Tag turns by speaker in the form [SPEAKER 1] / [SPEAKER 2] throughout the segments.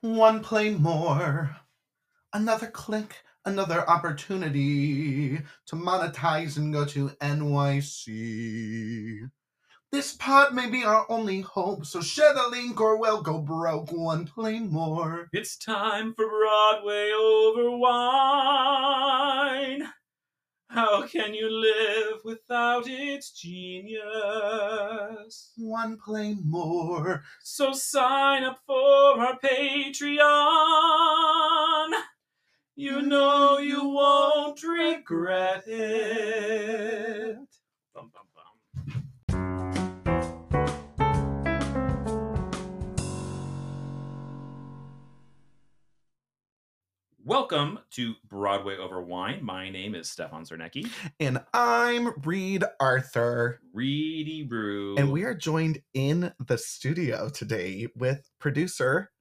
[SPEAKER 1] One play more, another click, another opportunity to monetize and go to NYC. This pod may be our only hope, so share the link or we'll go broke. One play more.
[SPEAKER 2] It's time for Broadway over wine. How can you live without its genius?
[SPEAKER 1] One play more.
[SPEAKER 2] So sign up for our Patreon. You know you won't regret it. Bum, bum, bum. Welcome to Broadway Over Wine. My name is Stefan Zernecki.
[SPEAKER 1] And I'm Reed Arthur.
[SPEAKER 2] Reedy Brew.
[SPEAKER 1] And we are joined in the studio today with producer.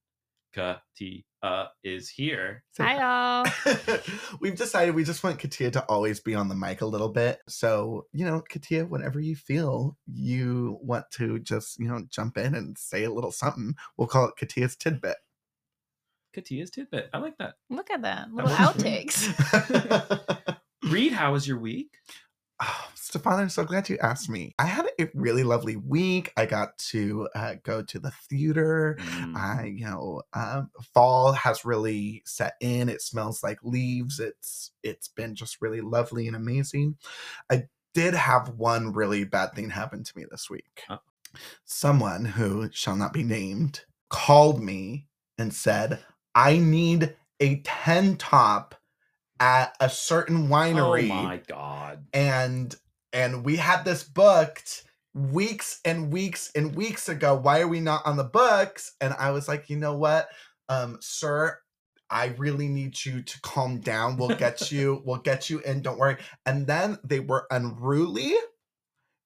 [SPEAKER 2] Katia is here.
[SPEAKER 3] Hi, y'all.
[SPEAKER 1] We've decided we just want Katia to always be on the mic a little bit. So, you know, Katia, whenever you feel you want to just, you know, jump in and say a little something, we'll call it Katia's tidbit.
[SPEAKER 2] Katia's tidbit. I like that.
[SPEAKER 3] Look at that. Little
[SPEAKER 2] was me.
[SPEAKER 3] outtakes.
[SPEAKER 2] Reed, how was your week?
[SPEAKER 1] Oh, Stefan, I'm so glad you asked me. I had a really lovely week. I got to uh, go to the theater. I, you know, um, fall has really set in. It smells like leaves. It's it's been just really lovely and amazing. I did have one really bad thing happen to me this week.
[SPEAKER 2] Uh.
[SPEAKER 1] Someone who shall not be named called me and said, "I need a ten top at a certain
[SPEAKER 2] oh
[SPEAKER 1] winery."
[SPEAKER 2] my god.
[SPEAKER 1] and and we had this booked weeks and weeks and weeks ago why are we not on the books and i was like you know what um sir i really need you to calm down we'll get you we'll get you in don't worry and then they were unruly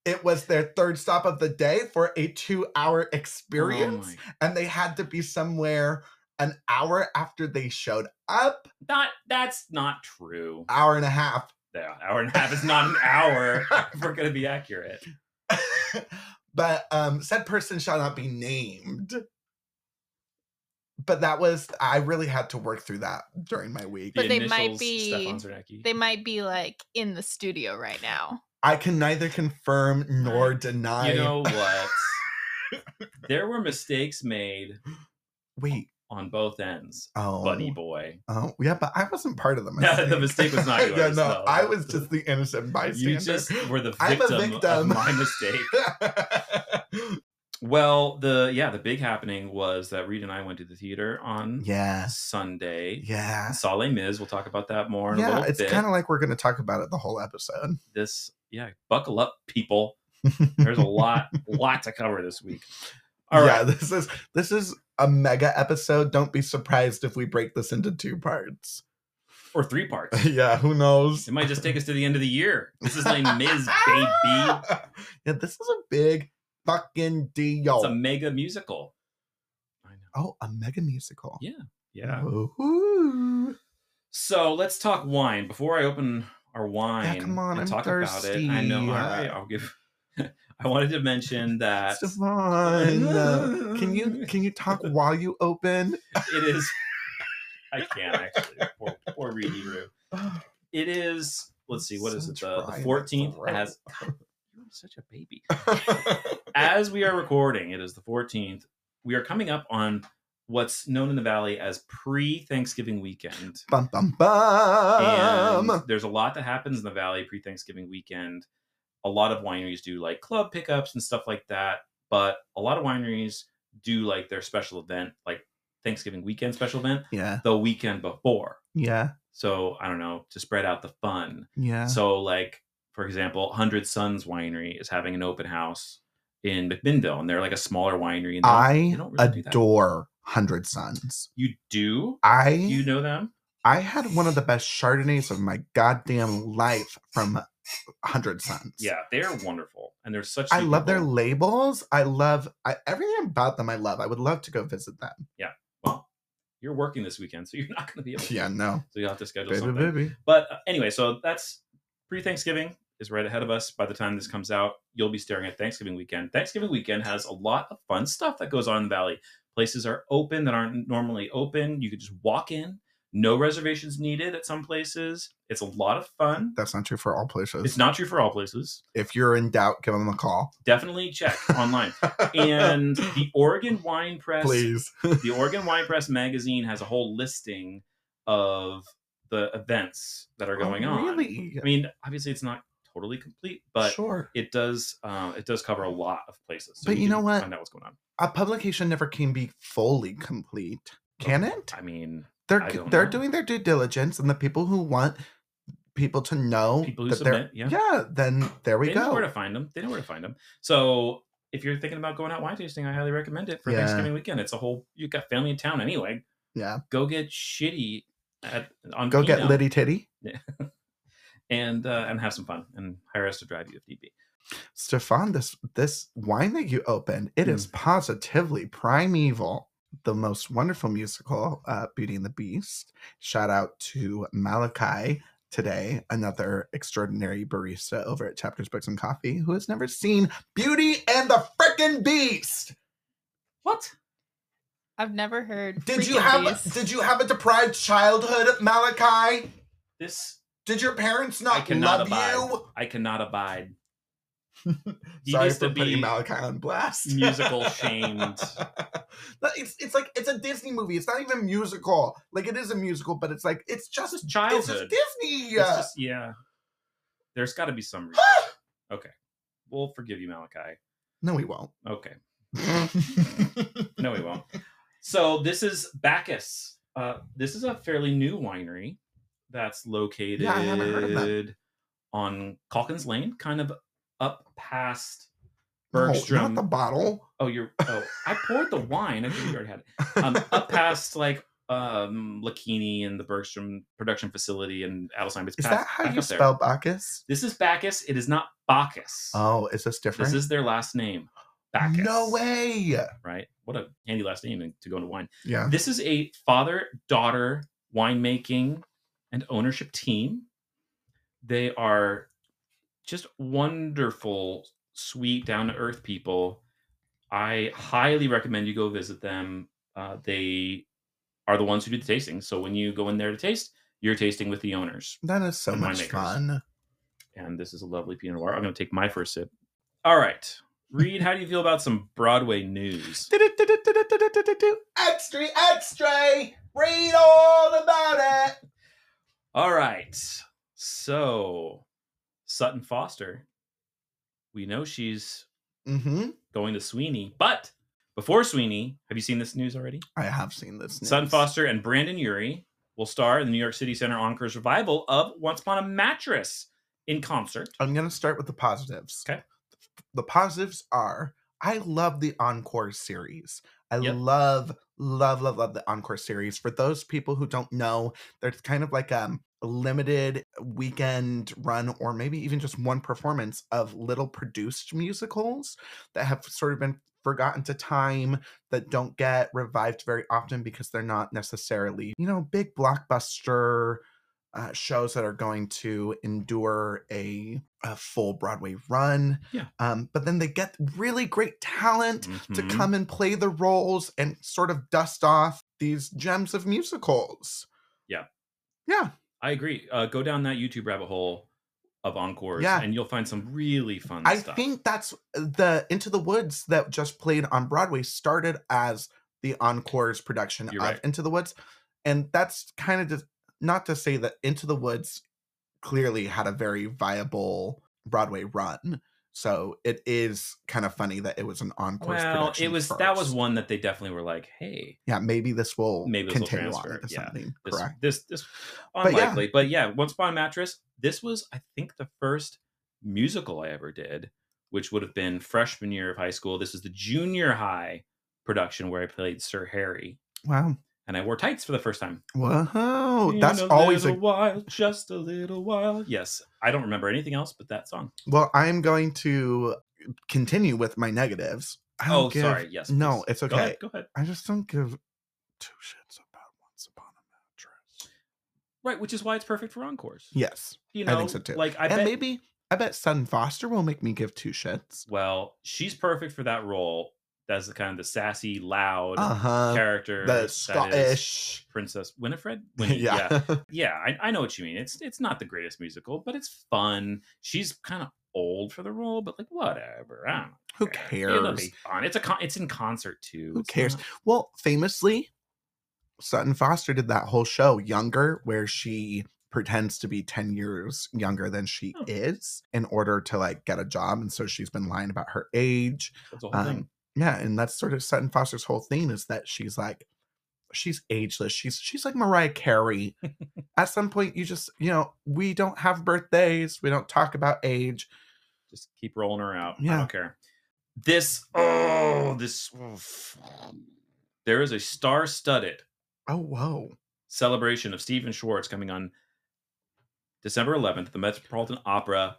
[SPEAKER 1] it was their third stop of the day for a two hour experience
[SPEAKER 2] Oh my-
[SPEAKER 1] and they had to be somewhere an hour after they showed up
[SPEAKER 2] Not that's not true.
[SPEAKER 1] hour and a half
[SPEAKER 2] The hour and a half is not an hour. if we're gonna be accurate.
[SPEAKER 1] but um said person shall not be named but that was i really had to work through that during my week
[SPEAKER 3] But they might
[SPEAKER 2] initials,
[SPEAKER 3] be-
[SPEAKER 2] Stefan Zernecki.
[SPEAKER 3] they might be like in the studio right now.
[SPEAKER 1] i can neither confirm nor deny
[SPEAKER 2] You know what? there were mistakes made
[SPEAKER 1] wait
[SPEAKER 2] on both ends.
[SPEAKER 1] oh
[SPEAKER 2] Buddy boy.
[SPEAKER 1] oh yeah but i wasn't part of the
[SPEAKER 2] No,
[SPEAKER 1] mistake
[SPEAKER 2] the mistake was not
[SPEAKER 1] yeah
[SPEAKER 2] yours,
[SPEAKER 1] no
[SPEAKER 2] no.
[SPEAKER 1] i was just the innocent bystander
[SPEAKER 2] You just were the
[SPEAKER 1] I'm a
[SPEAKER 2] victim,
[SPEAKER 1] victim.
[SPEAKER 2] of my mistake. Well, the yeah, the big happening was that Reed and I went to the theater on
[SPEAKER 1] yeah
[SPEAKER 2] Sunday.
[SPEAKER 1] yeah
[SPEAKER 2] Saw Les Mis. We'll talk about that more in a
[SPEAKER 1] yeah
[SPEAKER 2] little
[SPEAKER 1] it's
[SPEAKER 2] bit.
[SPEAKER 1] kind of like we're gonna talk about it the whole episode
[SPEAKER 2] this yeah, buckle up, people. There's a lot, lot to cover this week. All
[SPEAKER 1] yeah,
[SPEAKER 2] right,
[SPEAKER 1] this is this is a mega episode. Don't be surprised if we break this into two parts.
[SPEAKER 2] or three parts.
[SPEAKER 1] yeah, who knows?
[SPEAKER 2] It might just take us to the end of the year. This is Les Mis, baby.
[SPEAKER 1] yeah, this is a big fucking deal.
[SPEAKER 2] It's a mega musical. I know.
[SPEAKER 1] oh, a mega musical.
[SPEAKER 2] Yeah. Yeah.
[SPEAKER 1] Ooh.
[SPEAKER 2] So let's talk wine before I open our wine.
[SPEAKER 1] come on,
[SPEAKER 2] and
[SPEAKER 1] I'm
[SPEAKER 2] talk about it. I know. All
[SPEAKER 1] thirsty.
[SPEAKER 2] right, I'll give. I wanted to mention that
[SPEAKER 1] Stefan, uh, can you can you talk while you open?
[SPEAKER 2] it is. I can't actually. Poor, poor Reedy Roo. It is. Let's see. What is it?
[SPEAKER 1] Such
[SPEAKER 2] The,
[SPEAKER 1] rye
[SPEAKER 2] the
[SPEAKER 1] in my
[SPEAKER 2] 14th.
[SPEAKER 1] throat.
[SPEAKER 2] As God, you're such a baby. As we are recording, it is the 14th. We are coming up on what's known in the valley as pre-Thanksgiving weekend.
[SPEAKER 1] bum bum bum.
[SPEAKER 2] and
[SPEAKER 1] Um.
[SPEAKER 2] there's a lot that happens in the valley pre-thanksgiving weekend a lot of wineries do like club pickups and stuff like that but a lot of wineries do like their special event like thanksgiving weekend special event
[SPEAKER 1] yeah,
[SPEAKER 2] the weekend before
[SPEAKER 1] yeah,
[SPEAKER 2] so i don't know to spread out the fun
[SPEAKER 1] yeah.
[SPEAKER 2] so like for example hundred suns winery is having an open house in mcminnville and they're like a smaller winery and they don't-
[SPEAKER 1] I
[SPEAKER 2] they don't really do that.
[SPEAKER 1] adore Hundred Sons.
[SPEAKER 2] you do
[SPEAKER 1] I
[SPEAKER 2] you know them
[SPEAKER 1] I had one of the best Chardonnays of my goddamn life from Hundred Sons.
[SPEAKER 2] yeah they're wonderful and they're such
[SPEAKER 1] I
[SPEAKER 2] sweet
[SPEAKER 1] love their
[SPEAKER 2] people.
[SPEAKER 1] labels. I love I, everything about them. I love. I would love to go visit them.
[SPEAKER 2] well, you're working this weekend, so you're not going to be able to.
[SPEAKER 1] Yeah, no,
[SPEAKER 2] So you'll have to schedule
[SPEAKER 1] baby,
[SPEAKER 2] something.
[SPEAKER 1] baby.
[SPEAKER 2] But uh, anyway, so that's pre Thanksgiving is right ahead of us. By the time this comes out, you'll be staring at Thanksgiving weekend. Thanksgiving weekend has a lot of fun stuff that goes on in the valley. Places are open that aren't normally open. You could just walk in. No reservations needed at some places. It's a lot of fun.
[SPEAKER 1] That's not true for all places.
[SPEAKER 2] It's not true for all places.
[SPEAKER 1] if you're in doubt, give them a call.
[SPEAKER 2] Definitely check online. And the Oregon Wine Press
[SPEAKER 1] please,
[SPEAKER 2] the Oregon Wine Press magazine has a whole listing of the events that are going
[SPEAKER 1] Oh,
[SPEAKER 2] on.
[SPEAKER 1] Really?
[SPEAKER 2] I mean, obviously it's not totally complete, but
[SPEAKER 1] sure.
[SPEAKER 2] it does um, it does cover a lot of places.
[SPEAKER 1] But you know
[SPEAKER 2] can
[SPEAKER 1] what?
[SPEAKER 2] Find out what's going on.
[SPEAKER 1] A publication never can be fully complete, can it?
[SPEAKER 2] I mean,
[SPEAKER 1] They're
[SPEAKER 2] I don't
[SPEAKER 1] they're
[SPEAKER 2] know.
[SPEAKER 1] doing their due diligence, and the people who want people to know
[SPEAKER 2] people who
[SPEAKER 1] Oh, that they're
[SPEAKER 2] submit, yeah,
[SPEAKER 1] Then there we
[SPEAKER 2] they know
[SPEAKER 1] go.
[SPEAKER 2] where to find them. They know where to find them. So if you're thinking about going out wine tasting, I highly recommend it for
[SPEAKER 1] Yeah.
[SPEAKER 2] Thanksgiving weekend. It's a whole you've got family in town anyway.
[SPEAKER 1] Yeah.
[SPEAKER 2] Go get shitty at on
[SPEAKER 1] go get
[SPEAKER 2] Pinot
[SPEAKER 1] Liddy Titty.
[SPEAKER 2] and uh, and have some fun and hire us to drive you if need be.
[SPEAKER 1] Stefan, this this wine that you opened, it
[SPEAKER 2] Mm.
[SPEAKER 1] is positively primeval. The most wonderful musical, uh, Beauty and the Beast. Shout out to Malachi today, another extraordinary barista over at Chapters, Books, and Coffee, who has never seen Beauty and the Frickin' Beast.
[SPEAKER 2] What?
[SPEAKER 3] I've never heard.
[SPEAKER 1] Did you
[SPEAKER 3] freaking
[SPEAKER 1] have
[SPEAKER 3] bees.
[SPEAKER 1] did you have a deprived childhood, Malachi?
[SPEAKER 2] This
[SPEAKER 1] Did your parents
[SPEAKER 2] I
[SPEAKER 1] not
[SPEAKER 2] cannot
[SPEAKER 1] love
[SPEAKER 2] abide.
[SPEAKER 1] you?
[SPEAKER 2] I cannot abide. He
[SPEAKER 1] Sorry
[SPEAKER 2] needs
[SPEAKER 1] for
[SPEAKER 2] to
[SPEAKER 1] putting
[SPEAKER 2] be
[SPEAKER 1] Malachi on blast.
[SPEAKER 2] musical shamed.
[SPEAKER 1] No, it's it's like it's a Disney movie. It's not even musical. Like it is a musical, but it's like it's just
[SPEAKER 2] It's
[SPEAKER 1] It's
[SPEAKER 2] childhood.
[SPEAKER 1] just Disney.
[SPEAKER 2] It's just- yeah. There's got to be some reason. okay. We'll forgive you, Malachi.
[SPEAKER 1] no, we won't.
[SPEAKER 2] Okay. No, we won't. so this is Bacchus. Uh, this is a fairly new winery that's located
[SPEAKER 1] I haven't heard of that.
[SPEAKER 2] on Calkins Lane, kind of up past
[SPEAKER 1] No,
[SPEAKER 2] Bergstrom.
[SPEAKER 1] not the bottle.
[SPEAKER 2] Oh, you're. Oh, I poured the wine. I think you already had it. Um, up past like um Lakini and the Bergstrom production facility and Adelsheim. It's
[SPEAKER 1] Is
[SPEAKER 2] past-
[SPEAKER 1] that how
[SPEAKER 2] back
[SPEAKER 1] you
[SPEAKER 2] up there.
[SPEAKER 1] spell Bacchus?
[SPEAKER 2] This is Bacchus. It is not Bacchus.
[SPEAKER 1] Oh, is this different?
[SPEAKER 2] this is their last name. Bacchus.
[SPEAKER 1] No way.
[SPEAKER 2] Right. What a handy last name and- to go into wine.
[SPEAKER 1] Yeah.
[SPEAKER 2] This is a father-daughter winemaking and ownership team. They are just wonderful, sweet, down-to-earth people. I highly recommend you go visit them. Uh, they are the ones who do the tasting. So when you go in there to taste, you're tasting with the owners.
[SPEAKER 1] That is so
[SPEAKER 2] And
[SPEAKER 1] much
[SPEAKER 2] winemakers.
[SPEAKER 1] fun.
[SPEAKER 2] and this is a lovely Pinot Noir. I'm going to take my first sip. All right, Reed, how do you feel about some Broadway news?
[SPEAKER 1] Extra, extra. Read all about it.
[SPEAKER 2] All right, so Sutton Foster, we know she's
[SPEAKER 1] Mm-hmm.
[SPEAKER 2] going to Sweeney, but before Sweeney, have you seen this news already?
[SPEAKER 1] I have seen this.
[SPEAKER 2] Sutton
[SPEAKER 1] news.
[SPEAKER 2] Foster and Brandon Urie will star in the New York City Center Encore's revival of Once Upon a Mattress in concert.
[SPEAKER 1] I'm going to start with the positives.
[SPEAKER 2] Okay.
[SPEAKER 1] The positives are I love the Encore series. I
[SPEAKER 2] Yep.
[SPEAKER 1] love, love, love, love the Encore series. For those people who don't know, there's kind of like um, a limited weekend run or maybe even just one performance of little produced musicals that have sort of been forgotten to time that don't get revived very often because they're not necessarily, you know, big blockbuster uh, shows that are going to endure a, a full Broadway run.
[SPEAKER 2] Yeah.
[SPEAKER 1] Um, but then they get really great talent
[SPEAKER 2] Mhm.
[SPEAKER 1] to come and play the roles and sort of dust off these gems of musicals.
[SPEAKER 2] I agree. Uh, go down that YouTube rabbit hole of encores,
[SPEAKER 1] Yeah.
[SPEAKER 2] and you'll find some really fun
[SPEAKER 1] I
[SPEAKER 2] stuff.
[SPEAKER 1] think that's uh, the Into the Woods that just played on Broadway started as the Encore's production
[SPEAKER 2] You're
[SPEAKER 1] of
[SPEAKER 2] right.
[SPEAKER 1] Into the Woods. And that's kind of just not to say that Into the Woods clearly had a very viable Broadway run. So it is kind of funny that it was an Encore's
[SPEAKER 2] well,
[SPEAKER 1] production.
[SPEAKER 2] it was that was
[SPEAKER 1] first.
[SPEAKER 2] one that they definitely were like, "Hey,
[SPEAKER 1] Yeah, maybe this will
[SPEAKER 2] Maybe this will
[SPEAKER 1] continue on
[SPEAKER 2] transfer,
[SPEAKER 1] into
[SPEAKER 2] yeah,
[SPEAKER 1] something.
[SPEAKER 2] this
[SPEAKER 1] correct.
[SPEAKER 2] this this
[SPEAKER 1] But yeah.
[SPEAKER 2] unlikely." But yeah. Once Upon a Mattress. This was, I think, the first musical I ever did, which would have been freshman year of high school. This is the junior high production where I played Sir Harry,
[SPEAKER 1] Wow.
[SPEAKER 2] and I wore tights for the first time.
[SPEAKER 1] Whoa.
[SPEAKER 2] In
[SPEAKER 1] Oh, that's always a
[SPEAKER 2] little while, just a little while. Yes, I don't remember anything else but that song.
[SPEAKER 1] Well, I'm going to continue with my negatives. I don't
[SPEAKER 2] oh,
[SPEAKER 1] give-
[SPEAKER 2] sorry. Yes.
[SPEAKER 1] No,
[SPEAKER 2] please.
[SPEAKER 1] it's okay.
[SPEAKER 2] Go ahead. Go ahead.
[SPEAKER 1] I just don't give two shits about Once Upon a Mattress.
[SPEAKER 2] Right, which is why it's perfect for encores.
[SPEAKER 1] Yes,
[SPEAKER 2] you know,
[SPEAKER 1] I think so too.
[SPEAKER 2] Like I
[SPEAKER 1] and
[SPEAKER 2] bet.
[SPEAKER 1] maybe I bet Sutton Foster will make me give two shits.
[SPEAKER 2] Well, she's perfect for that role, That's the kind of the sassy, loud
[SPEAKER 1] Uh huh.
[SPEAKER 2] character. that
[SPEAKER 1] The
[SPEAKER 2] is
[SPEAKER 1] Scottish.
[SPEAKER 2] Princess Winifred. Winnie, yeah,
[SPEAKER 1] yeah.
[SPEAKER 2] yeah I, I know what you mean it's it's not the greatest musical but it's fun she's kind of old for the role but like whatever i don't
[SPEAKER 1] Who
[SPEAKER 2] care. Yeah, that'll
[SPEAKER 1] cares?
[SPEAKER 2] be fun. it's a con- it's in concert too
[SPEAKER 1] Who
[SPEAKER 2] It's
[SPEAKER 1] cares?
[SPEAKER 2] not-
[SPEAKER 1] Well, famously, Sutton Foster did that whole show, Younger, where she pretends to be 10 years younger than she
[SPEAKER 2] Oh.
[SPEAKER 1] is in order to like get a job. And so she's been lying about her age.
[SPEAKER 2] that's the whole thing
[SPEAKER 1] Um, yeah. And that's sort of Sutton Foster's whole thing is that she's like, she's ageless. She's she's like Mariah Carey. At some point, you just, you know, we don't have birthdays. We don't talk about age.
[SPEAKER 2] just keep rolling her out i
[SPEAKER 1] yeah.
[SPEAKER 2] don't care this oh this oof. there is a star-studded
[SPEAKER 1] Oh, whoa.
[SPEAKER 2] celebration of Stephen Schwartz coming on December 11th, the Metropolitan Opera.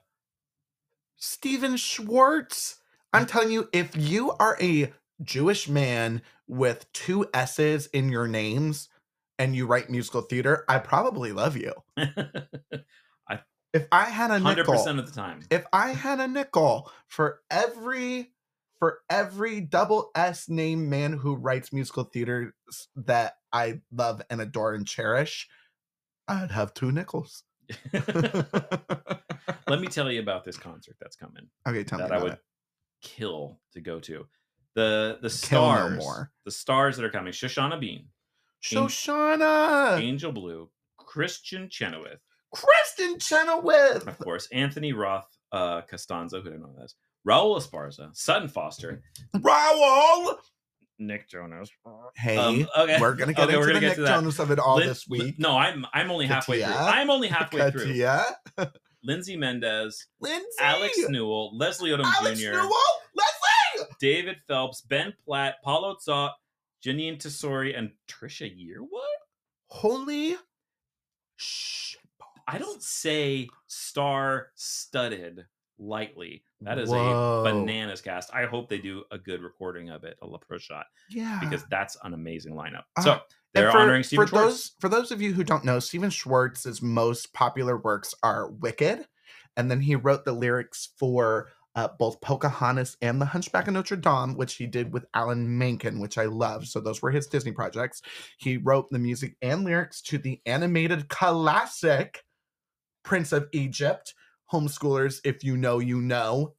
[SPEAKER 1] Steven Schwartz. I'm telling you, if you are a Jewish man with two S's in your names and you write musical theater, I probably love you.
[SPEAKER 2] 100%
[SPEAKER 1] If I had a nickel,
[SPEAKER 2] of the time.
[SPEAKER 1] if I had a nickel for every for every double S name man who writes musical theater s- that I love and adore and cherish, I'd have two nickels. okay,
[SPEAKER 2] Let me tell you about this concert that's coming.
[SPEAKER 1] tell me
[SPEAKER 2] that
[SPEAKER 1] about
[SPEAKER 2] I would
[SPEAKER 1] it.
[SPEAKER 2] kill to go to. The the
[SPEAKER 1] Kill no
[SPEAKER 2] stars,
[SPEAKER 1] more.
[SPEAKER 2] the stars that are coming: Shoshana Bean, Ang-
[SPEAKER 1] Shoshana.
[SPEAKER 2] Angel Blue, Christian Chenoweth,
[SPEAKER 1] Kristen
[SPEAKER 2] of
[SPEAKER 1] Chenoweth.
[SPEAKER 2] course, Anthony Roth, uh, Costanza, who I don't know who that is, Raul Esparza, Sutton Foster,
[SPEAKER 1] Raul.
[SPEAKER 2] Nick Jonas.
[SPEAKER 1] Hey,
[SPEAKER 2] Um, okay,
[SPEAKER 1] we're gonna get
[SPEAKER 2] okay,
[SPEAKER 1] into
[SPEAKER 2] we're gonna
[SPEAKER 1] the
[SPEAKER 2] get
[SPEAKER 1] Nick
[SPEAKER 2] to that.
[SPEAKER 1] Jonas of it all
[SPEAKER 2] Lin-
[SPEAKER 1] this
[SPEAKER 2] Lin-
[SPEAKER 1] week.
[SPEAKER 2] No, I'm I'm only halfway through.
[SPEAKER 1] Katia?
[SPEAKER 2] I'm only halfway through.
[SPEAKER 1] Katia,
[SPEAKER 2] Lindsay Mendez,
[SPEAKER 1] Lindsay,
[SPEAKER 2] Alex Newell, Leslie Odom
[SPEAKER 1] Alex
[SPEAKER 2] Jr.,
[SPEAKER 1] Newell, Leslie.
[SPEAKER 2] David Phelps, Ben Platt, Paulo Zott, Janine Tesori, and Trisha Yearwood.
[SPEAKER 1] Holy shit!
[SPEAKER 2] I don't say star studded lightly. That is
[SPEAKER 1] Whoa.
[SPEAKER 2] a bananas cast. I hope they do a good recording of it, a La Pro shot,
[SPEAKER 1] Yeah,
[SPEAKER 2] because that's an amazing lineup.
[SPEAKER 1] Ah,
[SPEAKER 2] so
[SPEAKER 1] And
[SPEAKER 2] they're
[SPEAKER 1] for,
[SPEAKER 2] honoring Stephen
[SPEAKER 1] for
[SPEAKER 2] Schwartz.
[SPEAKER 1] those for those of you who don't know, Stephen Schwartz's most popular works are Wicked, and then he wrote the lyrics for uh, both Pocahontas and The Hunchback of Notre Dame, which he did with Alan Menken, which I love. So those were his Disney projects. He wrote the music and lyrics to the animated classic Prince of Egypt. Homeschoolers, if you know, you know.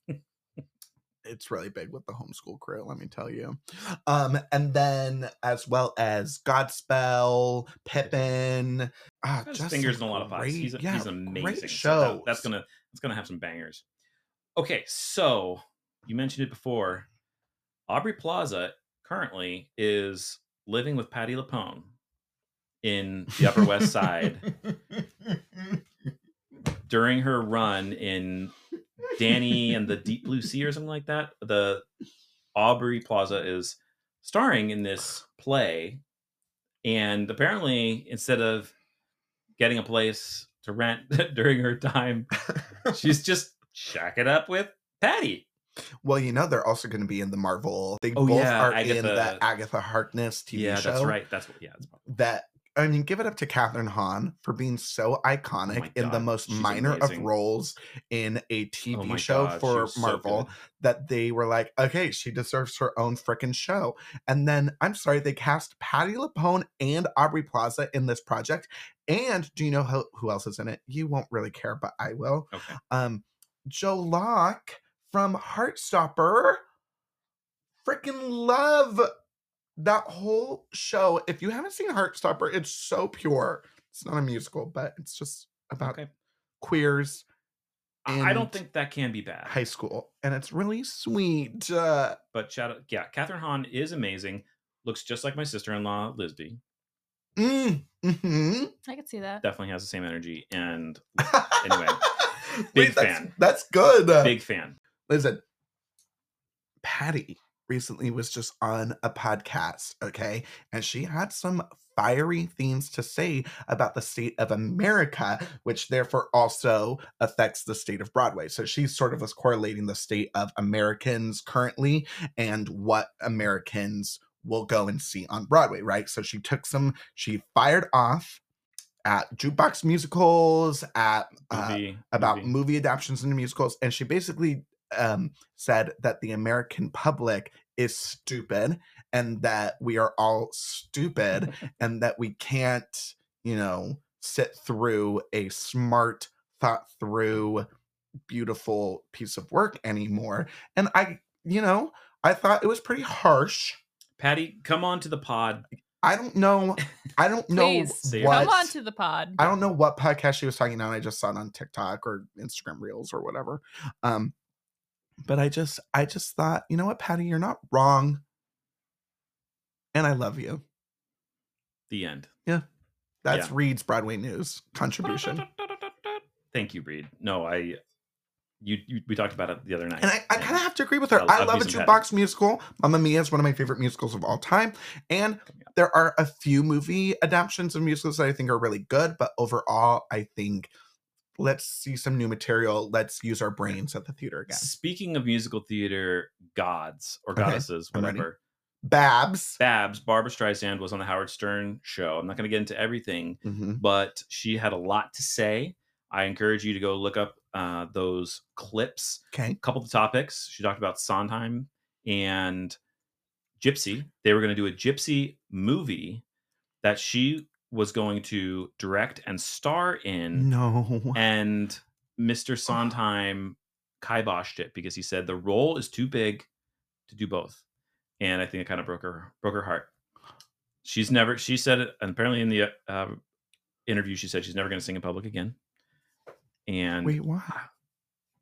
[SPEAKER 1] it's really big with the homeschool crew, let me tell you. Um, and then as well as Godspell, Pippin. Ah,
[SPEAKER 2] Got his
[SPEAKER 1] just
[SPEAKER 2] fingers in
[SPEAKER 1] some
[SPEAKER 2] a lot of pots. He's,
[SPEAKER 1] great-
[SPEAKER 2] he's
[SPEAKER 1] yeah,
[SPEAKER 2] amazing.
[SPEAKER 1] Great
[SPEAKER 2] So that- that's
[SPEAKER 1] shows.
[SPEAKER 2] gonna that's gonna have some bangers. Okay, so you mentioned it before. Aubrey Plaza currently is living with Patty Lapone in the Upper West Side during her run in Danny and the Deep Blue Sea or something like that. The Aubrey Plaza is starring in this play, and apparently instead of getting a place to rent during her time, she's just shack it up with Patty.
[SPEAKER 1] Well, you know they're also going to be in the Marvel. They
[SPEAKER 2] Oh,
[SPEAKER 1] both
[SPEAKER 2] yeah,
[SPEAKER 1] are in
[SPEAKER 2] Agatha-
[SPEAKER 1] that Agatha Harkness TV
[SPEAKER 2] yeah,
[SPEAKER 1] show.
[SPEAKER 2] that's right. That's what. Yeah, that's probably.
[SPEAKER 1] That I mean, give it up to Catherine Hahn for being so iconic in the
[SPEAKER 2] Oh God,
[SPEAKER 1] most
[SPEAKER 2] she's
[SPEAKER 1] minor
[SPEAKER 2] amazing.
[SPEAKER 1] of roles in a
[SPEAKER 2] oh
[SPEAKER 1] TV
[SPEAKER 2] my
[SPEAKER 1] show
[SPEAKER 2] God, she
[SPEAKER 1] for
[SPEAKER 2] was so
[SPEAKER 1] Marvel.
[SPEAKER 2] good.
[SPEAKER 1] that they were like, okay, she deserves her own freaking show. And then I'm sorry, they cast Patty Lapone and Aubrey Plaza in this project. And do you know who, who else is in it? You won't really care, but I will.
[SPEAKER 2] Okay.
[SPEAKER 1] Um, Joe Locke from Heartstopper. Freaking love that whole show. If you haven't seen Heartstopper, it's so pure. It's not a musical, but it's just about
[SPEAKER 2] Okay.
[SPEAKER 1] queers
[SPEAKER 2] I I
[SPEAKER 1] and
[SPEAKER 2] don't think that can be bad.
[SPEAKER 1] high school, and it's really sweet. Uh,
[SPEAKER 2] But shout out, yeah, Catherine Hahn is amazing. Looks just like my sister-in-law, Lisby.
[SPEAKER 1] Mm, hmm
[SPEAKER 3] I could see that.
[SPEAKER 2] Definitely has the same energy and Anyway, big
[SPEAKER 1] that's,
[SPEAKER 2] fan.
[SPEAKER 1] That's good.
[SPEAKER 2] big fan.
[SPEAKER 1] Listen, Patty recently was just on a podcast, okay? And she had some fiery things to say about the state of America, which therefore also affects the state of Broadway. So she sort of was correlating the state of Americans currently and what Americans will go and see on Broadway, right? So she took some, she fired off at jukebox musicals, at uh,
[SPEAKER 2] Movie,
[SPEAKER 1] about
[SPEAKER 2] movie.
[SPEAKER 1] movie adaptations into musicals and she basically um, said that the american public is stupid and that we are all stupid and that we can't, you know, sit through a smart, thought through, beautiful piece of work anymore. And I, you know, I thought it was pretty harsh.
[SPEAKER 2] Patty, come on to the pod.
[SPEAKER 1] I don't know. I don't know
[SPEAKER 3] Please,
[SPEAKER 2] Seriously.
[SPEAKER 1] what.
[SPEAKER 3] Come on to the pod.
[SPEAKER 1] I don't know what podcast she was talking about. I just saw it on TikTok or Instagram Reels or whatever. Um, but I just, I just thought, you know what, Patty, you're not wrong, and I love you.
[SPEAKER 2] The end.
[SPEAKER 1] That's
[SPEAKER 2] Yeah.
[SPEAKER 1] Reed's Broadway News contribution,
[SPEAKER 2] Thank you, Breed. No, I. You, you we talked about it the other night.
[SPEAKER 1] and I, I
[SPEAKER 2] Yeah.
[SPEAKER 1] kind of have to agree with her.
[SPEAKER 2] I'll-
[SPEAKER 1] I
[SPEAKER 2] I'll
[SPEAKER 1] love a
[SPEAKER 2] be some Patty.
[SPEAKER 1] jukebox musical. Mamma Mia is one of my favorite musicals of all time, and there are a few movie adaptations of musicals that I think are really good, but overall, I think. Let's see some new material. Let's use our brains at the theater again.
[SPEAKER 2] Speaking of musical theater gods or
[SPEAKER 1] Okay,
[SPEAKER 2] goddesses,
[SPEAKER 1] I'm ready.
[SPEAKER 2] whatever.
[SPEAKER 1] Babs.
[SPEAKER 2] Babs, Barbara Streisand was on the Howard Stern show. I'm not going to get into everything,
[SPEAKER 1] Mhm.
[SPEAKER 2] but she had a lot to say. I encourage you to go look up uh, those clips.
[SPEAKER 1] Okay.
[SPEAKER 2] A couple of topics. She talked about Sondheim and Gypsy. They were going to do a Gypsy movie that she was going to direct and star in.
[SPEAKER 1] No.
[SPEAKER 2] And Mr. Sondheim kiboshed it because he said the role is too big to do both. And I think it kind of broke her broke her heart. She's never she said it and apparently in the uh, uh, interview she said she's never going to sing in public again. And
[SPEAKER 1] Wait, why?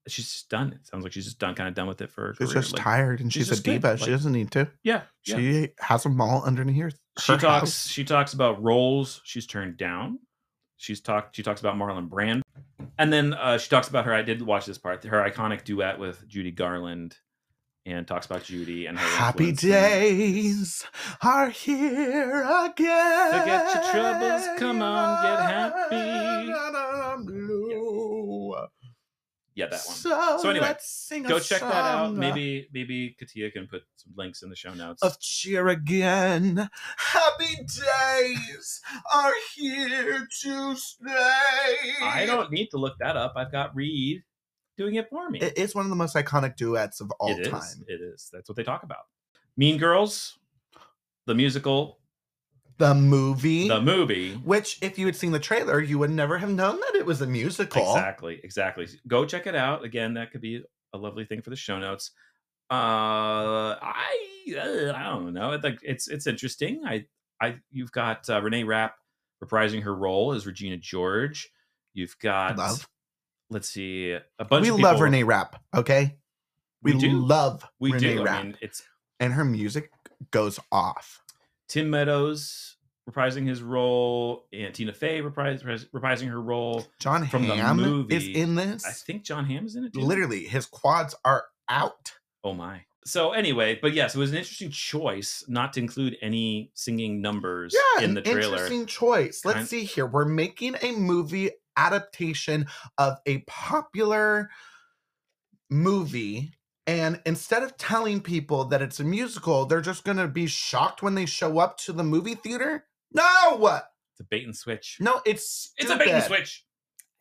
[SPEAKER 2] she's just done. It sounds like she's just done kind of done with it for her
[SPEAKER 1] She's
[SPEAKER 2] career.
[SPEAKER 1] just
[SPEAKER 2] like-
[SPEAKER 1] tired and
[SPEAKER 2] she's
[SPEAKER 1] she's, a
[SPEAKER 2] just good,
[SPEAKER 1] diva. she
[SPEAKER 2] like-
[SPEAKER 1] doesn't need to.
[SPEAKER 2] Yeah. yeah.
[SPEAKER 1] She has a mall underneath her.
[SPEAKER 2] she
[SPEAKER 1] her
[SPEAKER 2] talks
[SPEAKER 1] house.
[SPEAKER 2] she talks about roles she's turned down she's talked she talks about marlon brand and then uh, she talks about her i did watch this part her iconic duet with judy garland and talks about judy and her
[SPEAKER 1] Happy
[SPEAKER 2] influence and-
[SPEAKER 1] days are here again.
[SPEAKER 2] Forget your troubles, come on, get happy.
[SPEAKER 1] I'm blue.
[SPEAKER 2] yeah that one
[SPEAKER 1] So,
[SPEAKER 2] So anyway,
[SPEAKER 1] let's sing a
[SPEAKER 2] go check that out
[SPEAKER 1] song
[SPEAKER 2] maybe maybe katia can put some links in the show notes
[SPEAKER 1] Of cheer again. Happy days are here to stay.
[SPEAKER 2] i don't need to look that up i've got reed doing it for me
[SPEAKER 1] It is one of the most iconic duets of all
[SPEAKER 2] It is.
[SPEAKER 1] time.
[SPEAKER 2] it is that's what they talk about mean girls the musical
[SPEAKER 1] The movie.
[SPEAKER 2] the movie
[SPEAKER 1] Which, if you had seen the trailer, you would never have known that it was a musical.
[SPEAKER 2] Exactly, exactly. Go check it out. Again, that could be a lovely thing for the show notes. Uh, I uh, I don't know. It, like it's it's interesting. I I you've got uh, Renee Rapp reprising her role as Regina George. You've got
[SPEAKER 1] Love.
[SPEAKER 2] let's see a bunch.
[SPEAKER 1] we
[SPEAKER 2] of
[SPEAKER 1] love
[SPEAKER 2] people-
[SPEAKER 1] Renee Rapp, okay? We,
[SPEAKER 2] We do.
[SPEAKER 1] love
[SPEAKER 2] We
[SPEAKER 1] Renee
[SPEAKER 2] do.
[SPEAKER 1] Rapp.
[SPEAKER 2] I mean, it's
[SPEAKER 1] and her music goes off.
[SPEAKER 2] Tim Meadows reprising his role, and Tina Fey repris- repris- reprising her role.
[SPEAKER 1] John
[SPEAKER 2] From the
[SPEAKER 1] Hamm is
[SPEAKER 2] movie,
[SPEAKER 1] in this.
[SPEAKER 2] I think John Hamm is in it. too.
[SPEAKER 1] Literally, his quads are out.
[SPEAKER 2] Oh my. So anyway, but yes, it was an interesting choice not to include any singing numbers
[SPEAKER 1] Yeah,
[SPEAKER 2] in
[SPEAKER 1] an
[SPEAKER 2] the trailer.
[SPEAKER 1] interesting choice. Let's
[SPEAKER 2] Kind-
[SPEAKER 1] see here. We're making a movie adaptation of a popular movie. And instead of telling people that it's a musical, they're just going to be shocked when they show up to the movie theater. No,
[SPEAKER 2] It's a bait and switch.
[SPEAKER 1] no, it's
[SPEAKER 2] it's a bait and
[SPEAKER 1] stupid.
[SPEAKER 2] switch.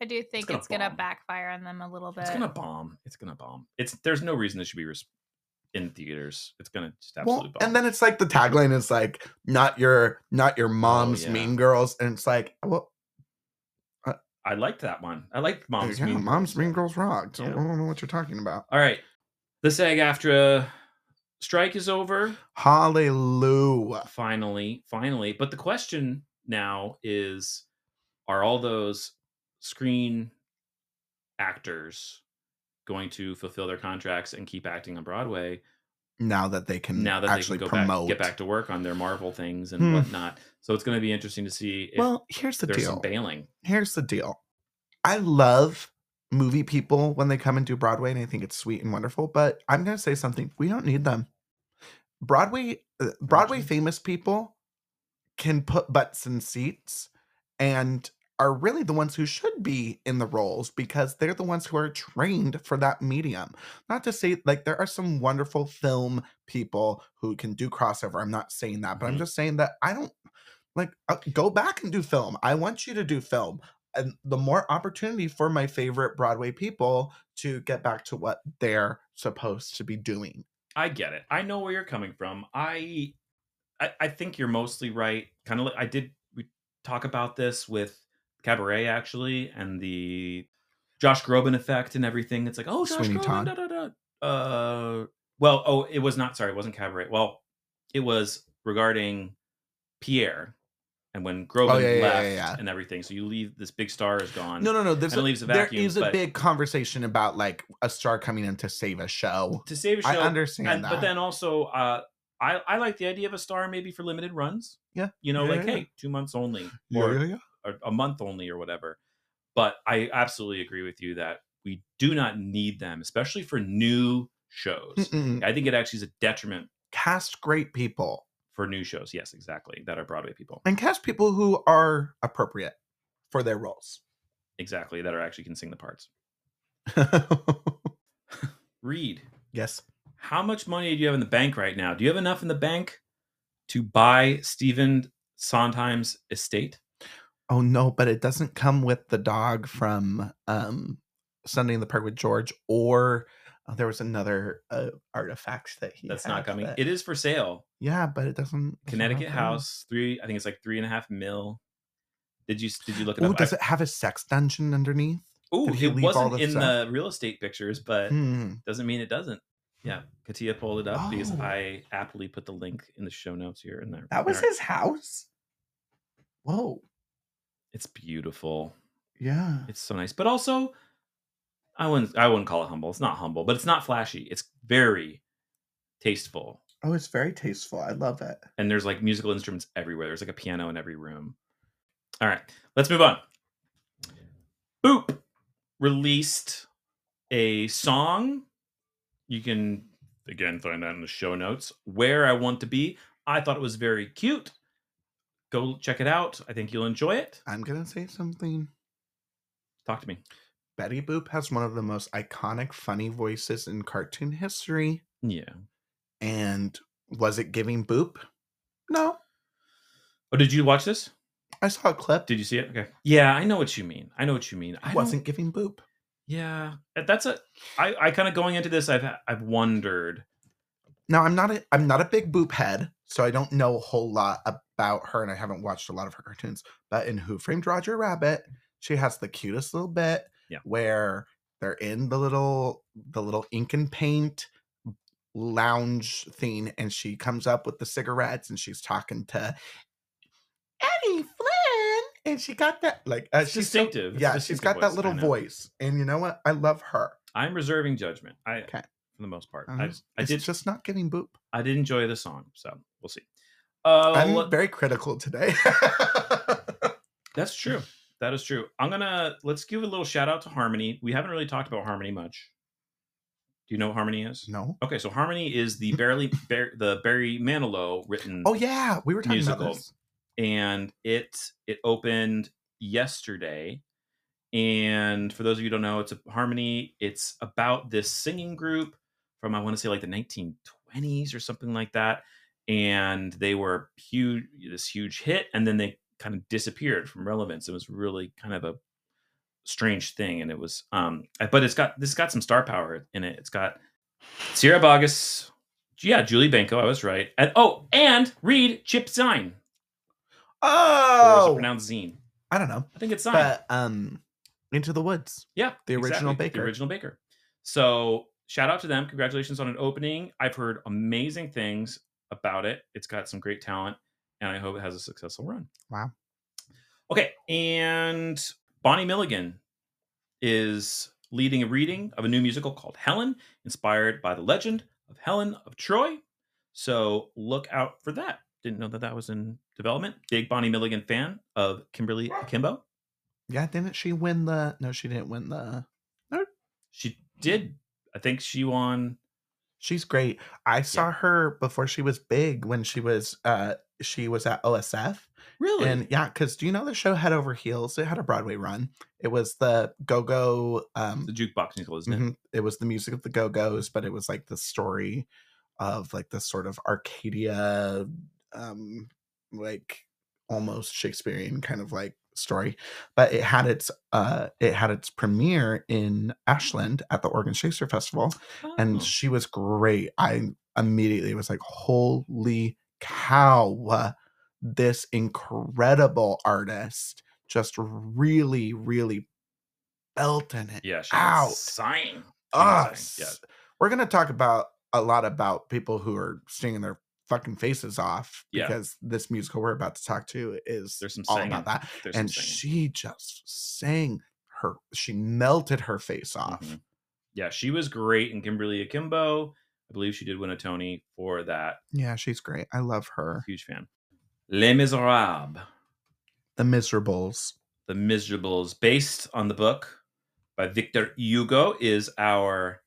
[SPEAKER 3] I do think
[SPEAKER 2] gonna
[SPEAKER 3] it's gonna
[SPEAKER 2] bomb.
[SPEAKER 3] backfire on them a little bit.
[SPEAKER 2] It's gonna bomb. It's gonna bomb. It's there's no reason this should be res- in theaters. It's gonna just
[SPEAKER 1] Well,
[SPEAKER 2] absolutely bomb.
[SPEAKER 1] and then it's like the tagline is like not your not your mom's
[SPEAKER 2] Oh, yeah.
[SPEAKER 1] mean girls and it's like well
[SPEAKER 2] I liked that one. I liked mom's
[SPEAKER 1] mom's, yeah,
[SPEAKER 2] mean.
[SPEAKER 1] mom's
[SPEAKER 2] Girls.
[SPEAKER 1] mean girls rock. So
[SPEAKER 2] Yeah.
[SPEAKER 1] I don't know what you're talking about.
[SPEAKER 2] All right, the SAG after strike is over.
[SPEAKER 1] Hallelujah.
[SPEAKER 2] Finally, finally. But the question now is are all those screen actors going to fulfill their contracts and keep acting on Broadway
[SPEAKER 1] now that they can
[SPEAKER 2] now that they can
[SPEAKER 1] actually
[SPEAKER 2] go
[SPEAKER 1] promote.
[SPEAKER 2] back get back to work on their Marvel things and
[SPEAKER 1] Hmm.
[SPEAKER 2] whatnot. So it's going to be interesting to see if
[SPEAKER 1] well, here's the
[SPEAKER 2] there's some
[SPEAKER 1] deal.
[SPEAKER 2] bailing.
[SPEAKER 1] Here's the deal. I love movie people when they come and do Broadway, and I think it's sweet and wonderful. But I'm gonna say something. We don't need them. Broadway, uh, Broadway
[SPEAKER 2] Imagine.
[SPEAKER 1] famous people can put butts in seats, and are really the ones who should be in the roles because they're the ones who are trained for that medium. Not to say like there are some wonderful film people who can do crossover. I'm not saying that, but I'm
[SPEAKER 2] Mhm.
[SPEAKER 1] just saying that I don't like uh, go back and do film. I want you to do film. And the more opportunity for my favorite Broadway people to get back to what they're supposed to be doing.
[SPEAKER 2] I get it. I know where you're coming from. I, I, I think you're mostly right. Kind of like I did. We talk about this with Cabaret actually, and the Josh Groban effect and everything. It's like, oh, Josh
[SPEAKER 1] Sweeney Todd.
[SPEAKER 2] Groban. Da, da, da. Uh, well, oh, it was not. Sorry, it wasn't Cabaret. Well, it was regarding Pierre, and when Groban
[SPEAKER 1] Oh, yeah, yeah, yeah,
[SPEAKER 2] left
[SPEAKER 1] yeah.
[SPEAKER 2] and everything. So you leave this big star is gone.
[SPEAKER 1] No, no, no. There's
[SPEAKER 2] and it leaves a
[SPEAKER 1] there
[SPEAKER 2] vacuum.
[SPEAKER 1] is a
[SPEAKER 2] but
[SPEAKER 1] big conversation about like a star coming in to save a show.
[SPEAKER 2] to save a show.
[SPEAKER 1] I understand
[SPEAKER 2] and,
[SPEAKER 1] that.
[SPEAKER 2] but then also uh I, I like the idea of a star maybe for limited runs.
[SPEAKER 1] Yeah.
[SPEAKER 2] You know,
[SPEAKER 1] Yeah,
[SPEAKER 2] like,
[SPEAKER 1] yeah, yeah.
[SPEAKER 2] hey, two months only
[SPEAKER 1] Yeah,
[SPEAKER 2] or,
[SPEAKER 1] yeah, yeah.
[SPEAKER 2] or a month only or whatever. But I absolutely agree with you that we do not need them, especially for new shows.
[SPEAKER 1] Mm-mm.
[SPEAKER 2] I think it actually is a detriment
[SPEAKER 1] cast great people
[SPEAKER 2] for new shows. Yes, exactly. That are Broadway people.
[SPEAKER 1] and cast people who are appropriate for their roles.
[SPEAKER 2] Exactly. That are actually can sing the parts. Reed,
[SPEAKER 1] yes.
[SPEAKER 2] how much money do you have in the bank right now? Do you have enough in the bank to buy Stephen Sondheim's estate?
[SPEAKER 1] Oh no, but it doesn't come with the dog from um Sunday in the Park with George or uh, there was another uh, artifact that he
[SPEAKER 2] That's not
[SPEAKER 1] had
[SPEAKER 2] coming.
[SPEAKER 1] that-
[SPEAKER 2] It is for sale.
[SPEAKER 1] yeah, but it doesn't. it's not
[SPEAKER 2] Connecticut
[SPEAKER 1] coming.
[SPEAKER 2] House, three. I think it's like three and a half mil. Did you did you look it
[SPEAKER 1] Ooh,
[SPEAKER 2] up?
[SPEAKER 1] does it have a sex dungeon underneath?
[SPEAKER 2] oh,
[SPEAKER 1] did he
[SPEAKER 2] it
[SPEAKER 1] leave all
[SPEAKER 2] wasn't
[SPEAKER 1] the
[SPEAKER 2] in
[SPEAKER 1] stuff?
[SPEAKER 2] the real estate pictures, but
[SPEAKER 1] Hmm.
[SPEAKER 2] doesn't mean it doesn't. Yeah, Katia pulled it up because
[SPEAKER 1] Oh.
[SPEAKER 2] I aptly put the link in the show notes here. And there,
[SPEAKER 1] That was his house. Whoa.
[SPEAKER 2] It's beautiful.
[SPEAKER 1] Yeah.
[SPEAKER 2] It's so nice, but also, I wouldn't I wouldn't call it humble. It's not humble, but it's not flashy. It's very tasteful,
[SPEAKER 1] Oh, it's very tasteful. I love it.
[SPEAKER 2] and there's like musical instruments everywhere. There's like a piano in every room. All right, let's move on. Boop released a song. You can again find that in the show notes. Where I want to be. I thought it was very cute. Go check it out. I think you'll enjoy it.
[SPEAKER 1] I'm gonna say something.
[SPEAKER 2] Talk to me.
[SPEAKER 1] Betty Boop has one of the most iconic funny voices in cartoon history.
[SPEAKER 2] Yeah.
[SPEAKER 1] And was it giving boop? No.
[SPEAKER 2] Oh, did you watch this?
[SPEAKER 1] I saw a clip.
[SPEAKER 2] Did you see it? Okay. Yeah, I know what you mean. I know what you mean. I
[SPEAKER 1] It
[SPEAKER 2] don't-
[SPEAKER 1] wasn't giving boop.
[SPEAKER 2] Yeah, that- that's a. I I kind of going into this. I've ha- I've wondered.
[SPEAKER 1] Now I'm not a I'm not a big boop head, so I don't know a whole lot about her and I haven't watched a lot of her cartoons. But in Who Framed Roger Rabbit, she has the cutest little bit
[SPEAKER 2] Yeah.
[SPEAKER 1] where they're in the little the little ink and paint lounge thing and she comes up with the cigarettes and she's talking to Eddie Flynn and she got that like uh,
[SPEAKER 2] It's
[SPEAKER 1] she's so-
[SPEAKER 2] distinctive. It's a
[SPEAKER 1] yeah, she's got
[SPEAKER 2] distinctive
[SPEAKER 1] that
[SPEAKER 2] voice, I
[SPEAKER 1] little
[SPEAKER 2] know.
[SPEAKER 1] voice. And you know what? I love her.
[SPEAKER 2] I'm reserving judgment. I
[SPEAKER 1] Okay.
[SPEAKER 2] for the most part.
[SPEAKER 1] Uh-huh.
[SPEAKER 2] I I
[SPEAKER 1] it's
[SPEAKER 2] did
[SPEAKER 1] just not giving boop.
[SPEAKER 2] I did enjoy the song, so we'll see. Uh,
[SPEAKER 1] I'm
[SPEAKER 2] let-
[SPEAKER 1] very critical today.
[SPEAKER 2] that's true. That is true. I'm gonna let's give a little shout out to Harmony. We haven't really talked about Harmony much. Do you know what Harmony is?
[SPEAKER 1] no.
[SPEAKER 2] Okay, so Harmony is the barely Bar- the Barry Manilow written
[SPEAKER 1] Oh yeah, we were talking
[SPEAKER 2] Musical.
[SPEAKER 1] about this.
[SPEAKER 2] and it it opened yesterday and for those of you who don't know it's a harmony it's about this singing group from i want to say like the 1920s or something like that and they were huge this huge hit and then they kind of disappeared from relevance it was really kind of a strange thing and it was um but it's got this has got some star power in it it's got sierra bogus yeah julie banco i was right and oh and reed chip zine or is it
[SPEAKER 1] Oh,
[SPEAKER 2] pronounced Zine?
[SPEAKER 1] I don't know,
[SPEAKER 2] I think it's Zine.
[SPEAKER 1] but um, Into the Woods.
[SPEAKER 2] yeah,
[SPEAKER 1] the original Baker.
[SPEAKER 2] The original Baker. So shout out to them. Congratulations on an opening. I've heard amazing things about it. It's got some great talent, and I hope it has a successful run.
[SPEAKER 1] Wow.
[SPEAKER 2] Okay, and Bonnie Milligan is leading a reading of a new musical called Helen, inspired by the legend of Helen of Troy. So look out for that. Didn't know that that was in development. Big Bonnie Milligan fan of Kimberly Akimbo.
[SPEAKER 1] Yeah, didn't she win the? No, she didn't win the.
[SPEAKER 2] She did. I think she won.
[SPEAKER 1] She's great. I saw her before she was big when she was uh she was at OSF
[SPEAKER 2] Really?
[SPEAKER 1] and yeah, because do you know the show Head Over Heels? It had a Broadway run. It was the Go Go um
[SPEAKER 2] the jukebox musical, isn't it?
[SPEAKER 1] Mhm. It was the music of the Go Go's, but it was like the story of like this sort of Arcadia, um, like almost Shakespearean kind of like story. But it had its uh, it had its premiere in Ashland at the Oregon Shakespeare Festival,
[SPEAKER 2] Oh.
[SPEAKER 1] and she was great. I immediately was like, holy cow, this incredible artist just really, really belting it
[SPEAKER 2] Yeah, she's
[SPEAKER 1] out.
[SPEAKER 2] Sign.
[SPEAKER 1] us.
[SPEAKER 2] Yeah.
[SPEAKER 1] Ah, We're gonna talk about a lot about people who are stinging their fucking faces off
[SPEAKER 2] Yeah.
[SPEAKER 1] because this musical we're about to talk to is
[SPEAKER 2] There's some
[SPEAKER 1] all
[SPEAKER 2] singing.
[SPEAKER 1] about that.
[SPEAKER 2] There's
[SPEAKER 1] and
[SPEAKER 2] some singing.
[SPEAKER 1] she just sang her she melted her face off.
[SPEAKER 2] Mhm. Yeah, she was great in Kimberly Akimbo. I believe she did win a Tony for that.
[SPEAKER 1] Yeah, she's great. I love her.
[SPEAKER 2] Huge fan. Les Miserables,
[SPEAKER 1] The Miserables.
[SPEAKER 2] The Miserables, based on the book by Victor Hugo, is our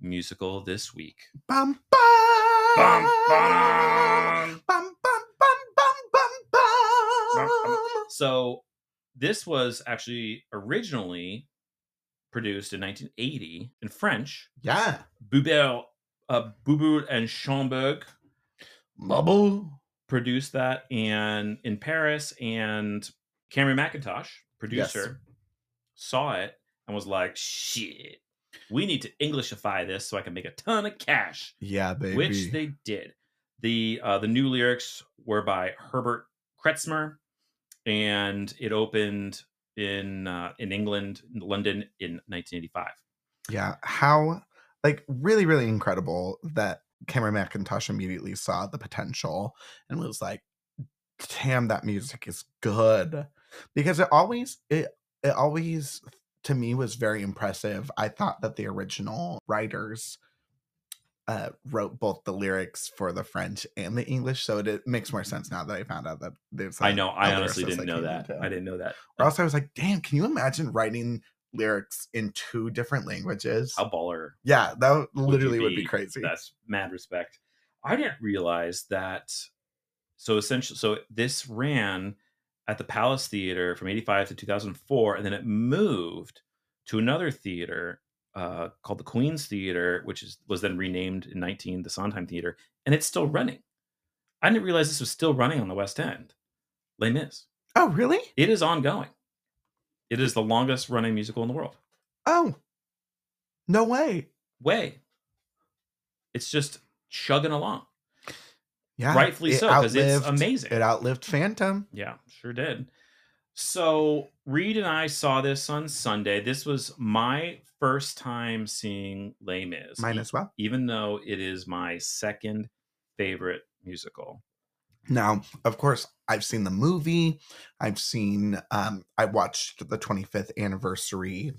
[SPEAKER 2] musical this week.
[SPEAKER 1] Bum bum
[SPEAKER 2] Bum, bum.
[SPEAKER 1] bum bum bum bum bum bum.
[SPEAKER 2] So this was actually originally produced in 1980 in French.
[SPEAKER 1] Yeah.
[SPEAKER 2] Boubert, uh, Boubou and Schomburg
[SPEAKER 1] Bubble.
[SPEAKER 2] produced that and in Paris and Cameron McIntosh, producer, saw it and was like, shit, we need to Englishify this so I can make a ton of cash.
[SPEAKER 1] Yeah, baby.
[SPEAKER 2] Which they did. The uh, the new lyrics were by Herbert Kretzmer, and it opened in uh, in England, in London, in 1985.
[SPEAKER 1] Yeah, how like really, really incredible that Cameron McIntosh immediately saw the potential and was like, "Damn, that music is good," because it always it it always to me was very impressive. I thought that the original writers uh, wrote both the lyrics for the French and the English, so it, it makes more sense now that I found out that there's.
[SPEAKER 2] I
[SPEAKER 1] like,
[SPEAKER 2] know. I
[SPEAKER 1] a
[SPEAKER 2] honestly
[SPEAKER 1] lyricist
[SPEAKER 2] didn't know
[SPEAKER 1] came
[SPEAKER 2] that.
[SPEAKER 1] into-
[SPEAKER 2] I didn't know that.
[SPEAKER 1] Or else I was like, "Damn, can you imagine writing?" lyrics in two different languages
[SPEAKER 2] How baller
[SPEAKER 1] yeah, that w-
[SPEAKER 2] you
[SPEAKER 1] literally would be
[SPEAKER 2] be
[SPEAKER 1] crazy.
[SPEAKER 2] that's mad respect. I didn't realize that. So essentially, so this ran at the Palace Theater from '85 to 2004, and then it moved to another theater uh, called the Queen's Theater, which is was then renamed in 19 the Sondheim Theater, and it's still running. I didn't realize this was still running on the West End. Les Mis.
[SPEAKER 1] Oh, really?
[SPEAKER 2] It is ongoing. It is the longest running musical in the world.
[SPEAKER 1] Oh, no way.
[SPEAKER 2] Way. It's just chugging along.
[SPEAKER 1] Yeah,
[SPEAKER 2] rightfully so because it's
[SPEAKER 1] outlived-
[SPEAKER 2] amazing.
[SPEAKER 1] It outlived Phantom.
[SPEAKER 2] yeah, sure did. So Reed and I saw this on Sunday. This was my first time seeing Les Mis, e
[SPEAKER 1] Mine as well.
[SPEAKER 2] even though it is my second favorite musical.
[SPEAKER 1] Now, of course, I've seen the movie. I've seen. Um, I watched the 25th anniversary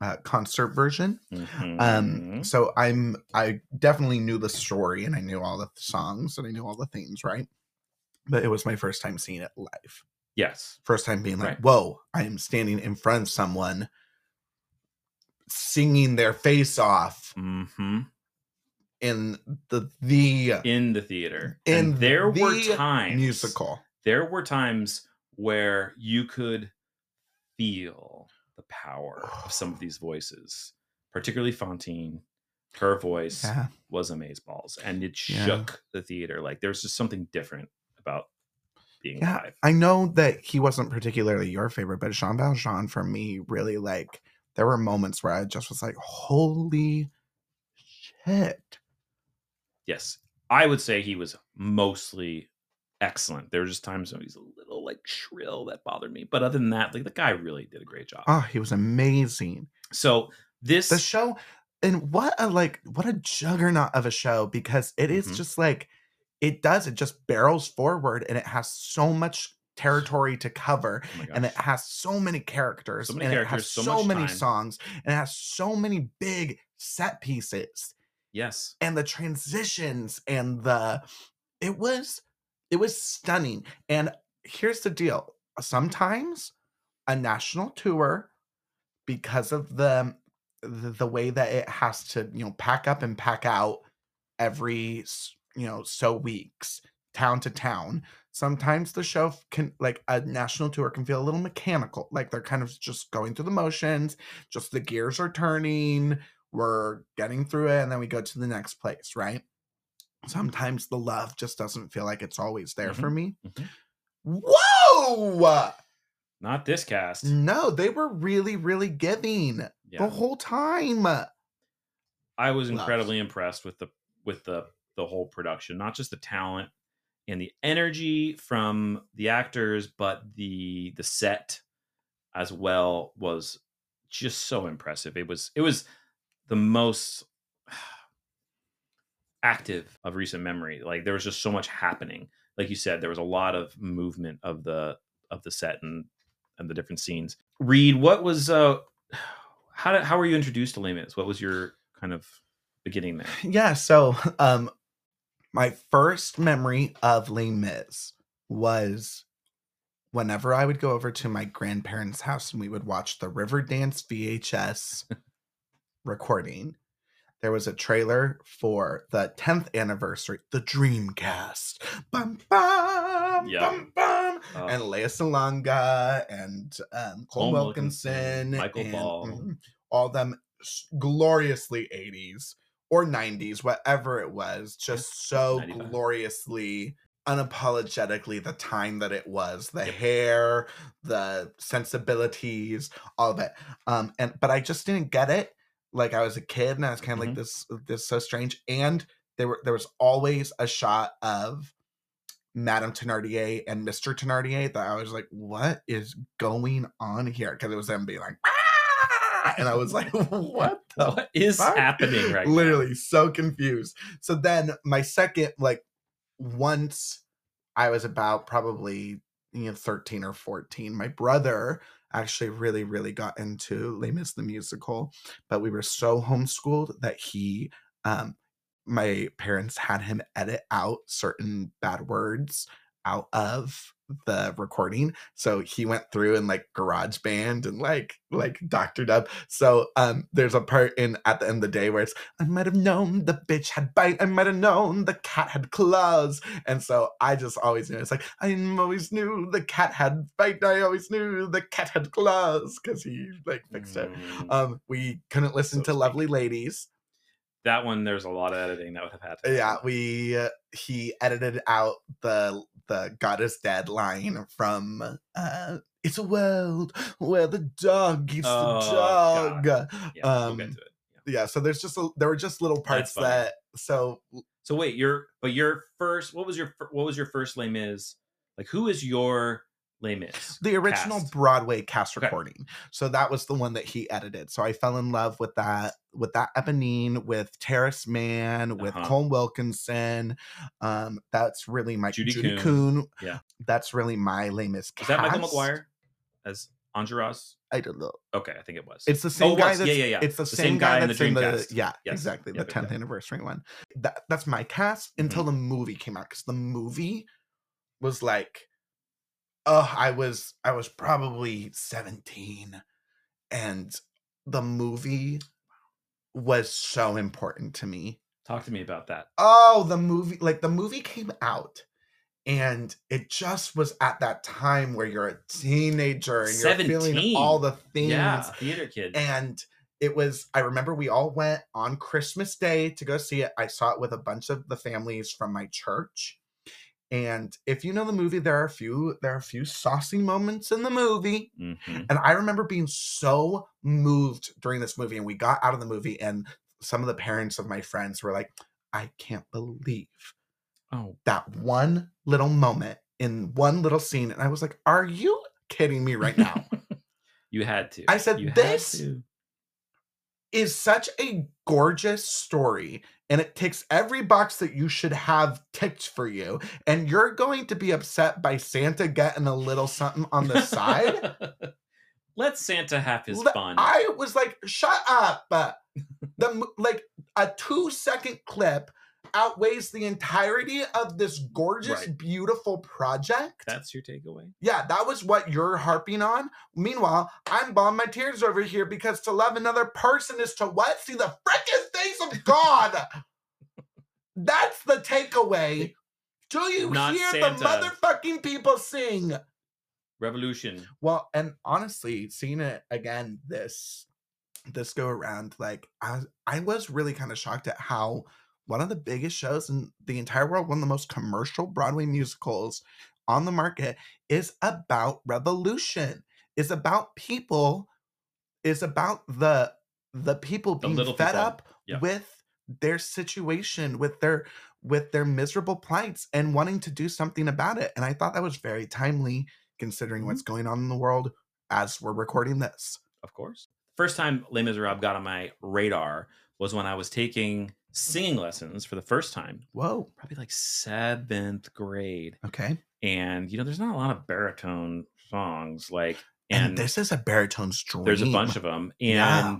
[SPEAKER 1] uh, concert version. Um,
[SPEAKER 2] Mhm.
[SPEAKER 1] so I'm. I definitely knew the story, and I knew all the songs, and I knew all the themes, right? But it was my first time seeing it live.
[SPEAKER 2] yes,
[SPEAKER 1] first time being like,
[SPEAKER 2] Right.
[SPEAKER 1] whoa, I am standing in front of someone singing their face off
[SPEAKER 2] hmm
[SPEAKER 1] in the the
[SPEAKER 2] in the theater,
[SPEAKER 1] In
[SPEAKER 2] and there were
[SPEAKER 1] the
[SPEAKER 2] times
[SPEAKER 1] musical.
[SPEAKER 2] There were times where you could feel the power of some of these voices, particularly Fontaine. Her voice,
[SPEAKER 1] Yeah.
[SPEAKER 2] was amazeballs and it
[SPEAKER 1] Yeah.
[SPEAKER 2] shook the theater like there's just something different about being
[SPEAKER 1] Yeah.
[SPEAKER 2] live
[SPEAKER 1] I know that he wasn't particularly your favorite, but Jean Valjean for me really like there were moments where I just was like, holy shit.
[SPEAKER 2] yes i would say he was mostly excellent there were just times when he's a little like shrill that bothered me but other than that like the guy really did a great job
[SPEAKER 1] Oh, he was amazing.
[SPEAKER 2] so this
[SPEAKER 1] The show and what a like what a juggernaut of a show because it is
[SPEAKER 2] Mhm.
[SPEAKER 1] just like it does it just barrels forward and it has so much territory to cover
[SPEAKER 2] oh my
[SPEAKER 1] and it
[SPEAKER 2] gosh.
[SPEAKER 1] has so many characters
[SPEAKER 2] many
[SPEAKER 1] and
[SPEAKER 2] characters,
[SPEAKER 1] it
[SPEAKER 2] so
[SPEAKER 1] has so
[SPEAKER 2] much
[SPEAKER 1] many
[SPEAKER 2] time.
[SPEAKER 1] songs and it has so many big set pieces
[SPEAKER 2] yes
[SPEAKER 1] and the transitions and the it was it was stunning and here's the deal sometimes a national tour because of the the, the way that it has to you know pack up and pack out every s- you know so weeks town to town sometimes the show f- can like a national tour can feel a little mechanical like they're kind of just going through the motions just the gears are turning we're getting through it and then we go to the next place right sometimes the love just doesn't feel like it's always there for me
[SPEAKER 2] mhm.
[SPEAKER 1] whoa
[SPEAKER 2] not this cast
[SPEAKER 1] no they were really really giving
[SPEAKER 2] yeah
[SPEAKER 1] the whole time
[SPEAKER 2] i was
[SPEAKER 1] Loves.
[SPEAKER 2] incredibly impressed with the with the the whole production, not just the talent and the energy from the actors, but the the set as well was just so impressive. It was it was the most active of recent memory. Like there was just so much happening. Like you said, there was a lot of movement of the of the set and and the different scenes. Reed, what was uh how did, how were you introduced to Les Mis? What was your kind of beginning there?
[SPEAKER 1] yeah so um my first memory of Les Mis was whenever I would go over to my grandparents' house and we would watch the Riverdance VHS recording. There was a trailer for the 10th anniversary, the Dreamcast. Bum, bum,
[SPEAKER 2] Yeah.
[SPEAKER 1] bum, bum.
[SPEAKER 2] Uh,
[SPEAKER 1] And Leia Salonga and um, Cole
[SPEAKER 2] Cole
[SPEAKER 1] Wilkinson,
[SPEAKER 2] Wilkinson, Michael
[SPEAKER 1] and,
[SPEAKER 2] Ball.
[SPEAKER 1] mhm, all them s- gloriously 80s or 90s, whatever it was, just so
[SPEAKER 2] 95.
[SPEAKER 1] gloriously, unapologetically the time that it was, the hair, the sensibilities, all of it. Um, and but I just didn't get it. Like I was a kid and I was kind of
[SPEAKER 2] Mhm.
[SPEAKER 1] like this this is so strange. And there were there was always a shot of Madame Thenardier and Mr. Thenardier that I was like, what is going on here? Because it was them being like, "Ah!" and I was like, what the
[SPEAKER 2] what is
[SPEAKER 1] fuck?
[SPEAKER 2] happening right now?
[SPEAKER 1] Literally so confused. So then my second, like, once I was about probably you know 13 or 14, my brother actually really, really got into Les Mis the musical, but we were so homeschooled that he um my parents had him edit out certain bad words out of the recording so he went through and like garage band and like like doctored up so um there's a part in at the end of the day where it's i might have known the bitch had bite i might have known the cat had claws and so i just always knew it's like i m- always knew the cat had bite i always knew the cat had claws because he like fixed it
[SPEAKER 2] Mm,
[SPEAKER 1] um we couldn't listen
[SPEAKER 2] So
[SPEAKER 1] to lovely ladies
[SPEAKER 2] that one, there's a lot of editing that would have had. To
[SPEAKER 1] yeah
[SPEAKER 2] happen.
[SPEAKER 1] we uh, he edited out the the god is dead line from uh it's a world where the dog eats
[SPEAKER 2] Oh,
[SPEAKER 1] the
[SPEAKER 2] got
[SPEAKER 1] dog
[SPEAKER 2] yeah,
[SPEAKER 1] um,
[SPEAKER 2] we'll get to it. Yeah.
[SPEAKER 1] yeah so there's just a, there were just little parts
[SPEAKER 2] funny.
[SPEAKER 1] that so
[SPEAKER 2] So wait, your but your first, what was your fir- what was your first Les Mis? Like who is your Les Mis?
[SPEAKER 1] the original
[SPEAKER 2] Cast.
[SPEAKER 1] broadway cast
[SPEAKER 2] Okay.
[SPEAKER 1] recording so that was the one that he edited so i fell in love with that with that eponine with terrace man with
[SPEAKER 2] Uh-huh.
[SPEAKER 1] cole wilkinson um that's really my
[SPEAKER 2] Judy
[SPEAKER 1] judy,
[SPEAKER 2] Kuhn.
[SPEAKER 1] Kuhn.
[SPEAKER 2] Yeah.
[SPEAKER 1] that's really my lamest
[SPEAKER 2] Was that Michael McGuire as Anjuras?
[SPEAKER 1] i don't know
[SPEAKER 2] Okay, I think it was.
[SPEAKER 1] It's the
[SPEAKER 2] Oh,
[SPEAKER 1] same
[SPEAKER 2] it
[SPEAKER 1] guy.
[SPEAKER 2] was.
[SPEAKER 1] That's,
[SPEAKER 2] yeah, yeah, yeah.
[SPEAKER 1] It's the,
[SPEAKER 2] The
[SPEAKER 1] same,
[SPEAKER 2] same
[SPEAKER 1] guy,
[SPEAKER 2] guy in the
[SPEAKER 1] that's in the
[SPEAKER 2] Dreamcast.
[SPEAKER 1] yeah,
[SPEAKER 2] Yes.
[SPEAKER 1] exactly
[SPEAKER 2] Yep,
[SPEAKER 1] the
[SPEAKER 2] yep, Mm-hmm.
[SPEAKER 1] tenth
[SPEAKER 2] yep.
[SPEAKER 1] anniversary one. That that's my cast until the movie came out because the movie was like, oh, I was I was probably seventeen, and the movie was so important to me
[SPEAKER 2] Talk to me about that.
[SPEAKER 1] oh the movie like the movie came out and it just was at that time where you're a teenager and you're feeling all
[SPEAKER 2] 17.
[SPEAKER 1] the things
[SPEAKER 2] Yeah, theater kid.
[SPEAKER 1] and it was i remember we all went on christmas day to go see it i saw it with a bunch of the families from my church and if you know the movie there are a few there are a few saucy moments in the movie
[SPEAKER 2] Mhm.
[SPEAKER 1] and I remember being so moved during this movie. And we got out of the movie, and some of the parents of my friends were like, I can't believe
[SPEAKER 2] Oh,
[SPEAKER 1] that one little moment in one little scene. And I was like, Are you kidding me right now?
[SPEAKER 2] you had to.
[SPEAKER 1] I said,
[SPEAKER 2] You had
[SPEAKER 1] "This
[SPEAKER 2] to."
[SPEAKER 1] is such a gorgeous story and it ticks every box that you should have ticked for you and you're going to be upset by santa getting a little something on the side
[SPEAKER 2] Let Santa have his
[SPEAKER 1] Le-
[SPEAKER 2] fun.
[SPEAKER 1] I was like, shut up. The mo- like a two second clip outweighs the entirety of this gorgeous,
[SPEAKER 2] Right.
[SPEAKER 1] beautiful project.
[SPEAKER 2] That's your takeaway.
[SPEAKER 1] yeah, that was what you're harping on. Meanwhile, I'm balling my tears over here because to love another person is to what? See the frickin' face of God. That's the takeaway. Do you
[SPEAKER 2] Not
[SPEAKER 1] hear
[SPEAKER 2] Santa.
[SPEAKER 1] the motherfucking people sing?
[SPEAKER 2] Revolution.
[SPEAKER 1] Well, and honestly, seeing it again this this go around, like I was- I was really kind of shocked at how one of the biggest shows in the entire world, one of the most commercial Broadway musicals on the market, is about revolution. Is about people. Is about the the people
[SPEAKER 2] The
[SPEAKER 1] being
[SPEAKER 2] little
[SPEAKER 1] fed
[SPEAKER 2] people,
[SPEAKER 1] up
[SPEAKER 2] yeah.
[SPEAKER 1] with their situation, with their with their miserable plights and wanting to do something about it. And I thought that was very timely considering
[SPEAKER 2] Mm-hmm.
[SPEAKER 1] what's going on in the world as we're recording this.
[SPEAKER 2] of course. First time Les Miserables got on my radar was when I was taking singing lessons for the first time,
[SPEAKER 1] Whoa.
[SPEAKER 2] probably like seventh grade.
[SPEAKER 1] Okay.
[SPEAKER 2] And you know, there's not a lot of baritone songs like,
[SPEAKER 1] And,
[SPEAKER 2] and,
[SPEAKER 1] this is a baritone's dream.
[SPEAKER 2] there's a bunch of them. And
[SPEAKER 1] Yeah.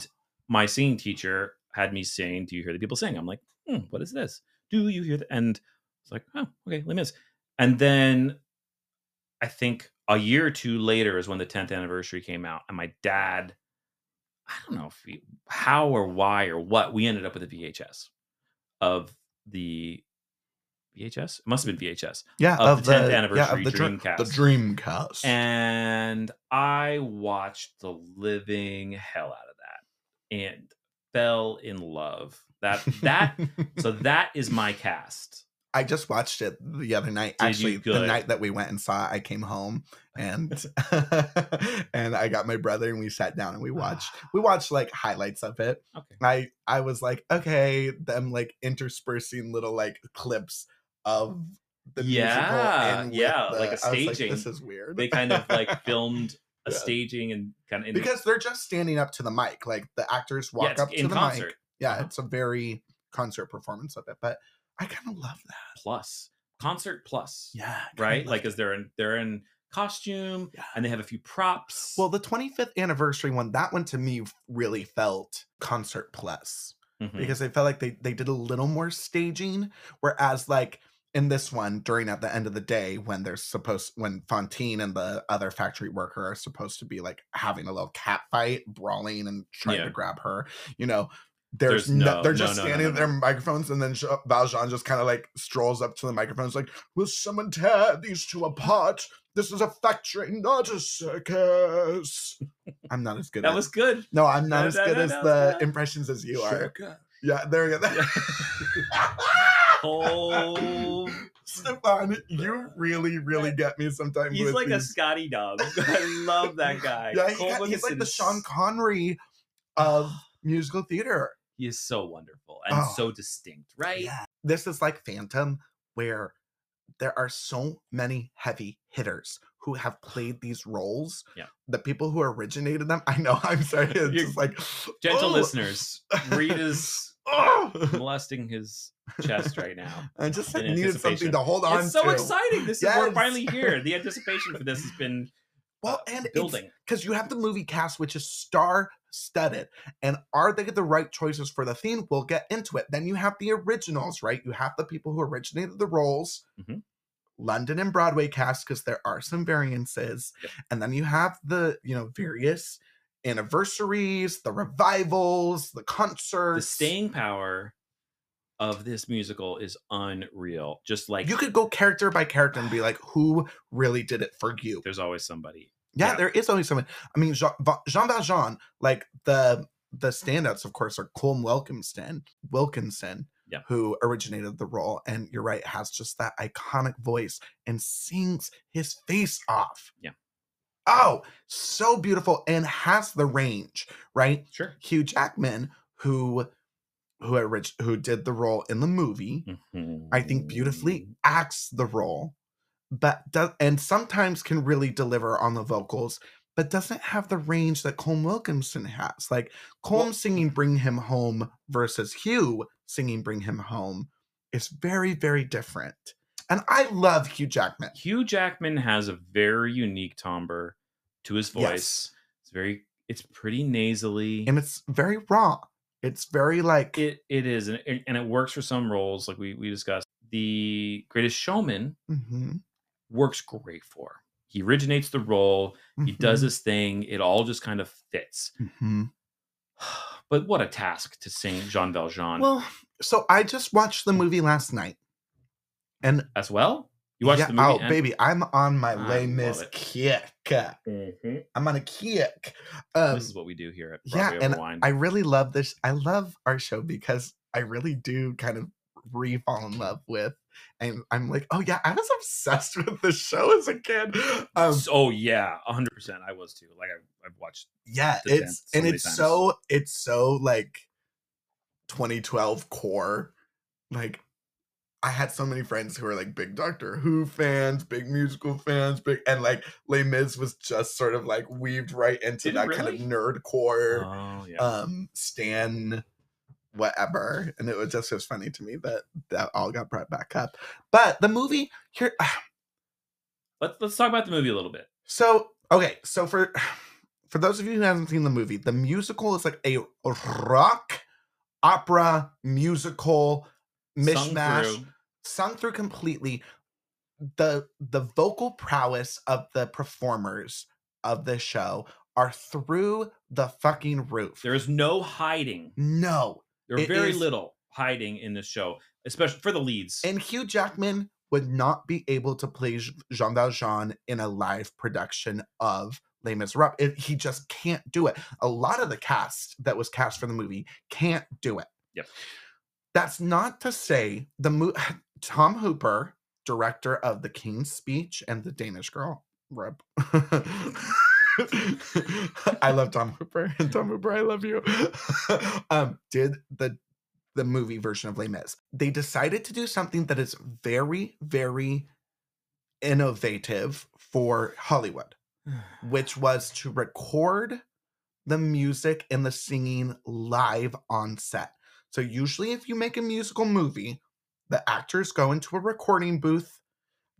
[SPEAKER 2] my singing teacher had me sing, "Do you hear the people sing?" I'm like, hmm, "What is this? Do you hear?" The-? And it's like, "Oh, okay, Les Mis." And then I think a year or two later is when the 10th anniversary came out, and my dad, I don't know if he, how or why or what, we ended up with a VHS of the. VHS? It must have been VHS.
[SPEAKER 1] yeah,
[SPEAKER 2] of the 10th
[SPEAKER 1] yeah, of
[SPEAKER 2] anniversary
[SPEAKER 1] the dream- The
[SPEAKER 2] Dreamcast.
[SPEAKER 1] Dreamcast.
[SPEAKER 2] And I watched the living hell out of that and fell in love. That that so that is my cast.
[SPEAKER 1] I just watched it the other night.
[SPEAKER 2] Did you?
[SPEAKER 1] Actually, the
[SPEAKER 2] Good.
[SPEAKER 1] night that we went and saw it, I came home and and I got my brother and we sat down and
[SPEAKER 2] Ah.
[SPEAKER 1] we watched we watched like highlights of it.
[SPEAKER 2] Okay.
[SPEAKER 1] I I was like, okay, them like interspersing little like clips of the musical.
[SPEAKER 2] Yeah,
[SPEAKER 1] and with
[SPEAKER 2] yeah, like
[SPEAKER 1] the-
[SPEAKER 2] a
[SPEAKER 1] I was this
[SPEAKER 2] staging.
[SPEAKER 1] is weird.
[SPEAKER 2] They kind of like filmed a
[SPEAKER 1] Yeah.
[SPEAKER 2] staging and kind of in,
[SPEAKER 1] because they're just standing up to the mic. Like the actors
[SPEAKER 2] yeah,
[SPEAKER 1] walk
[SPEAKER 2] it's
[SPEAKER 1] up to
[SPEAKER 2] in
[SPEAKER 1] the
[SPEAKER 2] concert.
[SPEAKER 1] mic. Yeah,
[SPEAKER 2] Uh-huh.
[SPEAKER 1] it's a very concert performance of it, but I kind of love that.
[SPEAKER 2] Plus concert plus,
[SPEAKER 1] Yeah, I kinda
[SPEAKER 2] right?
[SPEAKER 1] love
[SPEAKER 2] Like
[SPEAKER 1] that.
[SPEAKER 2] as they're in they're in costume
[SPEAKER 1] Yeah.
[SPEAKER 2] and they have a few props.
[SPEAKER 1] Well, the 25th anniversary one, that one to me really felt concert plus
[SPEAKER 2] Mhm.
[SPEAKER 1] because I felt like they they did a little more staging, whereas like in this one during at the end of the day when they're supposed when Fontaine and the other factory worker are supposed to be like having a little cat fight, brawling and trying
[SPEAKER 2] Yeah.
[SPEAKER 1] to grab her, you know. There's,
[SPEAKER 2] There's
[SPEAKER 1] no,
[SPEAKER 2] no-
[SPEAKER 1] they're
[SPEAKER 2] no,
[SPEAKER 1] just
[SPEAKER 2] no, no,
[SPEAKER 1] standing
[SPEAKER 2] no,
[SPEAKER 1] at their microphones, and then Jo- Valjean just kind of like strolls up to the microphones, like, "Will someone tear these two apart? This is a factory, not a circus." I'm not as good.
[SPEAKER 2] that
[SPEAKER 1] at-
[SPEAKER 2] was good.
[SPEAKER 1] no, I'm not
[SPEAKER 2] No,
[SPEAKER 1] as
[SPEAKER 2] no,
[SPEAKER 1] good
[SPEAKER 2] no,
[SPEAKER 1] as
[SPEAKER 2] no,
[SPEAKER 1] the
[SPEAKER 2] no.
[SPEAKER 1] impressions as you are.
[SPEAKER 2] Sugar.
[SPEAKER 1] Yeah, there we go.
[SPEAKER 2] Oh,
[SPEAKER 1] Stefan, you really, really get me sometimes.
[SPEAKER 2] he's
[SPEAKER 1] with
[SPEAKER 2] like a
[SPEAKER 1] these-
[SPEAKER 2] Scotty dog. I love that guy.
[SPEAKER 1] Yeah, he
[SPEAKER 2] Cole
[SPEAKER 1] got- he's like the
[SPEAKER 2] Wilkinson's-
[SPEAKER 1] Sean Connery of musical theater.
[SPEAKER 2] he is so wonderful and
[SPEAKER 1] Oh.
[SPEAKER 2] so distinct, right?
[SPEAKER 1] Yeah. This is like Phantom, where there are so many heavy hitters who have played these roles.
[SPEAKER 2] Yeah.
[SPEAKER 1] The people who originated them. I know, I'm sorry. It's
[SPEAKER 2] You're-
[SPEAKER 1] just like
[SPEAKER 2] Gentle
[SPEAKER 1] "Oh,
[SPEAKER 2] listeners, Reed is
[SPEAKER 1] oh."
[SPEAKER 2] molesting his chest right now.
[SPEAKER 1] I just
[SPEAKER 2] in
[SPEAKER 1] needed something
[SPEAKER 2] anticipation.
[SPEAKER 1] to hold on
[SPEAKER 2] it's so
[SPEAKER 1] to.
[SPEAKER 2] exciting. This is we're
[SPEAKER 1] Yes.
[SPEAKER 2] finally here. The anticipation for this has been
[SPEAKER 1] Well,
[SPEAKER 2] uh,
[SPEAKER 1] and it's
[SPEAKER 2] building.
[SPEAKER 1] because you have the movie cast, which is star studded. And are they the right choices for the theme? We'll get into it. Then you have the originals, right? You have the people who originated the roles,
[SPEAKER 2] Mhm.
[SPEAKER 1] London and Broadway cast, because there are some variances.
[SPEAKER 2] Yep.
[SPEAKER 1] And then you have the, you know, various anniversaries, the revivals, the
[SPEAKER 2] The
[SPEAKER 1] concerts.
[SPEAKER 2] staying power of this musical is unreal. Just like
[SPEAKER 1] you could go character by character and be like, who really did it for you?
[SPEAKER 2] there's always somebody.
[SPEAKER 1] yeah,
[SPEAKER 2] Yeah.
[SPEAKER 1] there is only someone. I mean, Jean, Va- Jean Valjean, like the the standouts, of course, are Colm Wilkinson, Wilkinson,
[SPEAKER 2] Yeah.
[SPEAKER 1] who originated the role, and you're right, has just that iconic voice and sings his face off.
[SPEAKER 2] Yeah.
[SPEAKER 1] Oh, so beautiful, and has the range, right?
[SPEAKER 2] Sure.
[SPEAKER 1] Hugh Jackman, who who orig- who did the role in the movie,
[SPEAKER 2] Mm-hmm.
[SPEAKER 1] I think beautifully
[SPEAKER 2] Mm.
[SPEAKER 1] acts the role, but does and sometimes can really deliver on the vocals, but doesn't have the range that Colm Wilkinson has. Like Colm
[SPEAKER 2] Well- mm.
[SPEAKER 1] singing "Bring Him Home" versus Hugh singing "Bring Him Home" is very, very different. And I love Hugh Jackman.
[SPEAKER 2] Hugh Jackman has a very unique timbre to his voice.
[SPEAKER 1] Yes.
[SPEAKER 2] It's very it's pretty nasally.
[SPEAKER 1] and it's very raw. It's very like
[SPEAKER 2] it it is and, and and it works for some roles like we we discussed. The Greatest Showman
[SPEAKER 1] Mhm,
[SPEAKER 2] works great for. He originates the role, he does
[SPEAKER 1] mhm,
[SPEAKER 2] his thing, it all just kind of fits.
[SPEAKER 1] mhm.
[SPEAKER 2] But what a task to sing Jean Valjean
[SPEAKER 1] Well, so I just watched the
[SPEAKER 2] Mm.
[SPEAKER 1] movie last night, and
[SPEAKER 2] as well. You watched
[SPEAKER 1] Yeah,
[SPEAKER 2] the movie
[SPEAKER 1] Oh,
[SPEAKER 2] and-
[SPEAKER 1] baby, I'm on my
[SPEAKER 2] I
[SPEAKER 1] Les
[SPEAKER 2] love
[SPEAKER 1] Mis
[SPEAKER 2] it.
[SPEAKER 1] kick.
[SPEAKER 2] Mhm.
[SPEAKER 1] I'm on a kick. Um,
[SPEAKER 2] this is what we do here at
[SPEAKER 1] yeah,
[SPEAKER 2] Broadway
[SPEAKER 1] and
[SPEAKER 2] Wine.
[SPEAKER 1] I really love this. I love our show because I really do kind of re fall in love with, and I'm like, oh yeah, I was obsessed with this show as a kid. Um,
[SPEAKER 2] oh yeah, 100% I was too. Like I I've watched
[SPEAKER 1] yeah,
[SPEAKER 2] the
[SPEAKER 1] it's
[SPEAKER 2] dance so
[SPEAKER 1] and
[SPEAKER 2] many
[SPEAKER 1] it's
[SPEAKER 2] times.
[SPEAKER 1] so it's so like 2012 core, like I had so many friends who were like big Doctor Who fans, big musical fans, big and like Les Mis was just sort of like weaved right into
[SPEAKER 2] Did it
[SPEAKER 1] that kind of
[SPEAKER 2] really?
[SPEAKER 1] nerd core
[SPEAKER 2] Oh yeah.
[SPEAKER 1] um Stan whatever. And it was just was funny to me that that all got brought back up. But the movie here
[SPEAKER 2] let's let's talk about the movie a little bit.
[SPEAKER 1] so okay, so for for those of you who haven't seen the movie, the musical is like a rock opera musical
[SPEAKER 2] Sung
[SPEAKER 1] mishmash
[SPEAKER 2] through.
[SPEAKER 1] sung through completely the the vocal prowess of the performers of the show are through the fucking roof
[SPEAKER 2] There is no hiding.
[SPEAKER 1] no
[SPEAKER 2] There's
[SPEAKER 1] It
[SPEAKER 2] very
[SPEAKER 1] is-
[SPEAKER 2] little hiding in this show, especially for the leads.
[SPEAKER 1] and hugh jackman would not be able to play J- jean valjean in a live production of les miserables It- he just can't do it a lot of the cast that was cast for the movie can't do it
[SPEAKER 2] Yep.
[SPEAKER 1] that's not to say the mo- tom hooper director of the king's speech and the danish girl rub. I love Tom Hooper. and Tom Hooper, I love you. um, did the the movie version of Les Mis. They decided to do something that is very, very innovative for Hollywood, which was to record the music and the singing live on set. So usually if you make a musical movie, the actors go into a recording booth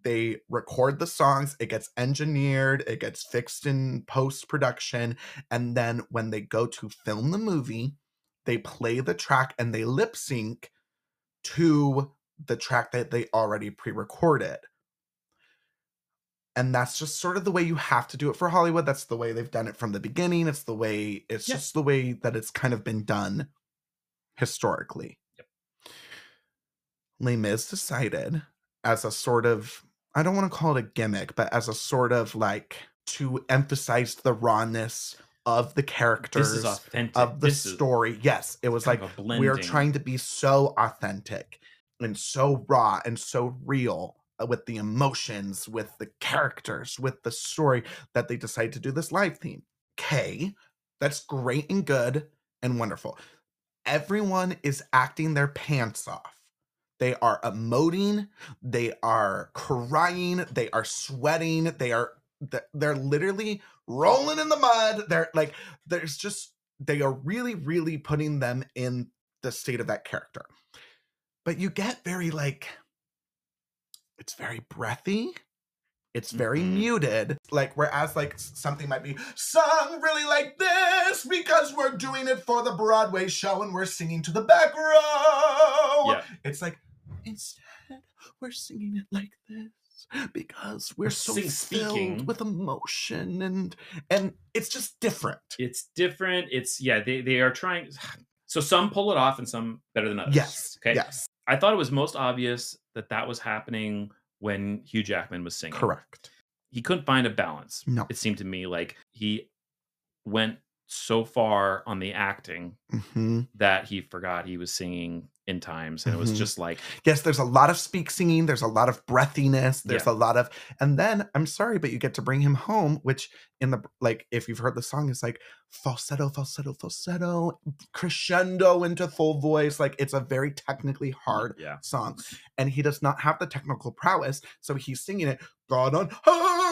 [SPEAKER 1] they record the songs it gets engineered it gets fixed in post production and then when they go to film the movie they play the track and they lip sync to the track that they already pre-recorded and that's just sort of the way you have to do it for hollywood that's the way they've done it from the beginning it's the way it's
[SPEAKER 2] Yeah.
[SPEAKER 1] just the way that it's kind of been done historically Les Mis decided as a sort of I don't want to call it a gimmick, but as a sort of like to emphasize the rawness of the
[SPEAKER 2] this is
[SPEAKER 1] characters
[SPEAKER 2] authentic.
[SPEAKER 1] of the
[SPEAKER 2] this is
[SPEAKER 1] story. Yes, it was
[SPEAKER 2] kind
[SPEAKER 1] like
[SPEAKER 2] of a
[SPEAKER 1] we are
[SPEAKER 2] blending.
[SPEAKER 1] trying to be so authentic and so raw and so real uh, with the emotions, with the characters, with the story that they decide to do this live theme. Okay, that's great and good and wonderful. Everyone is acting their pants off. They are emoting, they are crying, they are sweating, they are th- they're literally rolling in the mud. They're like there's just they are really really putting them in the state of that character. But you get very like it's very breathy. It's very
[SPEAKER 2] Mhm.
[SPEAKER 1] muted. Like whereas like s- something might be sung really like this because we're doing it for the Broadway show and we're singing to the back row.
[SPEAKER 2] Yeah.
[SPEAKER 1] It's like instead we're singing it like this because we're so
[SPEAKER 2] sing-
[SPEAKER 1] filled
[SPEAKER 2] speaking.
[SPEAKER 1] with emotion and and it's just different.
[SPEAKER 2] It's different. It's yeah. They they are trying. So some pull it off and some better than others.
[SPEAKER 1] Yes.
[SPEAKER 2] Okay.
[SPEAKER 1] Yes.
[SPEAKER 2] I thought it was most obvious that that was happening when Hugh Jackman was singing.
[SPEAKER 1] Correct.
[SPEAKER 2] He couldn't find a balance.
[SPEAKER 1] No.
[SPEAKER 2] It seemed to me like he went so far on the acting
[SPEAKER 1] hmm
[SPEAKER 2] that he forgot he was singing in times, and it
[SPEAKER 1] Mhm.
[SPEAKER 2] was just like
[SPEAKER 1] Yes, there's a lot of speak singing, there's a lot of breathiness, there's
[SPEAKER 2] Yeah.
[SPEAKER 1] a lot of and then I'm sorry, but you get to bring him home, which in the like if you've heard the song, it's like falsetto, falsetto, falsetto, crescendo into full voice. Like it's a very technically hard
[SPEAKER 2] yeah.
[SPEAKER 1] song. And he does not have the technical prowess, so he's singing it God on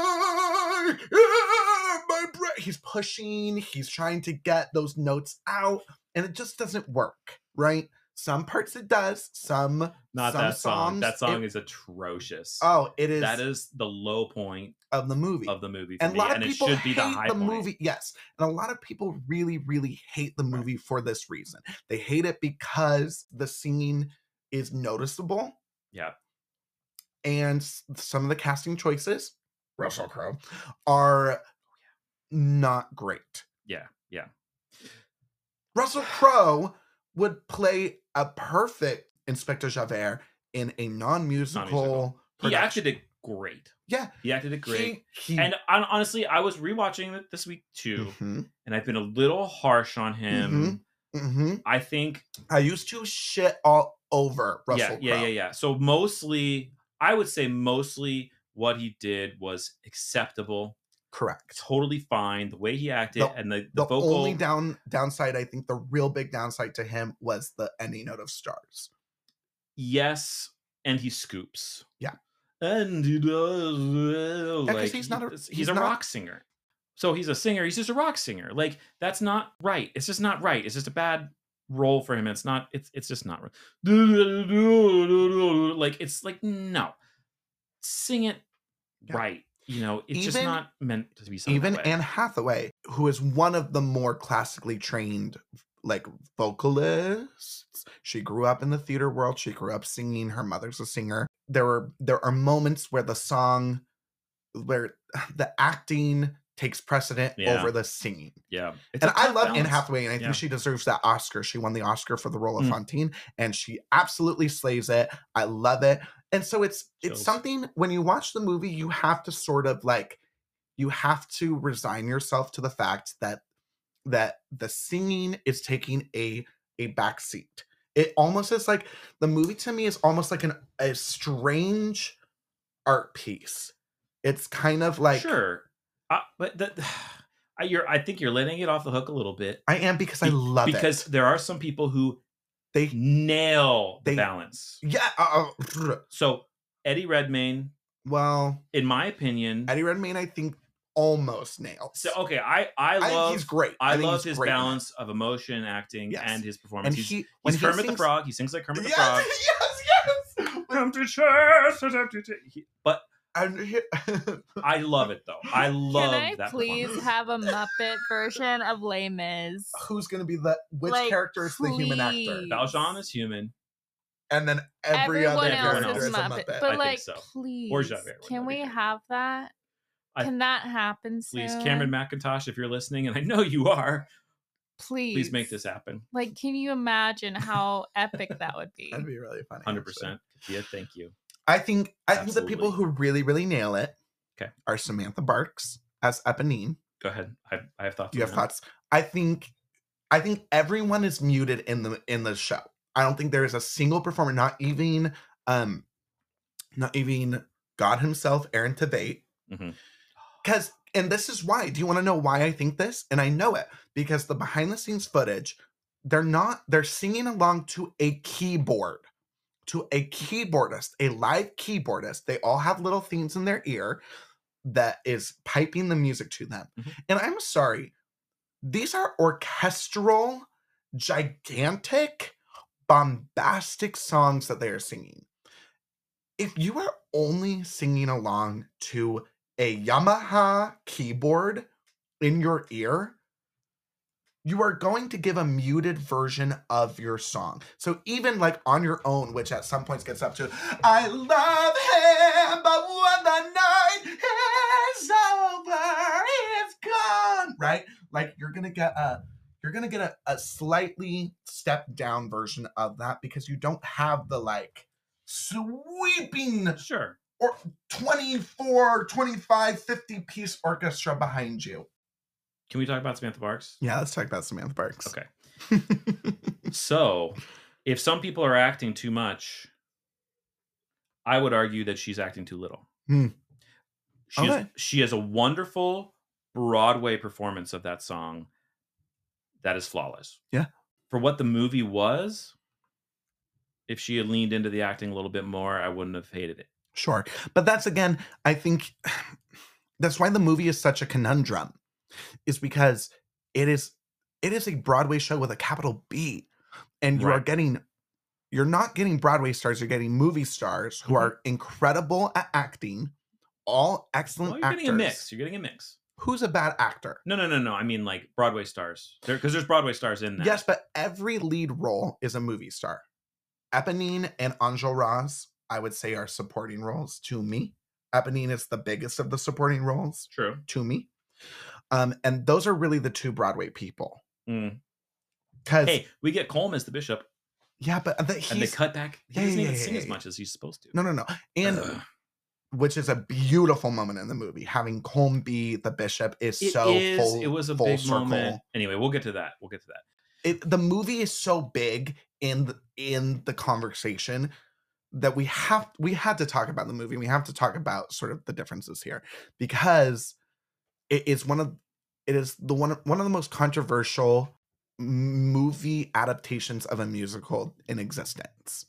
[SPEAKER 1] high. yeah, my breath. He's pushing, he's trying to get those notes out, and it just doesn't work, right? Some parts it does, some
[SPEAKER 2] Not
[SPEAKER 1] some
[SPEAKER 2] that song. That
[SPEAKER 1] songs, it-
[SPEAKER 2] song is atrocious.
[SPEAKER 1] oh, it is,
[SPEAKER 2] that is the low point
[SPEAKER 1] of the movie.
[SPEAKER 2] of the movie, for
[SPEAKER 1] and a
[SPEAKER 2] me,
[SPEAKER 1] lot of
[SPEAKER 2] and it
[SPEAKER 1] people
[SPEAKER 2] should be
[SPEAKER 1] hate
[SPEAKER 2] the high point.
[SPEAKER 1] movie. Yes, and a lot of people really, really hate the
[SPEAKER 2] Right.
[SPEAKER 1] movie for this reason. They hate it because the singing is noticeable.
[SPEAKER 2] Yeah.
[SPEAKER 1] and s- some of the casting choices, Russell
[SPEAKER 2] Mm-hmm.
[SPEAKER 1] Crowe, are not great.
[SPEAKER 2] Oh, Yeah, yeah.
[SPEAKER 1] Russell Crowe would play a perfect Inspector Javert in a non-musical.
[SPEAKER 2] He
[SPEAKER 1] production.
[SPEAKER 2] acted it great.
[SPEAKER 1] Yeah.
[SPEAKER 2] he acted it great.
[SPEAKER 1] He, he-
[SPEAKER 2] and uh, hon- honestly, I was rewatching it this week too,
[SPEAKER 1] Mhm,
[SPEAKER 2] and I've been a little harsh on him.
[SPEAKER 1] mhm.
[SPEAKER 2] I think,
[SPEAKER 1] I used to shit all over
[SPEAKER 2] yeah,
[SPEAKER 1] Russell
[SPEAKER 2] yeah,
[SPEAKER 1] Crowe.
[SPEAKER 2] yeah, yeah. So mostly, I would say mostly what he did was acceptable,
[SPEAKER 1] Correct.
[SPEAKER 2] totally fine. The way he acted
[SPEAKER 1] The-
[SPEAKER 2] and the, the,
[SPEAKER 1] The,
[SPEAKER 2] vocal,
[SPEAKER 1] only down downside, I think, the real big downside to him was the ending note of stars.
[SPEAKER 2] yes, and he scoops.
[SPEAKER 1] Yeah.
[SPEAKER 2] And he does well,
[SPEAKER 1] 'cause
[SPEAKER 2] like
[SPEAKER 1] he's
[SPEAKER 2] he
[SPEAKER 1] not a-
[SPEAKER 2] does- he's,
[SPEAKER 1] he's
[SPEAKER 2] a
[SPEAKER 1] not-
[SPEAKER 2] rock singer. So he's a singer, he's just a rock singer. Like that's not right. It's just not right. It's just a bad role for him. It's not it's it's just not right. like it's like no. Sing it
[SPEAKER 1] Yeah.
[SPEAKER 2] right. You know, it's just
[SPEAKER 1] Even-
[SPEAKER 2] not meant to be something.
[SPEAKER 1] Even Anne Hathaway, who is one of the more classically trained like vocalists, she grew up in the theater world. She grew up singing. Her mother's a singer. There are there are moments where the song, where the acting takes precedent
[SPEAKER 2] Yeah.
[SPEAKER 1] over the singing.
[SPEAKER 2] yeah. It's a
[SPEAKER 1] and I
[SPEAKER 2] tough
[SPEAKER 1] love Anne
[SPEAKER 2] balance.
[SPEAKER 1] Hathaway, and I
[SPEAKER 2] Yeah.
[SPEAKER 1] think she deserves that Oscar. She won the Oscar for the role of
[SPEAKER 2] Mm.
[SPEAKER 1] Fantine, and she absolutely slays it. I love it. And so it's
[SPEAKER 2] Chills.
[SPEAKER 1] it's something when you watch the movie, you have to sort of like you have to resign yourself to the fact that that the singing is taking a a back seat. It almost is like the movie to me is almost like an a strange art piece. It's kind of like
[SPEAKER 2] sure. I, but the, I, you're I think you're letting it off the hook a little bit.
[SPEAKER 1] I am because I
[SPEAKER 2] Be-
[SPEAKER 1] love it.
[SPEAKER 2] because there are some people who
[SPEAKER 1] They
[SPEAKER 2] nail the
[SPEAKER 1] They-
[SPEAKER 2] balance.
[SPEAKER 1] yeah, uh, uh,
[SPEAKER 2] So Eddie Redmayne,
[SPEAKER 1] well,
[SPEAKER 2] in my opinion,
[SPEAKER 1] Eddie Redmayne, I think, almost nails.
[SPEAKER 2] so okay, I I
[SPEAKER 1] I, think he's
[SPEAKER 2] love
[SPEAKER 1] great.
[SPEAKER 2] I,
[SPEAKER 1] think
[SPEAKER 2] love
[SPEAKER 1] he's
[SPEAKER 2] his
[SPEAKER 1] great in it.
[SPEAKER 2] balance of emotion, acting,
[SPEAKER 1] Yes.
[SPEAKER 2] and his performance.
[SPEAKER 1] And
[SPEAKER 2] he's
[SPEAKER 1] he, when
[SPEAKER 2] he's
[SPEAKER 1] he
[SPEAKER 2] Kermit the
[SPEAKER 1] sings-
[SPEAKER 2] Frog. He sings like Kermit
[SPEAKER 1] Yes,
[SPEAKER 2] the Frog.
[SPEAKER 1] yes, yes.
[SPEAKER 2] Empty chairs, there's empty cha- he- But
[SPEAKER 1] And he-
[SPEAKER 2] I love it though. I love
[SPEAKER 3] Can I
[SPEAKER 2] that.
[SPEAKER 3] please
[SPEAKER 2] performance.
[SPEAKER 3] have a Muppet version of Les Mis?
[SPEAKER 1] who's going to be the which
[SPEAKER 3] Like,
[SPEAKER 1] character is the human actor?
[SPEAKER 3] please.
[SPEAKER 2] Valjean is human.
[SPEAKER 1] And then every
[SPEAKER 3] Everyone
[SPEAKER 1] other
[SPEAKER 3] else
[SPEAKER 1] character
[SPEAKER 3] is
[SPEAKER 1] is a
[SPEAKER 3] Muppet,
[SPEAKER 1] Muppet.
[SPEAKER 3] but
[SPEAKER 2] think
[SPEAKER 3] like,
[SPEAKER 2] so.
[SPEAKER 3] please,
[SPEAKER 2] Javert,
[SPEAKER 3] can
[SPEAKER 2] whatever
[SPEAKER 3] we
[SPEAKER 2] you think.
[SPEAKER 3] have that?
[SPEAKER 2] I-
[SPEAKER 3] Can that happen soon?
[SPEAKER 2] Please, Cameron McIntosh, if you're listening, and I know you are,
[SPEAKER 3] please,
[SPEAKER 2] please make this happen.
[SPEAKER 3] Like, can you imagine how epic that would be?
[SPEAKER 1] That'd be really funny. actually.
[SPEAKER 2] Hundred percent. Yeah, thank you.
[SPEAKER 1] I think I think the people
[SPEAKER 2] Absolutely.
[SPEAKER 1] who really really nail it
[SPEAKER 2] Okay.
[SPEAKER 1] are Samantha Barks as Eponine.
[SPEAKER 2] Go ahead. I, I have thoughts.
[SPEAKER 1] Do you
[SPEAKER 2] on
[SPEAKER 1] have
[SPEAKER 2] that.
[SPEAKER 1] thoughts? I think I think everyone is muted in the in the show. I don't think there is a single performer, not even um not even God himself, Aaron Tveit.
[SPEAKER 2] Mhm.
[SPEAKER 1] Cause and this is why. Do you want to know why I think this? And I know it because the behind the scenes footage, they're not they're singing along to a keyboard. To a keyboardist, a live keyboardist. They all have little things in their ear that is piping the music to them.
[SPEAKER 2] Mhm.
[SPEAKER 1] And I'm sorry, these are orchestral, gigantic, bombastic songs that they are singing. If you are only singing along to a Yamaha keyboard in your ear, you are going to give a muted version of your song. So even like on your own, which at some points gets up to, I love him, but when the night is over, it's gone. Right? Like you're gonna get a you're gonna get a, a slightly stepped down version of that because you don't have the like sweeping
[SPEAKER 2] Sure.
[SPEAKER 1] 24, 25, 50 piece orchestra behind you.
[SPEAKER 2] Can we talk about Samantha Barks?
[SPEAKER 1] Yeah, let's talk about Samantha Barks.
[SPEAKER 2] Okay.
[SPEAKER 1] Okay.
[SPEAKER 2] So, if some people are acting too much, I would argue that she's acting too little.
[SPEAKER 1] Hmm.
[SPEAKER 2] She, has,
[SPEAKER 1] Okay.
[SPEAKER 2] she has a wonderful Broadway performance of that song that is flawless.
[SPEAKER 1] Yeah.
[SPEAKER 2] For what the movie was, if she had leaned into the acting a little bit more, I wouldn't have hated it.
[SPEAKER 1] Sure. But that's again, I think that's why the movie is such a conundrum, is because it is it is a Broadway show with a capital B. And you are
[SPEAKER 2] Right.
[SPEAKER 1] getting you're not getting Broadway stars, you're getting movie stars who
[SPEAKER 2] Mhm.
[SPEAKER 1] are incredible at acting, all excellent
[SPEAKER 2] Well, you're
[SPEAKER 1] actors.
[SPEAKER 2] getting a mix. You're getting a mix.
[SPEAKER 1] Who's a bad actor?
[SPEAKER 2] No, no, no, no. I mean, like Broadway stars. Because there's Broadway stars in that.
[SPEAKER 1] Yes, but every lead role is a movie star. Eponine and Enjolras, I would say, are supporting roles to me. Eponine is the biggest of the supporting roles
[SPEAKER 2] True.
[SPEAKER 1] to me. Um, and those are really the two Broadway people.
[SPEAKER 2] Mm.
[SPEAKER 1] Because
[SPEAKER 2] hey, we get Colm as the bishop,
[SPEAKER 1] yeah, but uh, the, he's
[SPEAKER 2] and they cut back. He
[SPEAKER 1] Yeah,
[SPEAKER 2] doesn't
[SPEAKER 1] yeah,
[SPEAKER 2] even
[SPEAKER 1] yeah,
[SPEAKER 2] sing
[SPEAKER 1] yeah,
[SPEAKER 2] as
[SPEAKER 1] yeah.
[SPEAKER 2] much as he's supposed to.
[SPEAKER 1] no, no, no, and
[SPEAKER 2] Ugh.
[SPEAKER 1] which is a beautiful moment in the movie. Having Colm be the bishop is
[SPEAKER 2] It
[SPEAKER 1] so
[SPEAKER 2] is-
[SPEAKER 1] full.
[SPEAKER 2] It was a
[SPEAKER 1] full
[SPEAKER 2] big
[SPEAKER 1] circle.
[SPEAKER 2] moment. Anyway, we'll get to that. We'll get to that.
[SPEAKER 1] it, the movie is so big in the, in the conversation that we have we had to talk about the movie. We have to talk about sort of the differences here because it is one of it is the one one of the most controversial movie adaptations of a musical in existence.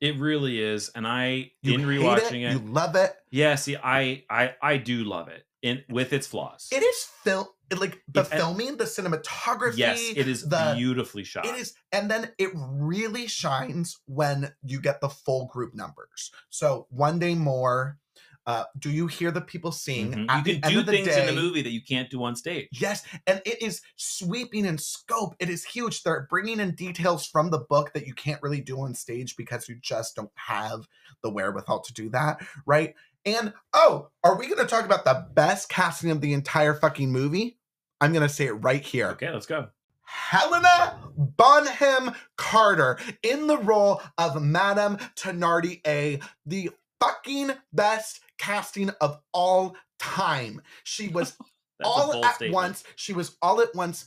[SPEAKER 2] It really is, and I
[SPEAKER 1] You
[SPEAKER 2] in
[SPEAKER 1] hate
[SPEAKER 2] rewatching it,
[SPEAKER 1] you love it.
[SPEAKER 2] yeah. See, I I I do love it, in with its flaws.
[SPEAKER 1] It is fil- it, like the
[SPEAKER 2] It- and-
[SPEAKER 1] filming, the cinematography.
[SPEAKER 2] yes, it is
[SPEAKER 1] the
[SPEAKER 2] beautifully shot.
[SPEAKER 1] It is, and then it really shines when you get the full group numbers. So one day more, uh, do you hear the people sing?
[SPEAKER 2] Mhm.
[SPEAKER 1] At
[SPEAKER 2] You
[SPEAKER 1] the
[SPEAKER 2] can
[SPEAKER 1] end
[SPEAKER 2] do
[SPEAKER 1] of the
[SPEAKER 2] things
[SPEAKER 1] day,
[SPEAKER 2] in the movie that you can't do on stage.
[SPEAKER 1] Yes, and it is sweeping in scope. It is huge. They're bringing in details from the book that you can't really do on stage because you just don't have the wherewithal to do that, right? And oh, are we going to talk about the best casting of the entire fucking movie? I'm going to say it right here.
[SPEAKER 2] Okay, let's go.
[SPEAKER 1] Helena Bonham Carter in the role of Madame Tenardi A, the fucking best casting of all time. She was
[SPEAKER 2] That's a
[SPEAKER 1] all
[SPEAKER 2] bold
[SPEAKER 1] at
[SPEAKER 2] statement.
[SPEAKER 1] once. She was all at once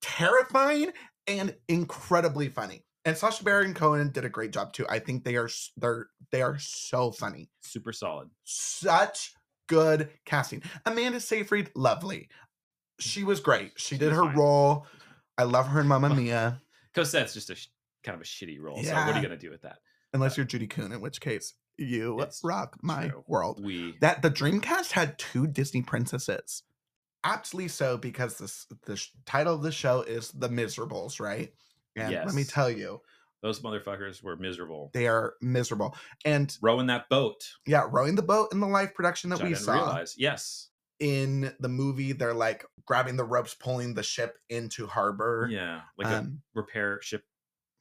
[SPEAKER 1] terrifying and incredibly funny. And Sasha Baron Cohen did a great job too. I think they are s- they're they are so funny.
[SPEAKER 2] Super solid.
[SPEAKER 1] Such good casting. Amanda Seyfried, lovely. She was great. She
[SPEAKER 2] Mm. She
[SPEAKER 1] did
[SPEAKER 2] was
[SPEAKER 1] her
[SPEAKER 2] fine.
[SPEAKER 1] role. I love her in Mamma
[SPEAKER 2] Well,
[SPEAKER 1] Mia.
[SPEAKER 2] Cosette's just a sh- kind of a shitty role. So what are
[SPEAKER 1] Yeah.
[SPEAKER 2] you gonna do with that?
[SPEAKER 1] Unless you're Judy Kuhn, in which case you
[SPEAKER 2] It's
[SPEAKER 1] rock my
[SPEAKER 2] true.
[SPEAKER 1] world.
[SPEAKER 2] We
[SPEAKER 1] that the Dreamcast had two Disney princesses. Aptly so, because this the sh- title of the show is "The Miserables," right? And let me
[SPEAKER 2] Yes.
[SPEAKER 1] tell you,
[SPEAKER 2] those motherfuckers were miserable.
[SPEAKER 1] they are miserable. And
[SPEAKER 2] Rowing that boat
[SPEAKER 1] yeah, rowing the boat in the live production that
[SPEAKER 2] which I
[SPEAKER 1] we
[SPEAKER 2] didn't
[SPEAKER 1] saw
[SPEAKER 2] realize. Yes.
[SPEAKER 1] in the movie, they're like grabbing the ropes, pulling the ship into harbor.
[SPEAKER 2] Yeah. Like a
[SPEAKER 1] um,
[SPEAKER 2] repair ship.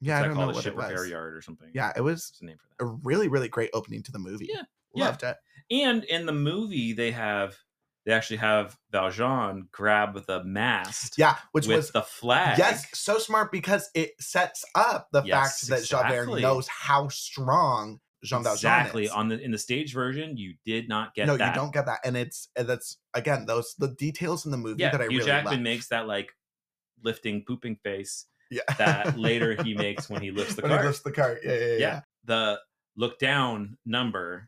[SPEAKER 1] yeah, I
[SPEAKER 2] is that
[SPEAKER 1] don't know
[SPEAKER 2] called? A
[SPEAKER 1] what
[SPEAKER 2] ship
[SPEAKER 1] it
[SPEAKER 2] repair
[SPEAKER 1] was.
[SPEAKER 2] yard or something.
[SPEAKER 1] Yeah, it was
[SPEAKER 2] What's the name for that?
[SPEAKER 1] a really, really great opening to the movie.
[SPEAKER 2] Yeah, yeah.
[SPEAKER 1] loved it.
[SPEAKER 2] And in the movie, they have they actually have Valjean grab the mast.
[SPEAKER 1] Yeah, which
[SPEAKER 2] with
[SPEAKER 1] was
[SPEAKER 2] the flag.
[SPEAKER 1] Yes, so smart because it sets up the
[SPEAKER 2] Yes,
[SPEAKER 1] fact that Javert
[SPEAKER 2] exactly.
[SPEAKER 1] knows how strong Jean Valjean
[SPEAKER 2] exactly.
[SPEAKER 1] is.
[SPEAKER 2] On the in the stage version, you did not get
[SPEAKER 1] no,
[SPEAKER 2] that.
[SPEAKER 1] you don't get that, and it's and that's again those the details in the movie
[SPEAKER 2] Yeah,
[SPEAKER 1] that I
[SPEAKER 2] Hugh
[SPEAKER 1] really
[SPEAKER 2] Jackman
[SPEAKER 1] love.
[SPEAKER 2] makes that like lifting pooping face
[SPEAKER 1] yeah.
[SPEAKER 2] that later he makes when he lifts the
[SPEAKER 1] When
[SPEAKER 2] cart.
[SPEAKER 1] He lifts the cart. Yeah, yeah, yeah.
[SPEAKER 2] yeah. The look down number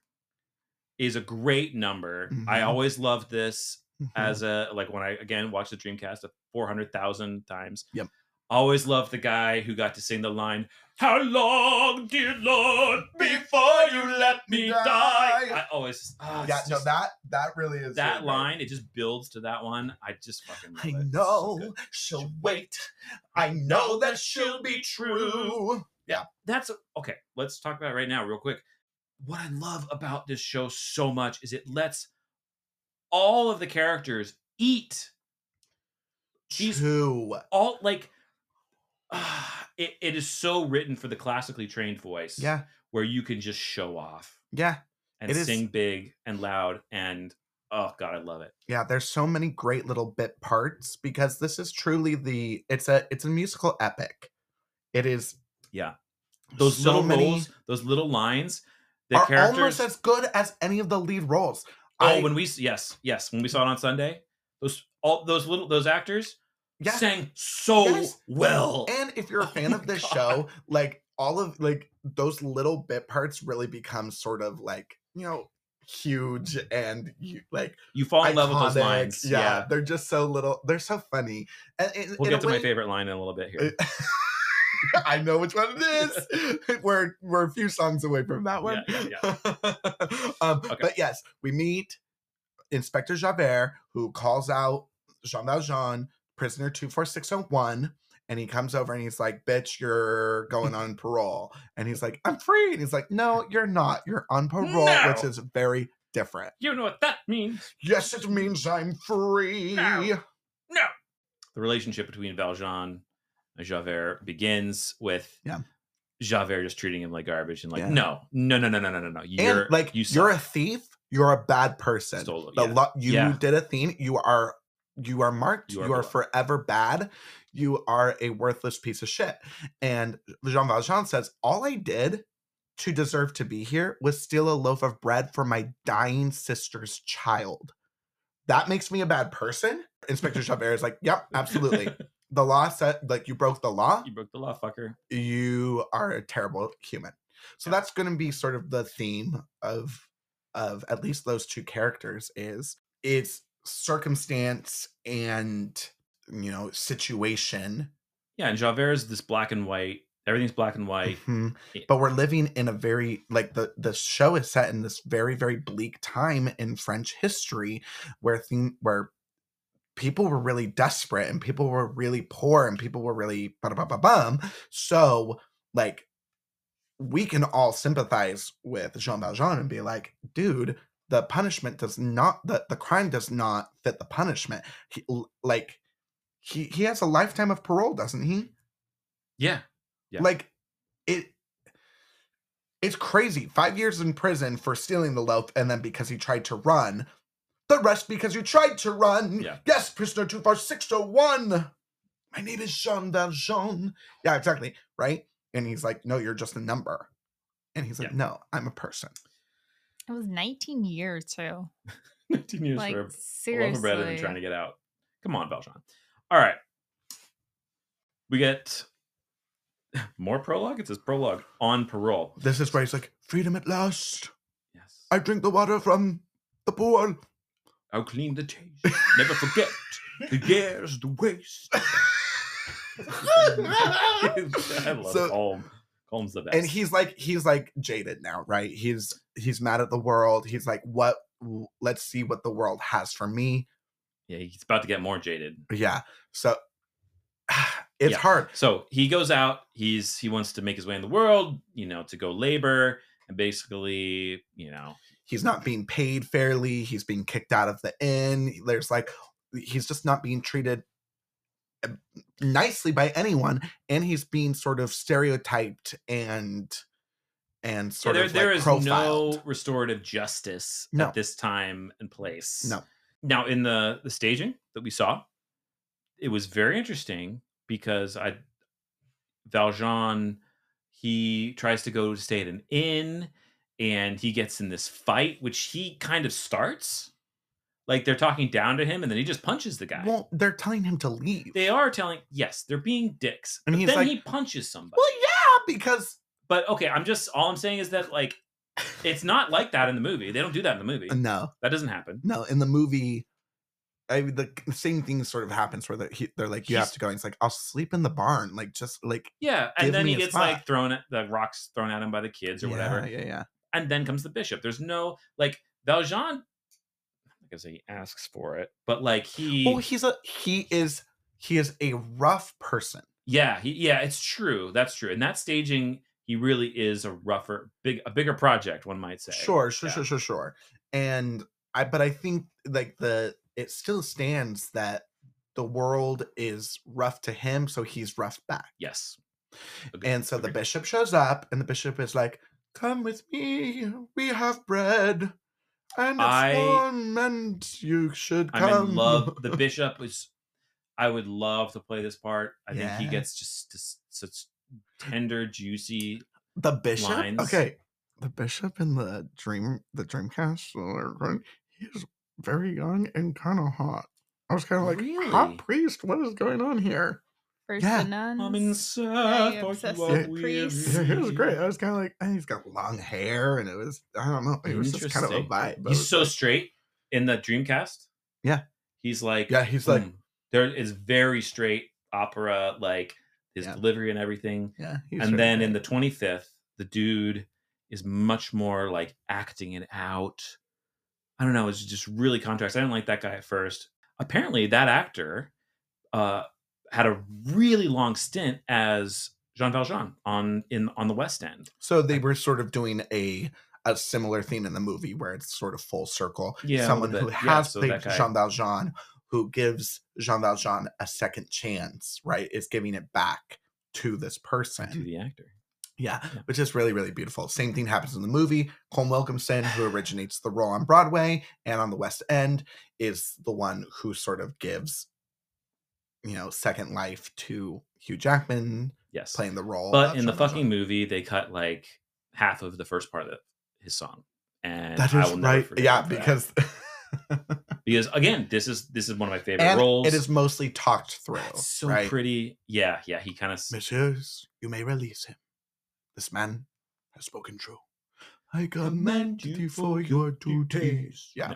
[SPEAKER 2] is a great number. I
[SPEAKER 1] Mhm.
[SPEAKER 2] always loved this
[SPEAKER 1] Mhm.
[SPEAKER 2] as a like when I again watched the Dreamcast four hundred thousand times.
[SPEAKER 1] Yep.
[SPEAKER 2] Always loved the guy who got to sing the line, How long, dear Lord, before you let me die? I
[SPEAKER 1] Die.
[SPEAKER 2] always oh, it's
[SPEAKER 1] yeah. No,
[SPEAKER 2] just-
[SPEAKER 1] that that really is
[SPEAKER 2] that
[SPEAKER 1] it, right?
[SPEAKER 2] line, it just builds to that one. I just fucking love
[SPEAKER 1] I
[SPEAKER 2] it. It's so good.
[SPEAKER 1] know she'll wait. I know that she'll be true.
[SPEAKER 2] That's okay. Let's talk about it right now, real quick. What I love about this show so much is it lets all of the characters eat She's-
[SPEAKER 1] True.
[SPEAKER 2] all like ah, it, it is so written for the classically trained voice
[SPEAKER 1] Yeah,
[SPEAKER 2] where you can just show off
[SPEAKER 1] yeah.
[SPEAKER 2] and
[SPEAKER 1] It is-
[SPEAKER 2] sing big and loud and oh god i love it
[SPEAKER 1] yeah there's so many great little bit parts because this is truly the it's a it's a musical epic it is
[SPEAKER 2] Yeah. those
[SPEAKER 1] so
[SPEAKER 2] little
[SPEAKER 1] many
[SPEAKER 2] roles those little lines the
[SPEAKER 1] are
[SPEAKER 2] characters
[SPEAKER 1] almost as good as any of the lead roles
[SPEAKER 2] oh
[SPEAKER 1] I-
[SPEAKER 2] when we s- yes yes when we saw it on sunday those all those little those actors
[SPEAKER 1] yeah
[SPEAKER 2] sang so
[SPEAKER 1] Yes.
[SPEAKER 2] well
[SPEAKER 1] and if you're a
[SPEAKER 2] Oh
[SPEAKER 1] fan
[SPEAKER 2] my
[SPEAKER 1] of this
[SPEAKER 2] God.
[SPEAKER 1] show like all of like those little bit parts really become sort of like you know huge and you like
[SPEAKER 2] you fall in love with those
[SPEAKER 1] iconic.
[SPEAKER 2] lines
[SPEAKER 1] yeah,
[SPEAKER 2] yeah,
[SPEAKER 1] they're just so little they're so funny and, and
[SPEAKER 2] we'll
[SPEAKER 1] in a
[SPEAKER 2] get to my
[SPEAKER 1] way-
[SPEAKER 2] favorite line in a little bit here
[SPEAKER 1] I know which one it is. we're we're a few songs away from that one.
[SPEAKER 2] Yeah,
[SPEAKER 1] um,
[SPEAKER 2] Okay.
[SPEAKER 1] But yes, we meet Inspector Javert, who calls out Jean Valjean, prisoner two four six zero one, and he comes over and he's like, "Bitch, you're going on parole." And he's like, "I'm free." And he's like, "No, you're not. You're on parole," which
[SPEAKER 2] No.
[SPEAKER 1] is very different.
[SPEAKER 2] you know what that means
[SPEAKER 1] Yes, it means I'm free.
[SPEAKER 2] the relationship between Valjean and Javert begins with
[SPEAKER 1] Yeah.
[SPEAKER 2] Javert just treating him like garbage and like,
[SPEAKER 1] Yeah.
[SPEAKER 2] no, no, no, no, no, no, no, no. You're
[SPEAKER 1] and like
[SPEAKER 2] you
[SPEAKER 1] you are a thief. You're a bad person.
[SPEAKER 2] stole it.
[SPEAKER 1] the
[SPEAKER 2] yeah.
[SPEAKER 1] lo- you
[SPEAKER 2] Yeah.
[SPEAKER 1] did a thing you are you are marked
[SPEAKER 2] You
[SPEAKER 1] you are,
[SPEAKER 2] are beloved.
[SPEAKER 1] forever bad you are a worthless piece of shit and jean valjean says all i did to deserve to be here was steal a loaf of bread for my dying sister's child that makes me a bad person inspector javert is like yep absolutely the law said like you broke the law
[SPEAKER 2] you broke the law, fucker.
[SPEAKER 1] you are a terrible human so that's going to be sort of the theme of of at least those two characters is it's circumstance and you know situation
[SPEAKER 2] Yeah, and Javert is this black and white Everything's black and white.
[SPEAKER 1] Mhm. But we're living in a very like the the show is set in this very very bleak time in French history where thing where people were really desperate and people were really poor and people were really bum bum bum bum. So like we can all sympathize with Jean Valjean and be like, dude, the punishment does not the, the crime does not fit the punishment. He, l- like he he has a lifetime of parole, doesn't he?
[SPEAKER 2] Yeah. Yeah.
[SPEAKER 1] Like it it's crazy. Five years in prison for stealing the loaf and then because he tried to run. The rest because you tried to run.
[SPEAKER 2] Yeah.
[SPEAKER 1] Yes, prisoner 24601. My name is Jean Valjean. Yeah, exactly. Right? And he's like, No, you're just a number. And he's like,
[SPEAKER 2] Yeah.
[SPEAKER 1] No, I'm a person.
[SPEAKER 3] It was 19 years too.
[SPEAKER 2] 19 years
[SPEAKER 3] Like
[SPEAKER 2] for a loaf
[SPEAKER 3] seriously.
[SPEAKER 2] of bread and then trying to get out. Come on, Valjean. All right. We get more prologue. It says prologue on parole.
[SPEAKER 1] This is where he's like, Freedom at last.
[SPEAKER 2] Yes.
[SPEAKER 1] I drink the water from the pool.
[SPEAKER 2] I'll clean the taste. Never forget the years, the waste. I love
[SPEAKER 1] So-
[SPEAKER 2] Colm. Colm's the best.
[SPEAKER 1] and he's like he's like jaded now right he's he's mad at the world he's like what w- let's see what the world has for me
[SPEAKER 2] yeah, he's about to get more jaded.
[SPEAKER 1] yeah so it's
[SPEAKER 2] Yeah.
[SPEAKER 1] hard
[SPEAKER 2] So he goes out. He's he wants to make his way in the world. You know, to go labor and basically, you know,
[SPEAKER 1] he's not being paid fairly he's being kicked out of the inn there's like he's just not being treated uh, nicely by anyone and he's being sort of stereotyped and and
[SPEAKER 2] yeah,
[SPEAKER 1] sort
[SPEAKER 2] there
[SPEAKER 1] of
[SPEAKER 2] there
[SPEAKER 1] like
[SPEAKER 2] is
[SPEAKER 1] profiled
[SPEAKER 2] no restorative justice
[SPEAKER 1] No.
[SPEAKER 2] at this time and place.
[SPEAKER 1] No.
[SPEAKER 2] Now in the the staging that we saw, it was very interesting because I Valjean he tries to go to stay at an inn and he gets in this fight which he kind of starts like they're talking down to him and then he just punches the guy.
[SPEAKER 1] well they're telling him to leave
[SPEAKER 2] they are telling yes they're being dicks
[SPEAKER 1] And
[SPEAKER 2] but
[SPEAKER 1] he's
[SPEAKER 2] then
[SPEAKER 1] like-
[SPEAKER 2] he punches somebody
[SPEAKER 1] well yeah because
[SPEAKER 2] but okay i'm just all i'm saying is that like it's not like that in the movie they don't do that in the movie
[SPEAKER 1] no
[SPEAKER 2] that doesn't happen
[SPEAKER 1] no in the movie I mean, the the same thing sort of happens where they're, he, they're like, you have
[SPEAKER 2] He's-
[SPEAKER 1] to go. And he's like, I'll sleep in the barn. Like, just like,
[SPEAKER 2] yeah and
[SPEAKER 1] Give
[SPEAKER 2] then
[SPEAKER 1] me
[SPEAKER 2] he
[SPEAKER 1] a
[SPEAKER 2] gets like
[SPEAKER 1] spot.
[SPEAKER 2] thrown at the rocks thrown at him by the kids or
[SPEAKER 1] yeah,
[SPEAKER 2] whatever
[SPEAKER 1] Yeah, yeah.
[SPEAKER 2] and then comes the bishop there's no like valjean i'm not gonna say he asks for it but like Oh, he
[SPEAKER 1] Well, he's a, he is, he is a rough person.
[SPEAKER 2] yeah he, yeah it's true that's true and that staging he really is a rougher big a bigger project one might say
[SPEAKER 1] Sure, sure,
[SPEAKER 2] Yeah.
[SPEAKER 1] sure, sure, sure. And I, but I think like the, it still stands that the world is rough to him. So he's rough back.
[SPEAKER 2] yes Agree,
[SPEAKER 1] And so the
[SPEAKER 2] agree.
[SPEAKER 1] bishop shows up and the bishop is like, Come with me, we have bread. And it's
[SPEAKER 2] I-
[SPEAKER 1] warm and you should come.
[SPEAKER 2] I'm in love. The bishop was. I would love to play this part. I think he
[SPEAKER 1] Yeah.
[SPEAKER 2] gets just, just such tender, juicy.
[SPEAKER 1] the bishop?
[SPEAKER 2] lines.
[SPEAKER 1] Okay. The bishop in the dream the dream castle or run- he's very young and kinda hot. I was kinda like
[SPEAKER 2] Really?
[SPEAKER 1] hot priest, what is going on here?
[SPEAKER 3] First
[SPEAKER 1] Yeah.
[SPEAKER 3] the nuns.
[SPEAKER 2] I'm inside,
[SPEAKER 3] you
[SPEAKER 2] for
[SPEAKER 3] obsessive
[SPEAKER 2] you are
[SPEAKER 3] priest.
[SPEAKER 1] Yeah, he was great.
[SPEAKER 2] weary.
[SPEAKER 1] I was kinda like, and he's got long hair and it was I don't know. It was just kind of a
[SPEAKER 2] Interesting.
[SPEAKER 1] vibe. I
[SPEAKER 2] He's
[SPEAKER 1] was
[SPEAKER 2] so
[SPEAKER 1] like-
[SPEAKER 2] straight in the Dreamcast.
[SPEAKER 1] Yeah.
[SPEAKER 2] he's like
[SPEAKER 1] Yeah, he's like
[SPEAKER 2] "Mm." there is very straight opera, like his
[SPEAKER 1] Yeah.
[SPEAKER 2] delivery and everything.
[SPEAKER 1] yeah, he's
[SPEAKER 2] and
[SPEAKER 1] really
[SPEAKER 2] then in
[SPEAKER 1] great.
[SPEAKER 2] the 25th, the dude is much more like acting it out. I don't know. It's just really contrast. I didn't like that guy at first. Apparently, that actor uh, had a really long stint as Jean Valjean on in on the West End.
[SPEAKER 1] So they were sort of doing a a similar theme in the movie where it's sort of full circle.
[SPEAKER 2] Yeah, a little
[SPEAKER 1] Someone who
[SPEAKER 2] bit. Yeah,
[SPEAKER 1] has
[SPEAKER 2] so
[SPEAKER 1] played
[SPEAKER 2] that guy-
[SPEAKER 1] Jean Valjean, who gives Jean Valjean a second chance, right? Is giving it back to this person.
[SPEAKER 2] To the actor,
[SPEAKER 1] yeah,
[SPEAKER 2] yeah.
[SPEAKER 1] which is really, really beautiful. Same thing happens in the movie. Colm Wilkinson, who originates the role on Broadway and on the West End, is the one who sort of gives, you know, second life to Hugh Jackman
[SPEAKER 2] yes.
[SPEAKER 1] playing the role.
[SPEAKER 2] but
[SPEAKER 1] of
[SPEAKER 2] in the
[SPEAKER 1] Jean Valjean.
[SPEAKER 2] fucking movie, they cut like half of the first part of his song, and
[SPEAKER 1] That
[SPEAKER 2] I
[SPEAKER 1] is
[SPEAKER 2] will never
[SPEAKER 1] right.
[SPEAKER 2] forgive
[SPEAKER 1] Yeah,
[SPEAKER 2] him for that.
[SPEAKER 1] because
[SPEAKER 2] because again, this is this is one of my favorite
[SPEAKER 1] and
[SPEAKER 2] roles.
[SPEAKER 1] it is mostly talked through.
[SPEAKER 2] It's so
[SPEAKER 1] right?
[SPEAKER 2] pretty. Yeah, yeah. He kind of
[SPEAKER 1] Messieurs, you may release him. This man has spoken true. I
[SPEAKER 2] Commend
[SPEAKER 1] commend you for your duties. Yeah. Eh.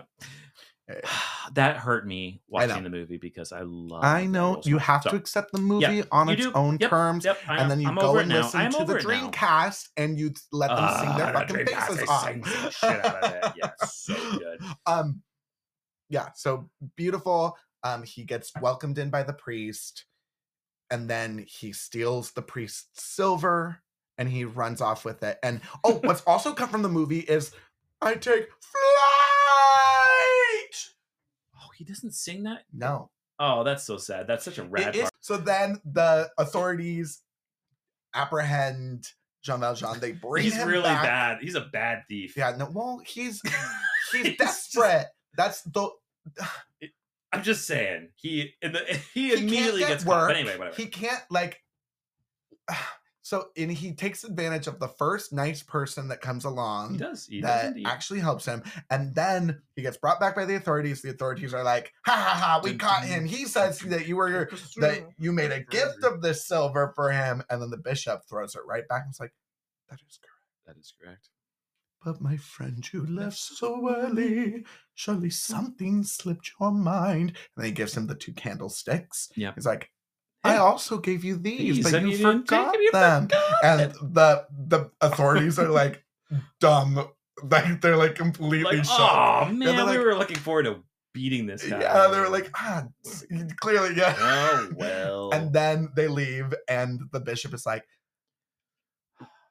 [SPEAKER 2] No. that hurt me
[SPEAKER 1] I know.
[SPEAKER 2] watching the movie because I love.
[SPEAKER 1] I know you have to
[SPEAKER 2] So,
[SPEAKER 1] accept the movie on
[SPEAKER 2] you
[SPEAKER 1] its
[SPEAKER 2] do.
[SPEAKER 1] own
[SPEAKER 2] Yep,
[SPEAKER 1] terms,
[SPEAKER 2] Yep, I am.
[SPEAKER 1] and then you
[SPEAKER 2] I'm
[SPEAKER 1] go
[SPEAKER 2] over
[SPEAKER 1] and
[SPEAKER 2] it now.
[SPEAKER 1] listen
[SPEAKER 2] I'm
[SPEAKER 1] to the
[SPEAKER 2] over it now.
[SPEAKER 1] Dreamcast, and you let them sing their
[SPEAKER 2] Ah,
[SPEAKER 1] fucking
[SPEAKER 2] Dreamcast,
[SPEAKER 1] faces
[SPEAKER 2] they
[SPEAKER 1] off.
[SPEAKER 2] sing some shit out of it. Yeah, it's so good.
[SPEAKER 1] um yeah so beautiful um he gets welcomed in by the priest and then he steals the priest's silver and he runs off with it and oh what's also cut from the movie is i take flight
[SPEAKER 2] Oh, he doesn't sing that.
[SPEAKER 1] no
[SPEAKER 2] Oh, that's so sad. That's such a
[SPEAKER 1] it
[SPEAKER 2] rad
[SPEAKER 1] is-
[SPEAKER 2] part.
[SPEAKER 1] so then the authorities apprehend jean valjean they bring
[SPEAKER 2] He's
[SPEAKER 1] him
[SPEAKER 2] really
[SPEAKER 1] back.
[SPEAKER 2] bad. He's a bad thief.
[SPEAKER 1] yeah no well he's he's
[SPEAKER 2] He's just-
[SPEAKER 1] desperate that's the
[SPEAKER 2] I'm just saying. He in the, he,
[SPEAKER 1] can't
[SPEAKER 2] immediately
[SPEAKER 1] get
[SPEAKER 2] gets caught.
[SPEAKER 1] work.
[SPEAKER 2] But anyway, whatever.
[SPEAKER 1] He can't like. So and he takes advantage of the first nice person that comes along
[SPEAKER 2] He does. He does
[SPEAKER 1] that
[SPEAKER 2] indeed.
[SPEAKER 1] actually helps him, and then he gets brought back by the authorities. The authorities are like, "Ha ha ha! We
[SPEAKER 2] Dun,
[SPEAKER 1] caught
[SPEAKER 2] dun,
[SPEAKER 1] him. He says that you were that you made a gift of this silver for him." And then the bishop throws it right back. and It's like, "That is correct."
[SPEAKER 2] That is correct.
[SPEAKER 1] But my friend, you left so early. Surely something slipped your mind. And then he gives him the two candlesticks.
[SPEAKER 2] Yep.
[SPEAKER 1] He's like,
[SPEAKER 2] Hey,
[SPEAKER 1] I also gave you these, but
[SPEAKER 2] and
[SPEAKER 1] you,
[SPEAKER 2] didn't take
[SPEAKER 1] forgot
[SPEAKER 2] them, you
[SPEAKER 1] them.
[SPEAKER 2] forgot
[SPEAKER 1] And
[SPEAKER 2] them.
[SPEAKER 1] the the authorities are like dumb. Like they're like completely
[SPEAKER 2] like,
[SPEAKER 1] shocked.
[SPEAKER 2] oh man,
[SPEAKER 1] they're
[SPEAKER 2] we
[SPEAKER 1] like-
[SPEAKER 2] were looking forward to beating this guy.
[SPEAKER 1] yeah, they were like, ah, s- clearly, yeah.
[SPEAKER 2] oh well.
[SPEAKER 1] And then they leave, and the bishop is like,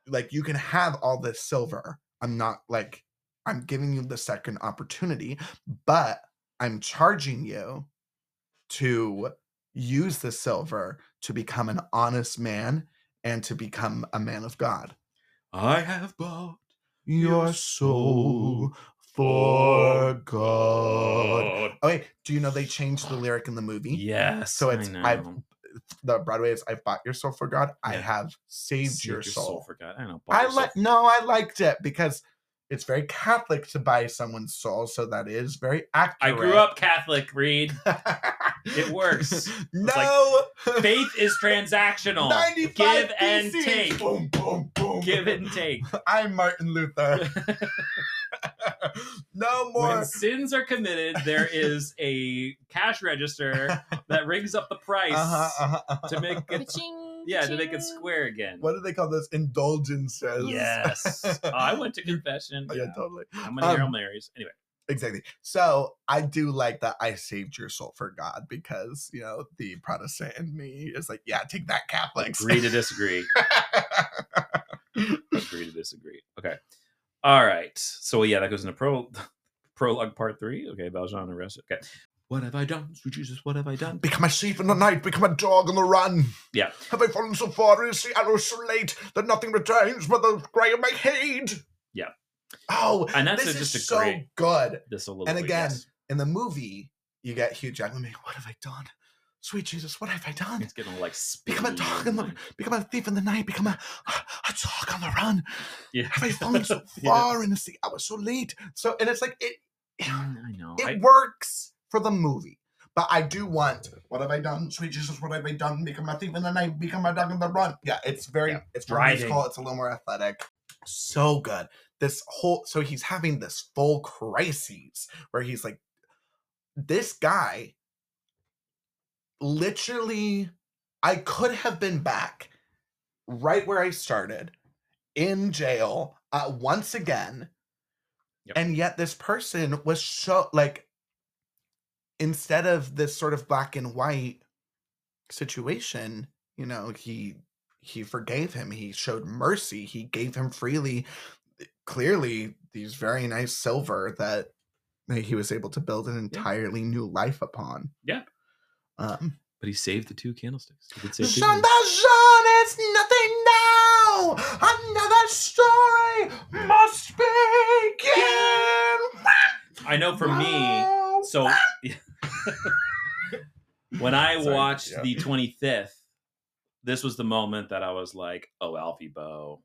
[SPEAKER 1] like you can have all this silver. I'm not like I'm giving you the second opportunity, but I'm charging you to use the silver to become an honest man and to become a man of God.
[SPEAKER 2] I have bought
[SPEAKER 1] Your
[SPEAKER 2] soul
[SPEAKER 1] soul for God. Oh wait, do you know they changed the lyric in the movie?
[SPEAKER 2] Yes.
[SPEAKER 1] So it's
[SPEAKER 2] I
[SPEAKER 1] I've
[SPEAKER 2] know.
[SPEAKER 1] the Broadway is I've bought your soul for God. I
[SPEAKER 2] Yeah.
[SPEAKER 1] have saved
[SPEAKER 2] Saved
[SPEAKER 1] your soul.
[SPEAKER 2] for God. I know. bought
[SPEAKER 1] I
[SPEAKER 2] your soul
[SPEAKER 1] like
[SPEAKER 2] for-
[SPEAKER 1] no, I liked it because it's very Catholic to buy someone's soul, so that is very
[SPEAKER 2] I
[SPEAKER 1] accurate.
[SPEAKER 2] grew up Catholic. Reed. It works. like,
[SPEAKER 1] no,
[SPEAKER 2] Faith is transactional.
[SPEAKER 1] 95
[SPEAKER 2] Give and
[SPEAKER 1] theses.
[SPEAKER 2] take.
[SPEAKER 1] Boom, boom, boom.
[SPEAKER 2] Give and take.
[SPEAKER 1] I'm Martin Luther. no more.
[SPEAKER 2] When sins are committed, there is a cash register that rings up the price
[SPEAKER 1] Uh-huh, uh-huh, uh-huh.
[SPEAKER 2] to make it
[SPEAKER 3] Ka-ching,
[SPEAKER 2] yeah to make it
[SPEAKER 3] ka-ching.
[SPEAKER 2] square again.
[SPEAKER 1] What do they call those indulgences?
[SPEAKER 2] Yes, Oh, I went to confession.
[SPEAKER 1] Oh, yeah,
[SPEAKER 2] Yeah.
[SPEAKER 1] totally.
[SPEAKER 2] How many Hail
[SPEAKER 1] Um,
[SPEAKER 2] Marys? Anyway,
[SPEAKER 1] Exactly. So I do like that I saved your soul for God because, you know, the Protestant in me is like, yeah, take that Catholics.
[SPEAKER 2] agree to disagree. agree to disagree. Okay. All right. So yeah, that goes into pro prologue part three. Okay, Valjean arrested. Okay. What have I done? Sweet Jesus, what have I done?
[SPEAKER 1] Become a sheep in the night, become a dog on the run.
[SPEAKER 2] Yeah.
[SPEAKER 1] Have I fallen so far, is the arrow so late that nothing returns but the cry of my head?
[SPEAKER 2] Yeah.
[SPEAKER 1] Oh,
[SPEAKER 2] And that's
[SPEAKER 1] this
[SPEAKER 2] a-
[SPEAKER 1] is
[SPEAKER 2] just a
[SPEAKER 1] so
[SPEAKER 2] great-
[SPEAKER 1] good.
[SPEAKER 2] This a little
[SPEAKER 1] And
[SPEAKER 2] bit,
[SPEAKER 1] again,
[SPEAKER 2] yes.
[SPEAKER 1] In the movie, you get Hugh Jackman. being, What have I done? Sweet Jesus, what have I done?
[SPEAKER 2] it's getting like
[SPEAKER 1] Become a
[SPEAKER 2] spinny
[SPEAKER 1] dog in the
[SPEAKER 2] and,
[SPEAKER 1] become a thief in the night, become a a dog on the run.
[SPEAKER 2] Yeah.
[SPEAKER 1] Have I fallen so
[SPEAKER 2] Yeah.
[SPEAKER 1] far in the sea? I was so late. So and it's like it
[SPEAKER 2] Mm, I know.
[SPEAKER 1] it
[SPEAKER 2] I,
[SPEAKER 1] works for the movie. But I do want what have I done? Sweet Jesus, what have I done? Become a thief in the night, become a dog in the run. Yeah, it's very
[SPEAKER 2] Yeah.
[SPEAKER 1] it's more musical,
[SPEAKER 2] Driving.
[SPEAKER 1] it's a little more athletic. So good. This whole so he's having this full crises where he's like, this guy literally I could have been back right where I started in jail uh, once again.
[SPEAKER 2] Yep.
[SPEAKER 1] And yet this person was so like instead of this sort of black and white situation, you know, he he forgave him. He showed mercy. He gave him freely clearly these very nice silver that that he was able to build an
[SPEAKER 2] Yeah.
[SPEAKER 1] entirely new life upon.
[SPEAKER 2] Yeah.
[SPEAKER 1] Um
[SPEAKER 2] but he saved the two candlesticks. He did save two
[SPEAKER 1] Jean
[SPEAKER 2] candlesticks.
[SPEAKER 1] Valjean is nothing now. Another story must begin.
[SPEAKER 2] I know for me,
[SPEAKER 1] Wow.
[SPEAKER 2] so when I
[SPEAKER 1] Sorry,
[SPEAKER 2] watched
[SPEAKER 1] yeah.
[SPEAKER 2] the 25th, this was the moment that I was like, "Oh, Alfie Bo,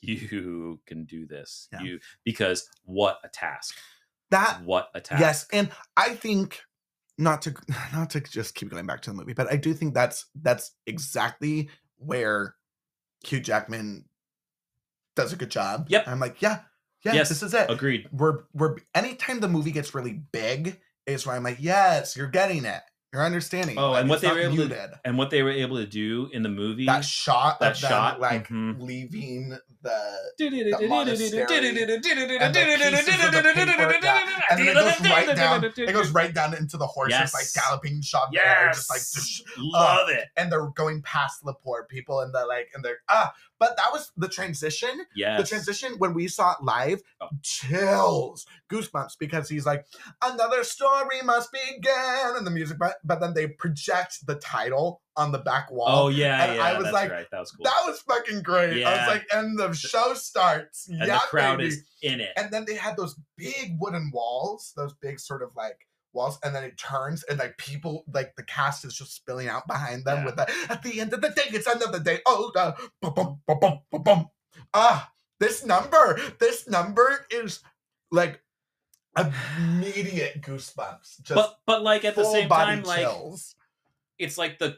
[SPEAKER 2] you can do this."
[SPEAKER 1] Yeah.
[SPEAKER 2] You because what a task!
[SPEAKER 1] that
[SPEAKER 2] What a task!
[SPEAKER 1] yes, and I think not to not to just keep going back to the movie, but I do think that's that's exactly where Hugh Jackman does a good job.
[SPEAKER 2] Yep.
[SPEAKER 1] I'm like, yeah, yeah,
[SPEAKER 2] Yes,
[SPEAKER 1] this is it.
[SPEAKER 2] agreed.
[SPEAKER 1] we're we're anytime the movie gets really big is where I'm like, yes, you're getting it. You're understanding.
[SPEAKER 2] Oh,
[SPEAKER 1] Like,
[SPEAKER 2] and what
[SPEAKER 1] it's
[SPEAKER 2] they
[SPEAKER 1] not
[SPEAKER 2] were able to-
[SPEAKER 1] muted.
[SPEAKER 2] and what they were able to do in the movie.
[SPEAKER 1] that shot
[SPEAKER 2] that
[SPEAKER 1] of them,
[SPEAKER 2] shot,
[SPEAKER 1] like
[SPEAKER 2] mhm.
[SPEAKER 1] leaving the
[SPEAKER 2] the
[SPEAKER 1] monastery and the pieces of the paper that- and then it goes right down it goes right down into the horses like
[SPEAKER 2] Yes.
[SPEAKER 1] galloping shot in the air,
[SPEAKER 2] Yes,
[SPEAKER 1] just like "Tsh,"
[SPEAKER 2] love it.
[SPEAKER 1] and they're going past the poor people and they're like and they're ah but that was the transition the
[SPEAKER 2] Yes,
[SPEAKER 1] transition when we saw it live
[SPEAKER 2] Oh.
[SPEAKER 1] chills goosebumps because he's like another story must begin and the music but, but then they project the title on the back wall
[SPEAKER 2] Oh yeah,
[SPEAKER 1] And
[SPEAKER 2] yeah.
[SPEAKER 1] I was
[SPEAKER 2] that's
[SPEAKER 1] like,
[SPEAKER 2] right. that was cool.
[SPEAKER 1] that was fucking great. I
[SPEAKER 2] Yeah.
[SPEAKER 1] was like, and the show starts.
[SPEAKER 2] and
[SPEAKER 1] yeah,
[SPEAKER 2] the crowd
[SPEAKER 1] baby.
[SPEAKER 2] is in it.
[SPEAKER 1] And then they had those big wooden walls, those big sort of like walls, and then it turns and like people, like the cast is just spilling out behind them
[SPEAKER 2] Yeah.
[SPEAKER 1] with the at the end of the day, it's another day. Oh, uh, bum, bum, bum, bum, bum, bum. ah, this number, this number is like immediate goosebumps. Just
[SPEAKER 2] but but like at the
[SPEAKER 1] full
[SPEAKER 2] same
[SPEAKER 1] body
[SPEAKER 2] time, like
[SPEAKER 1] chills.
[SPEAKER 2] it's like the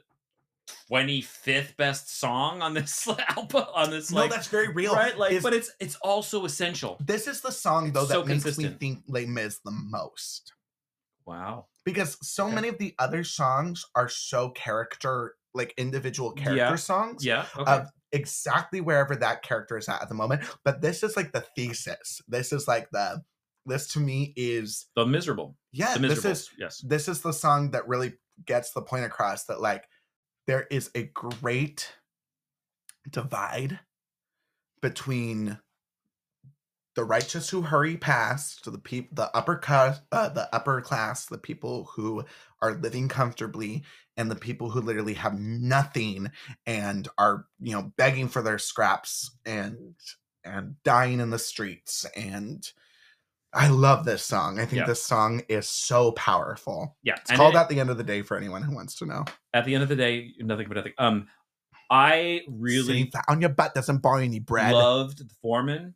[SPEAKER 2] twenty fifth best song on this album. On this
[SPEAKER 1] no,
[SPEAKER 2] like
[SPEAKER 1] that's very real.
[SPEAKER 2] right, like
[SPEAKER 1] Is-
[SPEAKER 2] but it's it's also essential.
[SPEAKER 1] this is the song though
[SPEAKER 2] it's
[SPEAKER 1] that
[SPEAKER 2] so
[SPEAKER 1] makes me
[SPEAKER 2] consistent.
[SPEAKER 1] think Les Mis the most.
[SPEAKER 2] Wow.
[SPEAKER 1] because so
[SPEAKER 2] Okay.
[SPEAKER 1] many of the other songs are so character like individual character
[SPEAKER 2] Yeah.
[SPEAKER 1] songs
[SPEAKER 2] Yeah. Okay.
[SPEAKER 1] Uh, exactly wherever that character is at at the moment but this is like the thesis this is like the this to me is
[SPEAKER 2] the miserable.
[SPEAKER 1] yeah
[SPEAKER 2] The
[SPEAKER 1] this
[SPEAKER 2] miserable.
[SPEAKER 1] is
[SPEAKER 2] yes.
[SPEAKER 1] this is the song that really gets the point across that like there is a great divide between the righteous who hurry past the people the upper class uh, the upper class the people who are living comfortably and the people who literally have nothing and are you know begging for their scraps and and dying in the streets and i love this song i think
[SPEAKER 2] Yeah.
[SPEAKER 1] this song is so powerful
[SPEAKER 2] Yeah.
[SPEAKER 1] it's
[SPEAKER 2] and
[SPEAKER 1] called
[SPEAKER 2] it-
[SPEAKER 1] at the end of the day for anyone who wants to know
[SPEAKER 2] at the end of the day, nothing but nothing. Um, I really
[SPEAKER 1] Save that on your butt doesn't buy any bread
[SPEAKER 2] loved the foreman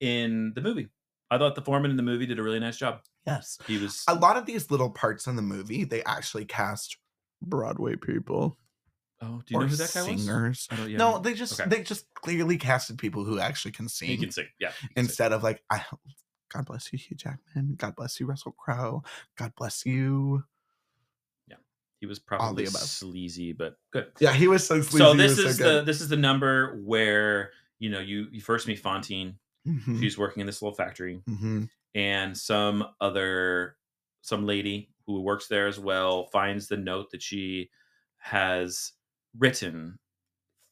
[SPEAKER 2] in the movie. I thought the foreman in the movie did a really nice job.
[SPEAKER 1] yes
[SPEAKER 2] He was
[SPEAKER 1] a lot of these little parts in the movie they actually cast broadway people
[SPEAKER 2] oh, do you know who that guy was?
[SPEAKER 1] singers
[SPEAKER 2] I don't- yeah,
[SPEAKER 1] no they just
[SPEAKER 2] Okay.
[SPEAKER 1] they just clearly casted people who actually can
[SPEAKER 2] he
[SPEAKER 1] sing
[SPEAKER 2] can sing. Yeah, he can sing.
[SPEAKER 1] instead of like I, god bless you hugh jackman god bless you russell crowe god bless you
[SPEAKER 2] he was
[SPEAKER 1] all
[SPEAKER 2] probably
[SPEAKER 1] the above.
[SPEAKER 2] sleazy, but good.
[SPEAKER 1] yeah he was so sleazy
[SPEAKER 2] so
[SPEAKER 1] he
[SPEAKER 2] this
[SPEAKER 1] was
[SPEAKER 2] is the
[SPEAKER 1] good.
[SPEAKER 2] this is the number where you know you you first meet Fontaine.
[SPEAKER 1] Mhm,
[SPEAKER 2] She's working in this little factory,
[SPEAKER 1] mhm.
[SPEAKER 2] and some other some lady who works there as well finds the note that she has written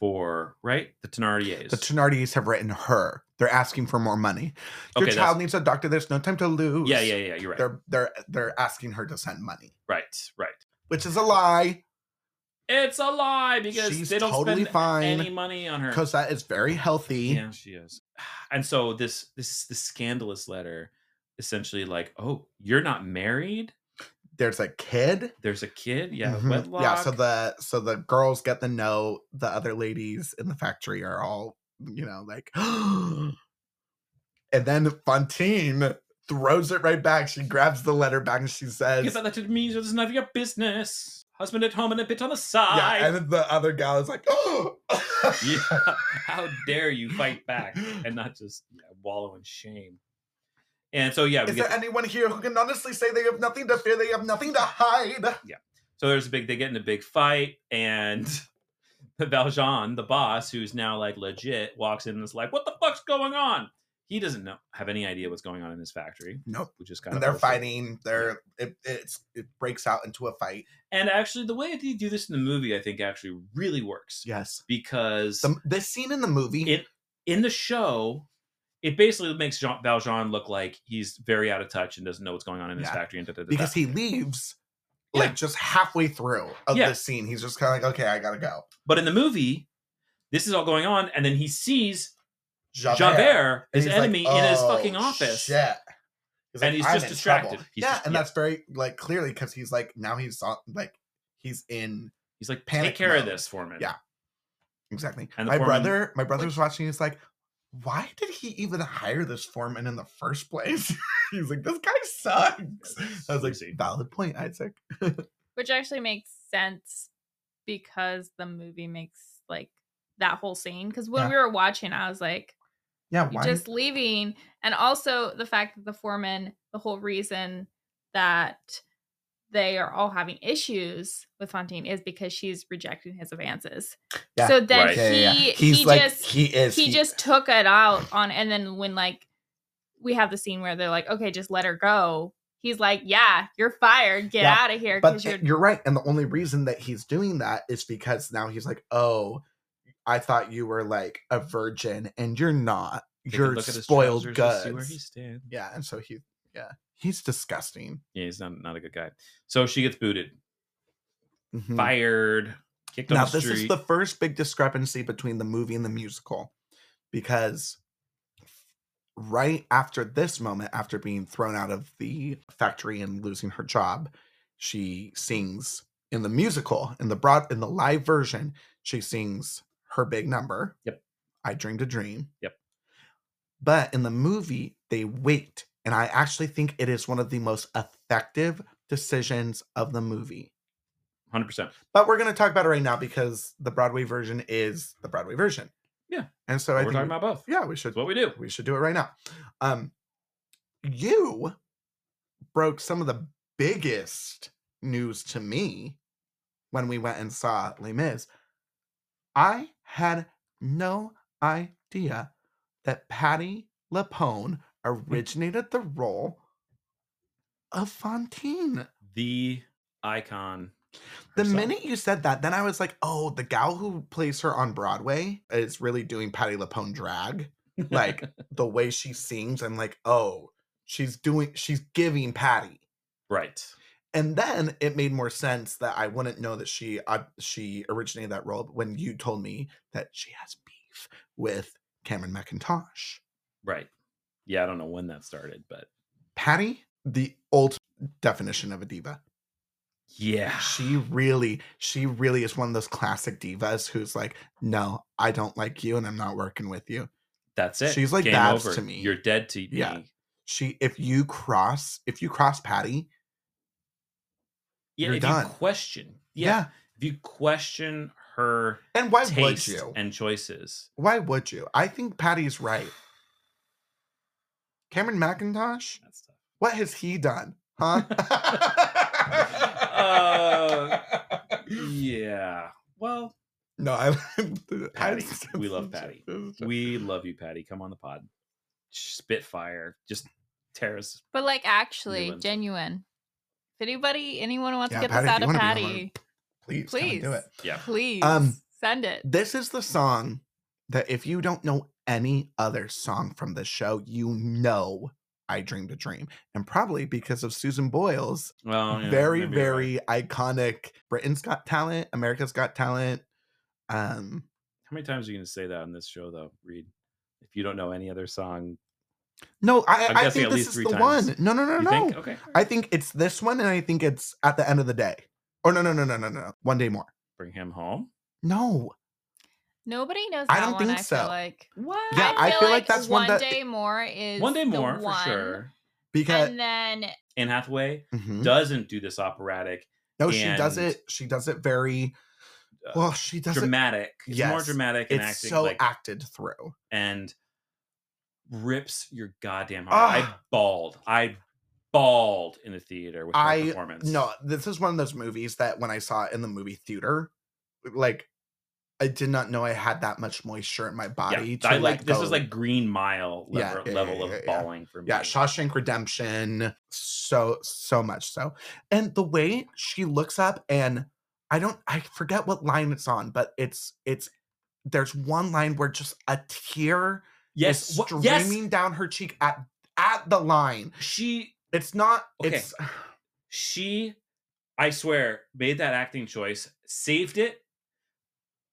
[SPEAKER 2] for right the Thenardiers.
[SPEAKER 1] the Tenardies have written her they're asking for more money your
[SPEAKER 2] Okay, that's-
[SPEAKER 1] child needs a doctor there's no time to lose
[SPEAKER 2] yeah, yeah, yeah. You're right.
[SPEAKER 1] they're they're they're asking her to send money
[SPEAKER 2] Right, right.
[SPEAKER 1] which is a lie
[SPEAKER 2] It's a lie because
[SPEAKER 1] She's
[SPEAKER 2] they don't
[SPEAKER 1] totally
[SPEAKER 2] spend
[SPEAKER 1] fine
[SPEAKER 2] any money on her.
[SPEAKER 1] because that is very healthy
[SPEAKER 2] Yeah, she is. And so this this this scandalous letter, essentially like, oh, you're not married.
[SPEAKER 1] there's a kid
[SPEAKER 2] There's a kid. Yeah,
[SPEAKER 1] Mhm.
[SPEAKER 2] wedlock.
[SPEAKER 1] yeah so the so the girls get the note the other ladies in the factory are all you know like and then fontaine throws it right back she grabs the letter back and she
[SPEAKER 2] Give
[SPEAKER 1] says
[SPEAKER 2] that to me. so It's none of your business. Husband at home and a bit on the side.
[SPEAKER 1] yeah and then the other gal is like oh
[SPEAKER 2] Yeah, How dare you fight back and not just yeah, wallow in shame? And so yeah, we
[SPEAKER 1] is
[SPEAKER 2] get
[SPEAKER 1] there anyone here who can honestly say they have nothing to fear they have nothing to hide
[SPEAKER 2] So there's a big, they get in a big fight, and Valjean, the boss, who's now like legit, walks in and is like, "What the fuck's going on?" He doesn't know, have any idea what's going on in his factory,
[SPEAKER 1] nope
[SPEAKER 2] which is
[SPEAKER 1] and
[SPEAKER 2] kind of
[SPEAKER 1] they're
[SPEAKER 2] bullshit.
[SPEAKER 1] fighting they're it, it's it breaks out into a fight
[SPEAKER 2] And actually, the way they do this in the movie, I think, actually really works
[SPEAKER 1] yes
[SPEAKER 2] because
[SPEAKER 1] the, this scene in the movie
[SPEAKER 2] It- in the show, it basically makes Jean- Valjean look like he's very out of touch and doesn't know what's going on in his
[SPEAKER 1] Yeah,
[SPEAKER 2] factory, and da, da, da, da.
[SPEAKER 1] because he leaves
[SPEAKER 2] Yeah.
[SPEAKER 1] like just halfway through of
[SPEAKER 2] Yeah.
[SPEAKER 1] this scene. He's just kind of like, okay, I gotta go.
[SPEAKER 2] But in the movie, this is all going on, and then he sees
[SPEAKER 1] Javert,
[SPEAKER 2] Javert,
[SPEAKER 1] And
[SPEAKER 2] his
[SPEAKER 1] he's like,
[SPEAKER 2] enemy, in his fucking
[SPEAKER 1] "Oh,
[SPEAKER 2] office.
[SPEAKER 1] Shit. He's
[SPEAKER 2] And he's
[SPEAKER 1] "I'm
[SPEAKER 2] just
[SPEAKER 1] in
[SPEAKER 2] distracted.
[SPEAKER 1] trouble."
[SPEAKER 2] He's
[SPEAKER 1] yeah,
[SPEAKER 2] just-
[SPEAKER 1] and
[SPEAKER 2] yeah.
[SPEAKER 1] that's very like clearly because he's like now he's on- like he's in
[SPEAKER 2] He's like,
[SPEAKER 1] Panic
[SPEAKER 2] take care of
[SPEAKER 1] mode.
[SPEAKER 2] this, Foreman.
[SPEAKER 1] Yeah. exactly.
[SPEAKER 2] And the
[SPEAKER 1] my
[SPEAKER 2] foreman-
[SPEAKER 1] brother, my brother was watching. He's like, why did he even hire this foreman in the first place? he's like, this guy sucks. I was like,
[SPEAKER 2] Seriously.
[SPEAKER 1] valid point, Isaac.
[SPEAKER 3] Which actually makes sense because the movie makes like that whole scene. Because when
[SPEAKER 1] Yeah.
[SPEAKER 3] we were watching, I was like,
[SPEAKER 1] Yeah,
[SPEAKER 3] you're
[SPEAKER 1] why?
[SPEAKER 3] just leaving. And also the fact that the foreman, the whole reason that they are all having issues with Fontaine is because she's rejecting his advances.
[SPEAKER 1] Yeah,
[SPEAKER 3] so then
[SPEAKER 2] right.
[SPEAKER 1] Yeah,
[SPEAKER 3] he
[SPEAKER 1] yeah, yeah. He's
[SPEAKER 3] he
[SPEAKER 1] like
[SPEAKER 3] just
[SPEAKER 1] he is.
[SPEAKER 3] he just took it out on and then when like we have the scene where they're like okay just let her go he's like yeah you're fired get
[SPEAKER 1] Yeah,
[SPEAKER 3] out of here
[SPEAKER 1] But eh,
[SPEAKER 3] because you're
[SPEAKER 1] you're right, and the only reason that he's doing that is because now he's like, oh, I thought you were like a virgin, and you're not.
[SPEAKER 2] They could
[SPEAKER 1] you're
[SPEAKER 2] look at his
[SPEAKER 1] spoiled
[SPEAKER 2] trousers and See where
[SPEAKER 1] goods.
[SPEAKER 2] he stands.
[SPEAKER 1] Yeah, and so he, yeah, he's disgusting.
[SPEAKER 2] Yeah, he's not not a good guy. So she gets booted,
[SPEAKER 1] Mhm.
[SPEAKER 2] fired, kicked
[SPEAKER 1] Now,
[SPEAKER 2] off the
[SPEAKER 1] this
[SPEAKER 2] street.
[SPEAKER 1] is the first big discrepancy between the movie and the musical because right after this moment, after being thrown out of the factory and losing her job, she sings in the musical, in the broad, in the live version, she sings her big number.
[SPEAKER 2] Yep.
[SPEAKER 1] I dreamed a dream.
[SPEAKER 2] Yep.
[SPEAKER 1] But in the movie, they wait. And I actually think it is one of the most effective decisions of the movie
[SPEAKER 2] Hundred percent.
[SPEAKER 1] but we're going to talk about it right now because the Broadway version is the Broadway version.
[SPEAKER 2] Yeah.
[SPEAKER 1] And so
[SPEAKER 2] We're
[SPEAKER 1] I
[SPEAKER 2] talking
[SPEAKER 1] think we-
[SPEAKER 2] about both.
[SPEAKER 1] yeah, we should
[SPEAKER 2] That's what we do.
[SPEAKER 1] we should do it right now. Um you broke some of the biggest news to me when we went and saw Les Mis. I had no idea that Patty
[SPEAKER 2] Hmm.
[SPEAKER 1] LaPone originated the role of Fontaine.
[SPEAKER 2] The icon.
[SPEAKER 1] The
[SPEAKER 2] herself.
[SPEAKER 1] minute you said that, then I was like, oh, the gal who plays her on Broadway is really doing Patty LaPone drag. Like the way she sings, I'm like, oh, she's doing, she's giving Patty.
[SPEAKER 2] right.
[SPEAKER 1] And then it made more sense that I wouldn't know that she uh, she originated that role when you told me that she has beef with Cameron McIntosh.
[SPEAKER 2] Right. Yeah, I don't know when that started, but
[SPEAKER 1] Patty, the ultimate definition of a diva.
[SPEAKER 2] yeah.
[SPEAKER 1] she really she really is one of those classic divas who's like no i don't like you and i'm not working with you
[SPEAKER 2] That's it.
[SPEAKER 1] she's like that to me.
[SPEAKER 2] You're dead to
[SPEAKER 1] Yeah.
[SPEAKER 2] me.
[SPEAKER 1] she if you cross if you cross patty
[SPEAKER 2] Yeah,
[SPEAKER 1] You're
[SPEAKER 2] if
[SPEAKER 1] done.
[SPEAKER 2] you question.
[SPEAKER 1] yeah,
[SPEAKER 2] Yeah, If you question her
[SPEAKER 1] and why would
[SPEAKER 2] taste
[SPEAKER 1] you
[SPEAKER 2] and choices.
[SPEAKER 1] why would you i think patty's right cameron mcintosh
[SPEAKER 2] That's tough.
[SPEAKER 1] what has he done huh
[SPEAKER 2] Uh, Yeah. Well,
[SPEAKER 1] no i,
[SPEAKER 2] Patty. We love Patty.
[SPEAKER 1] we
[SPEAKER 2] we love you, Patty. Come on the pod. Spitfire. Just tear us.
[SPEAKER 3] but like actually
[SPEAKER 2] Newlands.
[SPEAKER 3] genuine if anybody anyone wants
[SPEAKER 1] Yeah,
[SPEAKER 3] to get
[SPEAKER 1] Patty,
[SPEAKER 3] this
[SPEAKER 1] if
[SPEAKER 3] out
[SPEAKER 1] you
[SPEAKER 3] of
[SPEAKER 1] wanna be on our
[SPEAKER 3] patty
[SPEAKER 1] please come and do
[SPEAKER 3] Please.
[SPEAKER 1] it
[SPEAKER 2] Yeah.
[SPEAKER 3] please
[SPEAKER 1] Um,
[SPEAKER 3] send it
[SPEAKER 1] this is the song that if you don't know any other song from the show, you know I Dreamed a Dream. And probably because of Susan Boyle's
[SPEAKER 2] Well, Oh, yeah,
[SPEAKER 1] very,
[SPEAKER 2] maybe you're right.
[SPEAKER 1] very iconic Britain's Got Talent, America's Got Talent. Um,
[SPEAKER 2] How many times are you going to say that on this show, though, Reed? If you don't know any other song,
[SPEAKER 1] no, I,
[SPEAKER 2] I'm
[SPEAKER 1] I
[SPEAKER 2] guessing
[SPEAKER 1] think
[SPEAKER 2] at
[SPEAKER 1] this
[SPEAKER 2] least
[SPEAKER 1] is
[SPEAKER 2] three
[SPEAKER 1] the
[SPEAKER 2] times.
[SPEAKER 1] one. No, no, no,
[SPEAKER 2] you
[SPEAKER 1] no.
[SPEAKER 2] think? Okay.
[SPEAKER 1] I think it's this one, and I think it's at the end of the day. Or no, no, no, no, no, no. One day more.
[SPEAKER 2] Bring him home.
[SPEAKER 1] No,
[SPEAKER 3] nobody knows
[SPEAKER 1] I
[SPEAKER 3] that
[SPEAKER 1] don't
[SPEAKER 3] one,
[SPEAKER 1] think
[SPEAKER 3] i feel
[SPEAKER 1] so.
[SPEAKER 3] like
[SPEAKER 2] What?
[SPEAKER 1] Yeah, I feel like that's one
[SPEAKER 3] one
[SPEAKER 1] that-
[SPEAKER 3] day more is
[SPEAKER 2] one day
[SPEAKER 3] the
[SPEAKER 2] more
[SPEAKER 3] one,
[SPEAKER 2] for sure.
[SPEAKER 1] because
[SPEAKER 3] and then
[SPEAKER 2] Anne Hathaway
[SPEAKER 1] Mhm.
[SPEAKER 2] doesn't do this operatic,
[SPEAKER 1] no, she does
[SPEAKER 2] and,
[SPEAKER 1] it. She does it very
[SPEAKER 2] uh,
[SPEAKER 1] well. She does it
[SPEAKER 2] dramatic. It's more
[SPEAKER 1] Yes,
[SPEAKER 2] dramatic and
[SPEAKER 1] it's
[SPEAKER 2] acting
[SPEAKER 1] so
[SPEAKER 2] like
[SPEAKER 1] acted through.
[SPEAKER 2] and rips your goddamn heart.
[SPEAKER 1] Ah!
[SPEAKER 2] I bawled. I bawled in the theater with her
[SPEAKER 1] I-
[SPEAKER 2] performance.
[SPEAKER 1] No, this is one of those movies that when I saw it in the movie theater, like I did not know I had that much moisture in my
[SPEAKER 2] Yeah,
[SPEAKER 1] body. to
[SPEAKER 2] I like
[SPEAKER 1] let
[SPEAKER 2] this is
[SPEAKER 1] go.
[SPEAKER 2] like Green Mile
[SPEAKER 1] Yeah,
[SPEAKER 2] level,
[SPEAKER 1] yeah, yeah,
[SPEAKER 2] level
[SPEAKER 1] yeah,
[SPEAKER 2] of
[SPEAKER 1] yeah, yeah.
[SPEAKER 2] bawling for me.
[SPEAKER 1] yeah, Shawshank Redemption, so so much so, and the way she looks up and I don't I forget what line it's on, but it's it's there's one line where just a tear
[SPEAKER 2] yes,
[SPEAKER 1] is
[SPEAKER 2] what,
[SPEAKER 1] streaming
[SPEAKER 2] yes.
[SPEAKER 1] down her cheek at at the line.
[SPEAKER 2] She
[SPEAKER 1] It's not.
[SPEAKER 2] Okay.
[SPEAKER 1] It's
[SPEAKER 2] she i swear made that acting choice saved it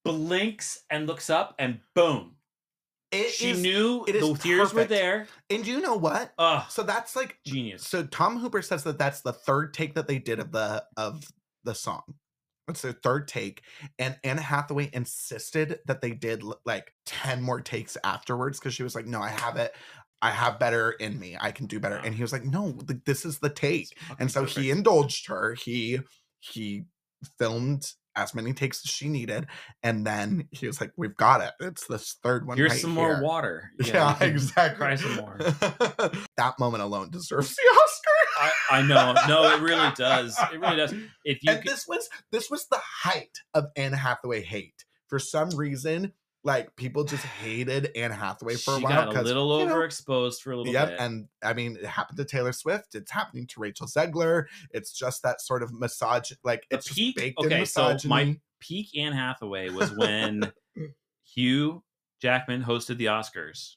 [SPEAKER 2] blinks and looks up and boom
[SPEAKER 1] it
[SPEAKER 2] she
[SPEAKER 1] is-
[SPEAKER 2] knew
[SPEAKER 1] it is
[SPEAKER 2] the tears were
[SPEAKER 1] perfect.
[SPEAKER 2] there
[SPEAKER 1] And you know what?
[SPEAKER 2] Ugh,
[SPEAKER 1] So that's like
[SPEAKER 2] genius
[SPEAKER 1] so Tom Hooper says that that's the third take that they did of the of the song. That's their third take, and Anna Hathaway insisted that they did l- like ten more takes afterwards because she was like, "No, I have it. I have better in me. I can do better."
[SPEAKER 2] Wow.
[SPEAKER 1] And he was like, "No, th- this is the take."
[SPEAKER 2] It's fucking
[SPEAKER 1] and so he
[SPEAKER 2] perfect.
[SPEAKER 1] indulged her he he filmed as many takes as she needed and then he was like we've got it it's this third one
[SPEAKER 2] here's
[SPEAKER 1] right
[SPEAKER 2] some more
[SPEAKER 1] here."
[SPEAKER 2] water
[SPEAKER 1] yeah,
[SPEAKER 2] you can
[SPEAKER 1] exactly
[SPEAKER 2] cry some more
[SPEAKER 1] that moment alone deserves the oscar
[SPEAKER 2] I, I know. No, it really does. It really does. If you
[SPEAKER 1] and
[SPEAKER 2] could,
[SPEAKER 1] this was this was the height of Anne Hathaway hate. For some reason, like people just hated Anne Hathaway for a
[SPEAKER 2] she
[SPEAKER 1] while
[SPEAKER 2] got a little
[SPEAKER 1] you know,
[SPEAKER 2] overexposed for a little
[SPEAKER 1] Yep,
[SPEAKER 2] bit.
[SPEAKER 1] and I mean, it happened to Taylor Swift. It's happening to Rachel Zegler. It's just that sort of massage, like
[SPEAKER 2] The
[SPEAKER 1] it's just
[SPEAKER 2] peak-
[SPEAKER 1] baked in
[SPEAKER 2] okay, so my-
[SPEAKER 1] misogyny.
[SPEAKER 2] Peak Anne Hathaway was when Hugh Jackman hosted the Oscars.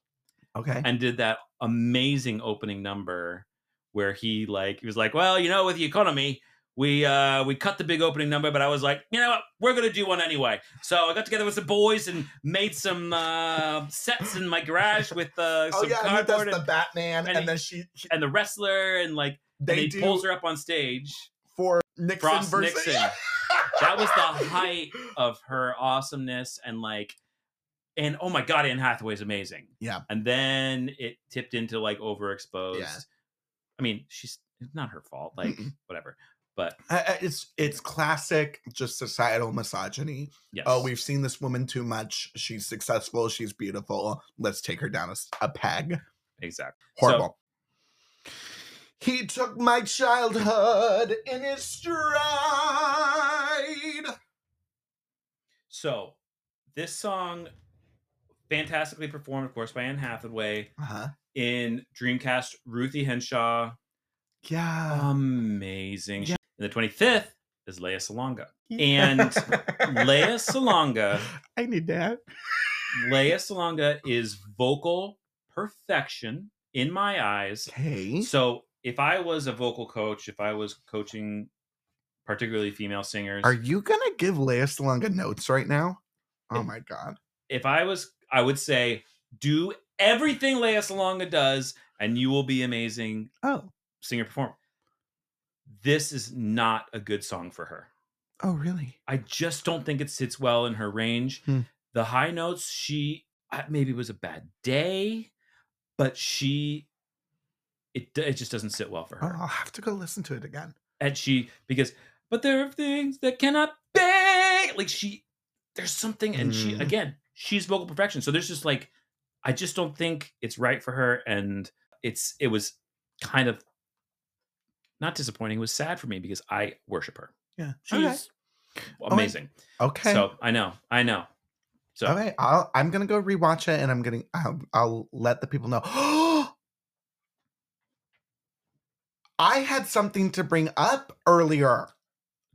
[SPEAKER 1] okay,
[SPEAKER 2] and did that amazing opening number where he like he was like, well, you know, with the economy, we uh we cut the big opening number, but I was like, you know what, we're gonna do one anyway. So I got together with some boys and made some uh sets in my garage with uh
[SPEAKER 1] oh
[SPEAKER 2] some
[SPEAKER 1] yeah, and he does
[SPEAKER 2] cardboard and,
[SPEAKER 1] the Batman,
[SPEAKER 2] and
[SPEAKER 1] and,
[SPEAKER 2] he-
[SPEAKER 1] then she, she-
[SPEAKER 2] and the wrestler and like
[SPEAKER 1] they,
[SPEAKER 2] and he
[SPEAKER 1] do
[SPEAKER 2] pulls her up on stage.
[SPEAKER 1] for Nixon
[SPEAKER 2] Frost
[SPEAKER 1] versus
[SPEAKER 2] Nixon. That was the height of her awesomeness and like and oh my god, Anne Hathaway's amazing.
[SPEAKER 1] Yeah.
[SPEAKER 2] And then it tipped into like overexposed.
[SPEAKER 1] Yeah.
[SPEAKER 2] I mean, she's it's not her fault, like
[SPEAKER 1] Mm-mm.
[SPEAKER 2] whatever. But
[SPEAKER 1] I- I- it's it's classic, just societal misogyny.
[SPEAKER 2] yes.
[SPEAKER 1] Oh, we've seen this woman too much. She's successful. She's beautiful. Let's take her down a, s- a peg.
[SPEAKER 2] exactly. So-
[SPEAKER 1] Horrible. he took my childhood in his stride.
[SPEAKER 2] So this song fantastically performed, of course, by Anne Hathaway
[SPEAKER 1] Uh huh.
[SPEAKER 2] in Dreamcast Ruthie Henshaw.
[SPEAKER 1] Yeah.
[SPEAKER 2] Amazing.
[SPEAKER 1] yeah.
[SPEAKER 2] And the 25th is Leia Salonga. And Leia Salonga
[SPEAKER 1] I need that.
[SPEAKER 2] Leia Salonga is vocal perfection in my eyes.
[SPEAKER 1] Okay.
[SPEAKER 2] So if I was a vocal coach, if I was coaching particularly female singers,
[SPEAKER 1] Are you gonna give Leia Salonga notes right now? Oh
[SPEAKER 2] It-
[SPEAKER 1] my god.
[SPEAKER 2] if I was, I would say, do everything Leia Salonga does, and you will be amazing
[SPEAKER 1] Oh.
[SPEAKER 2] singer performer. This is not a good song for her.
[SPEAKER 1] Oh really?
[SPEAKER 2] I just don't think it sits well in her range.
[SPEAKER 1] Hmm.
[SPEAKER 2] The high notes, she I- maybe it was a bad day, but she it d- it just doesn't sit well for
[SPEAKER 1] Oh,
[SPEAKER 2] her.
[SPEAKER 1] I'll have to go listen to it again.
[SPEAKER 2] And she because but there are things that cannot be like she there's something and she
[SPEAKER 1] Mm.
[SPEAKER 2] again she's vocal perfection. So there's just like I just don't think it's right for her and it's it was kind of not disappointing, it was sad for me because I worship her.
[SPEAKER 1] Yeah.
[SPEAKER 2] She's
[SPEAKER 1] I-
[SPEAKER 2] amazing.
[SPEAKER 1] Okay.
[SPEAKER 2] So I know, I know. So
[SPEAKER 1] All right, I'll, I'm gonna go rewatch it, and I'm gonna I'll, I'll let the people know. I had something to bring up earlier.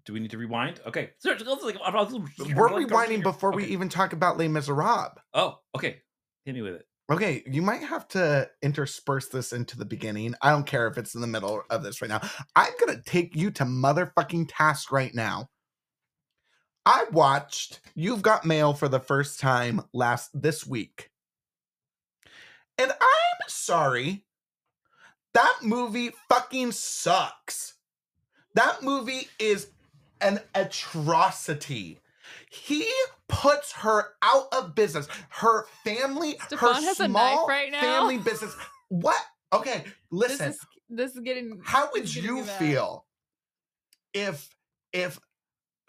[SPEAKER 2] do we need to rewind? Okay, we're
[SPEAKER 1] We're rewinding
[SPEAKER 2] rewinding
[SPEAKER 1] before we even talk about Les Miserables.
[SPEAKER 2] Oh, okay. Hit me with it.
[SPEAKER 1] Okay, you might have to intersperse this into the beginning. I don't care if it's in the middle of this right now. I'm gonna take you to motherfucking task right now. I watched You've Got Mail for the first time last this week. And I'm sorry. That movie fucking sucks. That movie is an atrocity. He puts her out of business. Her family, her
[SPEAKER 3] Stefan has a knife
[SPEAKER 1] small
[SPEAKER 3] right now.
[SPEAKER 1] family business. What? Okay,
[SPEAKER 3] This
[SPEAKER 1] listen.
[SPEAKER 3] is this is getting.
[SPEAKER 1] How would
[SPEAKER 3] it's gonna
[SPEAKER 1] you
[SPEAKER 3] be bad.
[SPEAKER 1] feel if if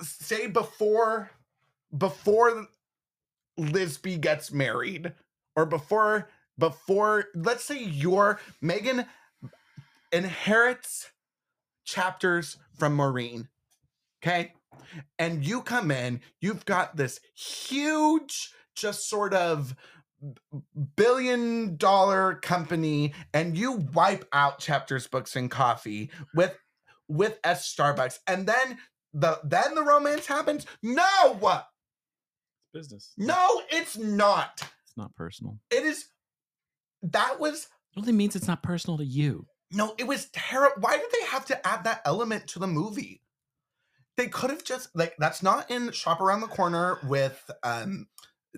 [SPEAKER 1] say before before Lisby gets married or before before let's say your Megan inherits chapters from Maureen. Okay? And you come in, you've got this huge just sort of billion dollar company and you wipe out chapters books and coffee with with s starbucks and then the then the romance happens no
[SPEAKER 2] Business.
[SPEAKER 1] no it's not
[SPEAKER 2] it's not personal.
[SPEAKER 1] it is that was
[SPEAKER 2] It only means it's not personal to you.
[SPEAKER 1] no it was terrible why did they have to add that element to the movie they could have just like that's not in shop around the corner with um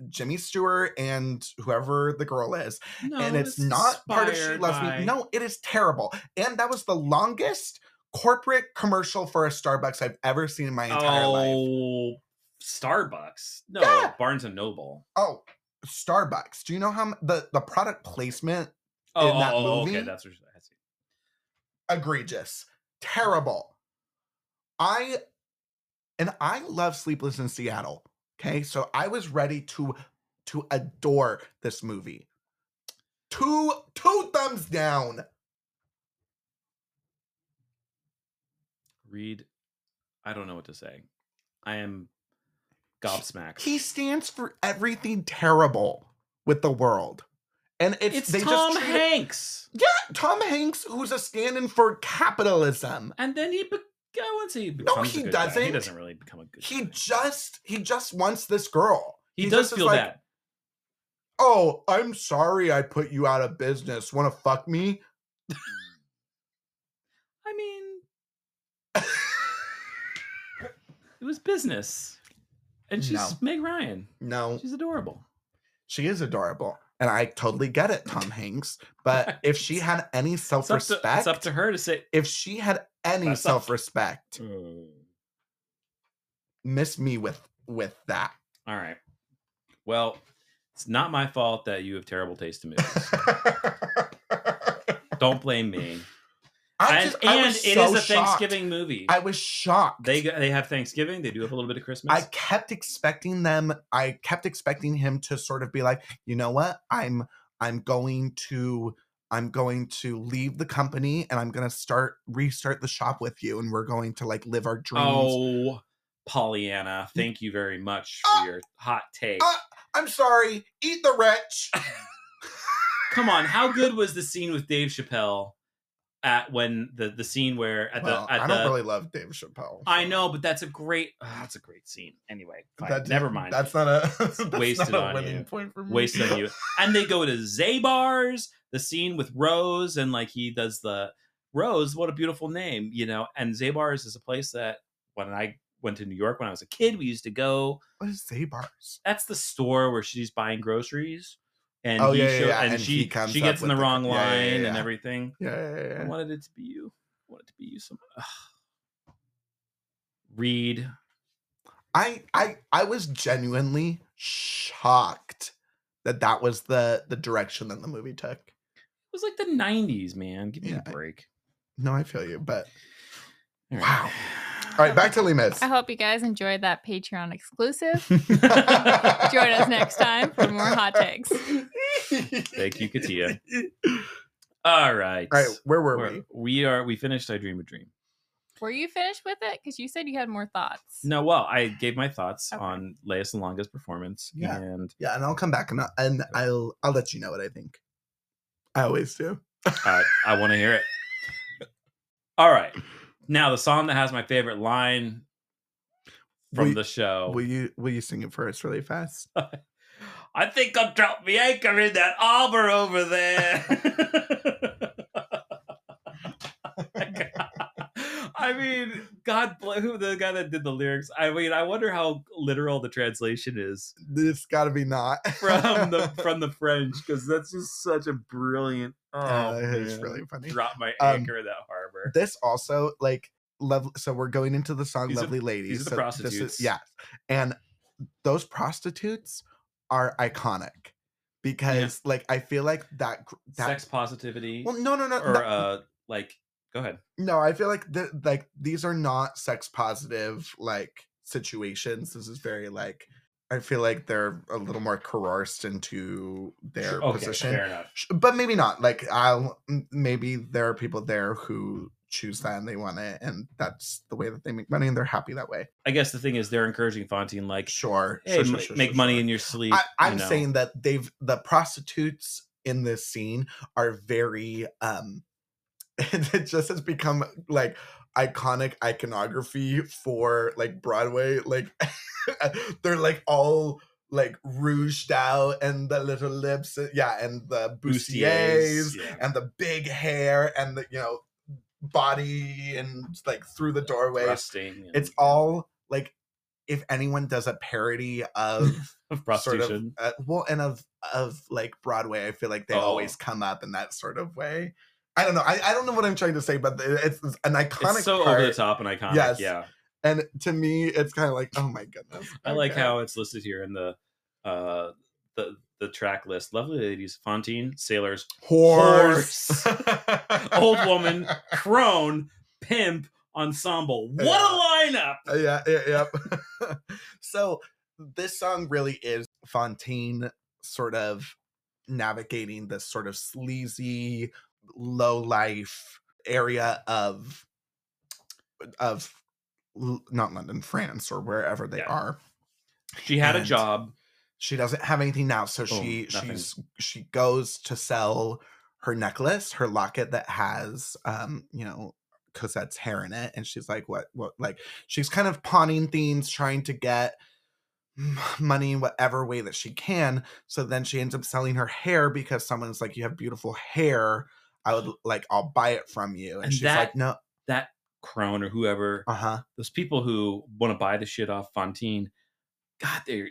[SPEAKER 1] jimmy stewart and whoever the girl is
[SPEAKER 2] No,
[SPEAKER 1] and it's not part of She
[SPEAKER 2] Oh, inspired
[SPEAKER 1] Loves
[SPEAKER 2] by-
[SPEAKER 1] Me. No, it is terrible. And that was the longest corporate commercial for a Starbucks I've ever seen in my entire life.
[SPEAKER 2] oh, Starbucks. No,
[SPEAKER 1] Yeah.
[SPEAKER 2] Barnes and Noble.
[SPEAKER 1] Oh, Starbucks. Do you know how m- the the product placement
[SPEAKER 2] Oh,
[SPEAKER 1] that
[SPEAKER 2] oh, oh, okay,
[SPEAKER 1] movie?
[SPEAKER 2] that's what you're- I see.
[SPEAKER 1] egregious, terrible. I and I love Sleepless in Seattle. Okay, so I was ready to to adore this movie. Two two thumbs down.
[SPEAKER 2] read. I don't know what to say. I am gobsmacked.
[SPEAKER 1] He stands for everything terrible with the world. And it's,
[SPEAKER 2] it's
[SPEAKER 1] they
[SPEAKER 2] Tom
[SPEAKER 1] just treat it-
[SPEAKER 2] Hanks,
[SPEAKER 1] Yeah, Tom Hanks, who's a stand-in for capitalism.
[SPEAKER 2] and then he. Be- I wouldn't say he
[SPEAKER 1] No,
[SPEAKER 2] becomes
[SPEAKER 1] he
[SPEAKER 2] a good guy. He
[SPEAKER 1] doesn't.
[SPEAKER 2] doesn't really become a good.
[SPEAKER 1] He
[SPEAKER 2] guy.
[SPEAKER 1] just he just wants this girl.
[SPEAKER 2] He,
[SPEAKER 1] he
[SPEAKER 2] does
[SPEAKER 1] just is
[SPEAKER 2] feel
[SPEAKER 1] like-
[SPEAKER 2] bad.
[SPEAKER 1] Oh, I'm sorry I put you out of business. Wanna fuck me?
[SPEAKER 2] I mean, it was business, and she's
[SPEAKER 1] No.
[SPEAKER 2] Meg Ryan.
[SPEAKER 1] No,
[SPEAKER 2] She's adorable.
[SPEAKER 1] she is adorable. And I totally get it, Tom Hanks. But if she had any
[SPEAKER 2] It's up, to,
[SPEAKER 1] self-respect,
[SPEAKER 2] it's up to her to say. "Hmm,
[SPEAKER 1] if she had any
[SPEAKER 2] That's up-
[SPEAKER 1] self-respect, miss me with with that.
[SPEAKER 2] All right. Well, it's not my fault that you have terrible taste in movies. Don't blame me.
[SPEAKER 1] I
[SPEAKER 2] And,
[SPEAKER 1] just, I
[SPEAKER 2] and it
[SPEAKER 1] was
[SPEAKER 2] is
[SPEAKER 1] so
[SPEAKER 2] a
[SPEAKER 1] shocked.
[SPEAKER 2] Thanksgiving movie.
[SPEAKER 1] I was shocked.
[SPEAKER 2] they g- they have Thanksgiving. They do have a little bit of
[SPEAKER 1] I
[SPEAKER 2] Christmas.
[SPEAKER 1] kept expecting them. I kept expecting him to sort of be like, you know what? I'm I'm going to I'm going to leave the company and I'm gonna start restart the shop with you and we're going to like live our dreams.
[SPEAKER 2] oh, Pollyanna, thank you very much for
[SPEAKER 1] Ah!
[SPEAKER 2] your hot take.
[SPEAKER 1] Ah! I'm sorry. Eat the rich.
[SPEAKER 2] Come on, how good was the scene with Dave Chappelle at when the the scene where at
[SPEAKER 1] well,
[SPEAKER 2] the at
[SPEAKER 1] I
[SPEAKER 2] the
[SPEAKER 1] don't really love Dave Chappelle.
[SPEAKER 2] I
[SPEAKER 1] so
[SPEAKER 2] know, but that's a great ah, that's a great scene. Anyway, fine,
[SPEAKER 1] that-
[SPEAKER 2] never mind.
[SPEAKER 1] That's not a that's
[SPEAKER 2] Wasted
[SPEAKER 1] not a
[SPEAKER 2] on
[SPEAKER 1] winning
[SPEAKER 2] you.
[SPEAKER 1] point for me.
[SPEAKER 2] waste on you. And they go to Zay bars. The scene with Rose and like he does the Rose. What a beautiful name, you know. And Zay bars is a place that when I went to New York when I was a kid, we used to go.
[SPEAKER 1] What is Zabars?
[SPEAKER 2] That's the store where she's buying groceries, and
[SPEAKER 1] Oh,
[SPEAKER 2] he
[SPEAKER 1] yeah, yeah,
[SPEAKER 2] show-
[SPEAKER 1] yeah,
[SPEAKER 2] and,
[SPEAKER 1] and
[SPEAKER 2] she
[SPEAKER 1] he comes
[SPEAKER 2] she
[SPEAKER 1] up
[SPEAKER 2] gets in
[SPEAKER 1] with
[SPEAKER 2] the
[SPEAKER 1] the-
[SPEAKER 2] wrong
[SPEAKER 1] yeah, yeah,
[SPEAKER 2] line
[SPEAKER 1] yeah,
[SPEAKER 2] and
[SPEAKER 1] yeah.
[SPEAKER 2] everything.
[SPEAKER 1] Yeah, yeah, yeah,
[SPEAKER 2] I
[SPEAKER 1] yeah.
[SPEAKER 2] wanted it to be you. I wanted it to be you. Some Ugh. read.
[SPEAKER 1] I I I was genuinely shocked that that was the the direction that the movie took.
[SPEAKER 2] It was like the '90s, man. Give me
[SPEAKER 1] Yeah,
[SPEAKER 2] a
[SPEAKER 1] I-
[SPEAKER 2] break.
[SPEAKER 1] No, I feel you, but
[SPEAKER 2] All
[SPEAKER 1] Wow. all right, back to Lee Miss.
[SPEAKER 3] I hope you guys enjoyed that Patreon exclusive.
[SPEAKER 2] Thank
[SPEAKER 3] Join us next time for more hot takes.
[SPEAKER 2] you, Katia. All right.
[SPEAKER 1] All right, where were
[SPEAKER 2] We're-
[SPEAKER 1] we?
[SPEAKER 2] we are we finished I Dream a Dream.
[SPEAKER 3] Were you finished with it? Because you said you had more thoughts.
[SPEAKER 2] No, well, I gave my thoughts
[SPEAKER 3] Okay.
[SPEAKER 2] on Lea Salonga's performance
[SPEAKER 1] Yeah.
[SPEAKER 2] and
[SPEAKER 1] Yeah, and I'll come back and I'll, and I'll I'll let you know what I think. I always do.
[SPEAKER 2] I, I want to hear it. All right. Now the song that has my favorite line from
[SPEAKER 1] Will-
[SPEAKER 2] the show.
[SPEAKER 1] Will you will you sing it for us really fast?
[SPEAKER 2] I think I'll drop me anchor in that arbor over there. I mean, God bless who the guy that did the lyrics. I mean, I wonder how literal the translation is
[SPEAKER 1] It's got to be not
[SPEAKER 2] from the from the French because that's just such a brilliant. Oh,
[SPEAKER 1] Uh, it's
[SPEAKER 2] man.
[SPEAKER 1] really funny.
[SPEAKER 2] Drop my
[SPEAKER 1] Um,
[SPEAKER 2] anchor in that harbor.
[SPEAKER 1] this also like love so we're going into the song
[SPEAKER 2] These are-
[SPEAKER 1] lovely ladies
[SPEAKER 2] are
[SPEAKER 1] so
[SPEAKER 2] the
[SPEAKER 1] this
[SPEAKER 2] prostitutes.
[SPEAKER 1] is, yeah and those prostitutes are iconic because like i feel like that gr- that
[SPEAKER 2] Sex positivity
[SPEAKER 1] well no no no
[SPEAKER 2] or
[SPEAKER 1] that-
[SPEAKER 2] uh, like. Go ahead.
[SPEAKER 1] no i feel like the like these are not sex positive like situations this is very like i feel like they're a little more coerced into their
[SPEAKER 2] okay,
[SPEAKER 1] position
[SPEAKER 2] fair enough.
[SPEAKER 1] Sh- but maybe not like i'll m- maybe there are people there who choose that and they want it and that's the way that they make money and they're happy that way
[SPEAKER 2] I guess the thing is, they're encouraging Fontaine like
[SPEAKER 1] sure,
[SPEAKER 2] hey,
[SPEAKER 1] sure,
[SPEAKER 2] m-
[SPEAKER 1] sure, sure,
[SPEAKER 2] make
[SPEAKER 1] sure,
[SPEAKER 2] money
[SPEAKER 1] sure.
[SPEAKER 2] in your sleep.
[SPEAKER 1] I,
[SPEAKER 2] you
[SPEAKER 1] i'm
[SPEAKER 2] know.
[SPEAKER 1] saying that they've the prostitutes in this scene are very um it just has become like iconic iconography for like broadway like they're like all like rouged out and the little lips uh, yeah and the bustiers
[SPEAKER 2] yeah.
[SPEAKER 1] and the big hair and the you know body and like through the doorway.
[SPEAKER 2] Thrusting and-
[SPEAKER 1] It's all like if anyone does a parody of
[SPEAKER 2] of
[SPEAKER 1] sort of
[SPEAKER 2] prostitution.
[SPEAKER 1] uh, well and of of like Broadway, I feel like they
[SPEAKER 2] Oh.
[SPEAKER 1] always come up in that sort of way. I don't know. I, I don't know what I'm trying to say, but it- it's it's an iconic
[SPEAKER 2] it's so
[SPEAKER 1] part.
[SPEAKER 2] over the top and iconic.
[SPEAKER 1] Yes.
[SPEAKER 2] Yeah,
[SPEAKER 1] And to me, it's kind of like, oh my goodness.
[SPEAKER 2] I like
[SPEAKER 1] okay.
[SPEAKER 2] how it's listed here in the uh the the track list. Lovely ladies, Fontaine, sailors,
[SPEAKER 1] horse,
[SPEAKER 2] old woman, crone, pimp, ensemble. What a lineup!
[SPEAKER 1] Uh, yeah, yeah, yep. so this song really is Fontaine sort of navigating this sort of sleazy, low life area of of L- not London, France, or wherever they
[SPEAKER 2] Yeah.
[SPEAKER 1] are.
[SPEAKER 2] She had a
[SPEAKER 1] And-
[SPEAKER 2] job.
[SPEAKER 1] She doesn't have anything now, so
[SPEAKER 2] Boom,
[SPEAKER 1] she
[SPEAKER 2] Oh, nothing.
[SPEAKER 1] she's she goes to sell her necklace, her locket that has um, you know, Cosette's hair in it, and she's like, what what like she's kind of pawning things, trying to get m- money in whatever way that she can. So then she ends up selling her hair because someone's like, You have beautiful hair. I would l- like I'll buy it from you. And,
[SPEAKER 2] And
[SPEAKER 1] she's like,
[SPEAKER 2] that-
[SPEAKER 1] No,
[SPEAKER 2] That crone or whoever,
[SPEAKER 1] uh-huh.
[SPEAKER 2] those people who want to buy the shit off Fontaine, God, they're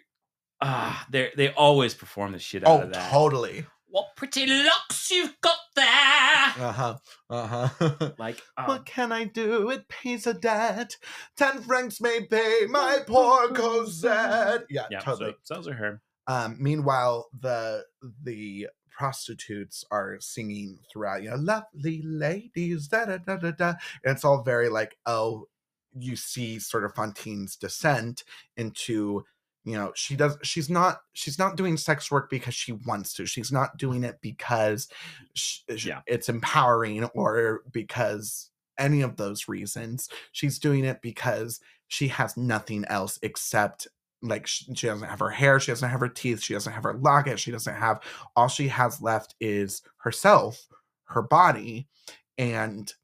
[SPEAKER 2] ah, they they always perform the shit out
[SPEAKER 1] Oh,
[SPEAKER 2] of that.
[SPEAKER 1] totally.
[SPEAKER 2] What pretty looks you've got there!
[SPEAKER 1] Uh-huh. Uh-huh.
[SPEAKER 2] Like, um,
[SPEAKER 1] What can I do? It pays a debt. Ten francs may pay my poor Cosette. Yeah,
[SPEAKER 2] yeah,
[SPEAKER 1] totally.
[SPEAKER 2] so sells her hair.
[SPEAKER 1] Um, meanwhile, the the prostitutes are singing throughout. You know, lovely ladies. Da da da da da. And it's all very like, oh, you see, sort of Fontaine's descent into. You know, she does. She's not. She's not doing sex work because she wants to. She's not doing it because sh sh-
[SPEAKER 2] Yeah.
[SPEAKER 1] it's empowering or because any of those reasons. She's doing it because she has nothing else except like sh- she doesn't have her hair she doesn't have her teeth she doesn't have her locket she doesn't have all she has left is herself her body and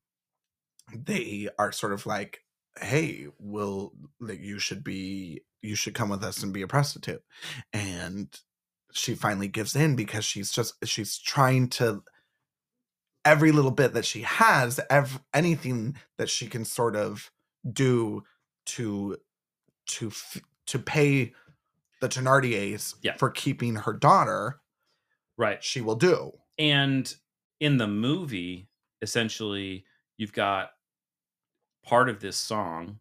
[SPEAKER 1] they are sort of like hey will like you should be you should come with us and be a prostitute and she finally gives in because she's just she's trying to every little bit that she has ev- anything that she can sort of do to to f- to pay the Thenardiers
[SPEAKER 2] Yeah.
[SPEAKER 1] for keeping her daughter,
[SPEAKER 2] Right.
[SPEAKER 1] she will do.
[SPEAKER 2] And in the movie, essentially, you've got part of this song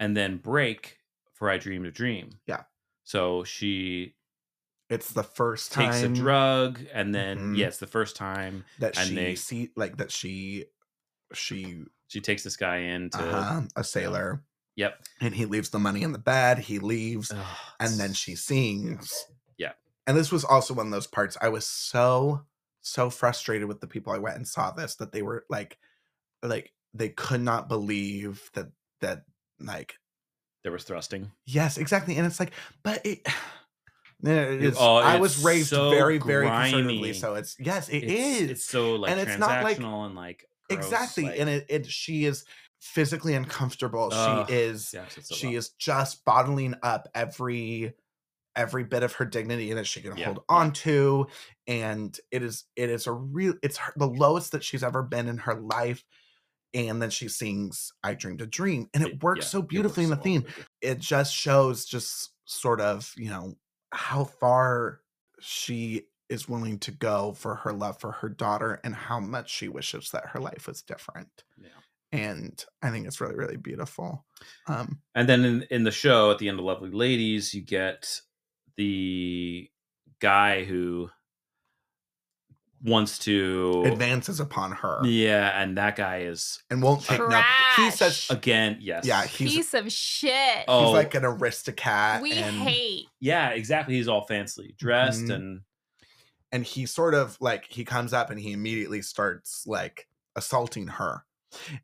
[SPEAKER 2] and then break for I Dreamed a Dream.
[SPEAKER 1] Yeah.
[SPEAKER 2] So she
[SPEAKER 1] It's the first
[SPEAKER 2] takes
[SPEAKER 1] time
[SPEAKER 2] a drug and then,
[SPEAKER 1] Mhm.
[SPEAKER 2] yes, the first time
[SPEAKER 1] that
[SPEAKER 2] and
[SPEAKER 1] she
[SPEAKER 2] they-
[SPEAKER 1] see like that she she
[SPEAKER 2] she takes this guy in to,
[SPEAKER 1] uh a sailor
[SPEAKER 2] yep.
[SPEAKER 1] and he leaves the money in the bed, he leaves
[SPEAKER 2] Ugh,
[SPEAKER 1] and then
[SPEAKER 2] it's-
[SPEAKER 1] she sings.
[SPEAKER 2] Uh, Yeah.
[SPEAKER 1] And this was also one of those parts I was so so frustrated with the people I went and saw this that they were like like they could not believe that that like
[SPEAKER 2] there was thrusting.
[SPEAKER 1] Yes, exactly. And it's like, but it. No, it is-
[SPEAKER 2] oh,
[SPEAKER 1] I was
[SPEAKER 2] it's
[SPEAKER 1] raised
[SPEAKER 2] so
[SPEAKER 1] very, very conservatively,
[SPEAKER 2] grimy.
[SPEAKER 1] so it's yes, it
[SPEAKER 2] it's,
[SPEAKER 1] is
[SPEAKER 2] It's so like
[SPEAKER 1] And
[SPEAKER 2] transactional
[SPEAKER 1] it's not, like-
[SPEAKER 2] and like gross,
[SPEAKER 1] exactly,
[SPEAKER 2] like-
[SPEAKER 1] and it, it she is physically uncomfortable.
[SPEAKER 2] Ugh,
[SPEAKER 1] she is
[SPEAKER 2] yeah, it's so
[SPEAKER 1] she
[SPEAKER 2] rough.
[SPEAKER 1] is just bottling up every every bit of her dignity that she can
[SPEAKER 2] Yeah,
[SPEAKER 1] hold
[SPEAKER 2] yeah.
[SPEAKER 1] on to, and it is it is a real it's her, the lowest that she's ever been in her life. And then she sings "I Dreamed a Dream," and it works
[SPEAKER 2] yeah,
[SPEAKER 1] so beautifully
[SPEAKER 2] works
[SPEAKER 1] in the
[SPEAKER 2] so
[SPEAKER 1] theme.
[SPEAKER 2] awkwardly.
[SPEAKER 1] it just shows just sort of you know how far she is willing to go for her love for her daughter and how much she wishes that her life was different
[SPEAKER 2] Yeah.
[SPEAKER 1] and i think it's really really beautiful um
[SPEAKER 2] And then in, in the show at the end of Lovely Ladies, you get the guy who wants to
[SPEAKER 1] advances upon her
[SPEAKER 2] Yeah, and that guy is
[SPEAKER 1] and won't take no he says
[SPEAKER 3] Trash.
[SPEAKER 2] again, yes.
[SPEAKER 1] yeah he's he's
[SPEAKER 3] Piece of shit.
[SPEAKER 2] Oh,
[SPEAKER 1] like an aristocrat
[SPEAKER 3] we
[SPEAKER 1] and,
[SPEAKER 3] hate.
[SPEAKER 2] Yeah, exactly. He's all fancy dressed
[SPEAKER 1] Mhm.
[SPEAKER 2] and
[SPEAKER 1] and he sort of like he comes up and he immediately starts like assaulting her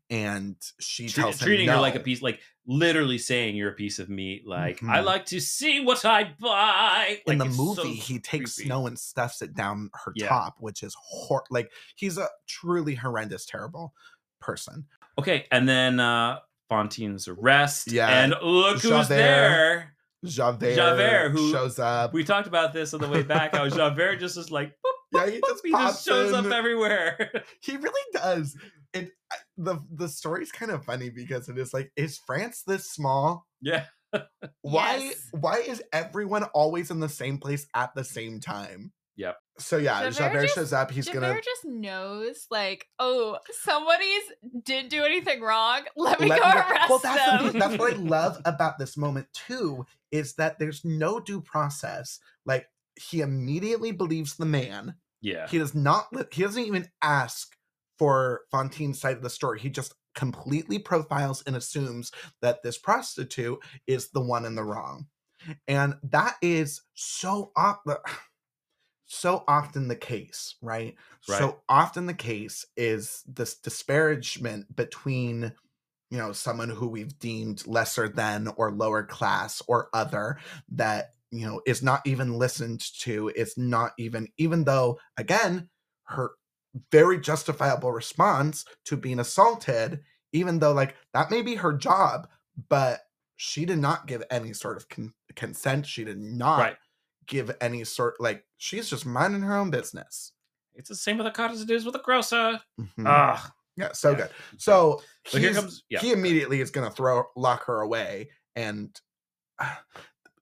[SPEAKER 1] and she
[SPEAKER 2] tre-
[SPEAKER 1] tells him
[SPEAKER 2] treating her like a
[SPEAKER 1] no.
[SPEAKER 2] piece like literally saying you're a piece of meat. Like, I
[SPEAKER 1] Mhm.
[SPEAKER 2] like to see what I buy.
[SPEAKER 1] in
[SPEAKER 2] Like,
[SPEAKER 1] the
[SPEAKER 2] it's so
[SPEAKER 1] movie he takes
[SPEAKER 2] creepy.
[SPEAKER 1] snow and stuffs it down her
[SPEAKER 2] Yeah.
[SPEAKER 1] top which is hor- like he's a truly horrendous terrible person
[SPEAKER 2] Okay, and then uh Fontaine's arrest.
[SPEAKER 1] Yeah,
[SPEAKER 2] And look who's
[SPEAKER 1] Javert.
[SPEAKER 2] there.
[SPEAKER 1] javert,
[SPEAKER 2] Javert, who-
[SPEAKER 1] shows up
[SPEAKER 2] We talked about this on the way back. How Javert just is like, boop,
[SPEAKER 1] yeah
[SPEAKER 2] boop,
[SPEAKER 1] he
[SPEAKER 2] boop,
[SPEAKER 1] just
[SPEAKER 2] he
[SPEAKER 1] pops
[SPEAKER 2] just shows up
[SPEAKER 1] in.
[SPEAKER 2] everywhere.
[SPEAKER 1] he really does and I- the the story's kind of funny because it is like is france this small
[SPEAKER 2] yeah,
[SPEAKER 1] why
[SPEAKER 3] Yes.
[SPEAKER 1] why is everyone always in the same place at the same time
[SPEAKER 2] Yep.
[SPEAKER 1] so yeah javert,
[SPEAKER 3] Javert just-
[SPEAKER 1] shows up he's
[SPEAKER 3] Javert
[SPEAKER 1] gonna
[SPEAKER 3] just knows, like, oh, somebody's didn't do anything wrong. Let me
[SPEAKER 1] let
[SPEAKER 3] go
[SPEAKER 1] me know-
[SPEAKER 3] arrest
[SPEAKER 1] well, that's
[SPEAKER 3] them.
[SPEAKER 1] The, thing- that's what I love about this moment too is that there's no due process. Like he immediately believes the man.
[SPEAKER 2] yeah.
[SPEAKER 1] He does not. Li- he doesn't even ask for Fontaine's side of the story. He just completely profiles and assumes that this prostitute is the one in the wrong, and that is so op- uh, so often the case, right?
[SPEAKER 2] Right.
[SPEAKER 1] So often the case is this disparagement between you know someone who we've deemed lesser than or lower class or other that you know is not even listened to is not even even though again her very justifiable response to being assaulted even though like that may be her job but she did not give any sort of con- consent she did not
[SPEAKER 2] Right.
[SPEAKER 1] give any sort like she's just minding her own business
[SPEAKER 2] It's the same with the cot as it is with the grocer.
[SPEAKER 1] Mhm.
[SPEAKER 2] Ah,
[SPEAKER 1] yeah so
[SPEAKER 2] yeah.
[SPEAKER 1] good so
[SPEAKER 2] so here
[SPEAKER 1] he's-
[SPEAKER 2] comes yeah.
[SPEAKER 1] he immediately is going to throw lock her away and uh,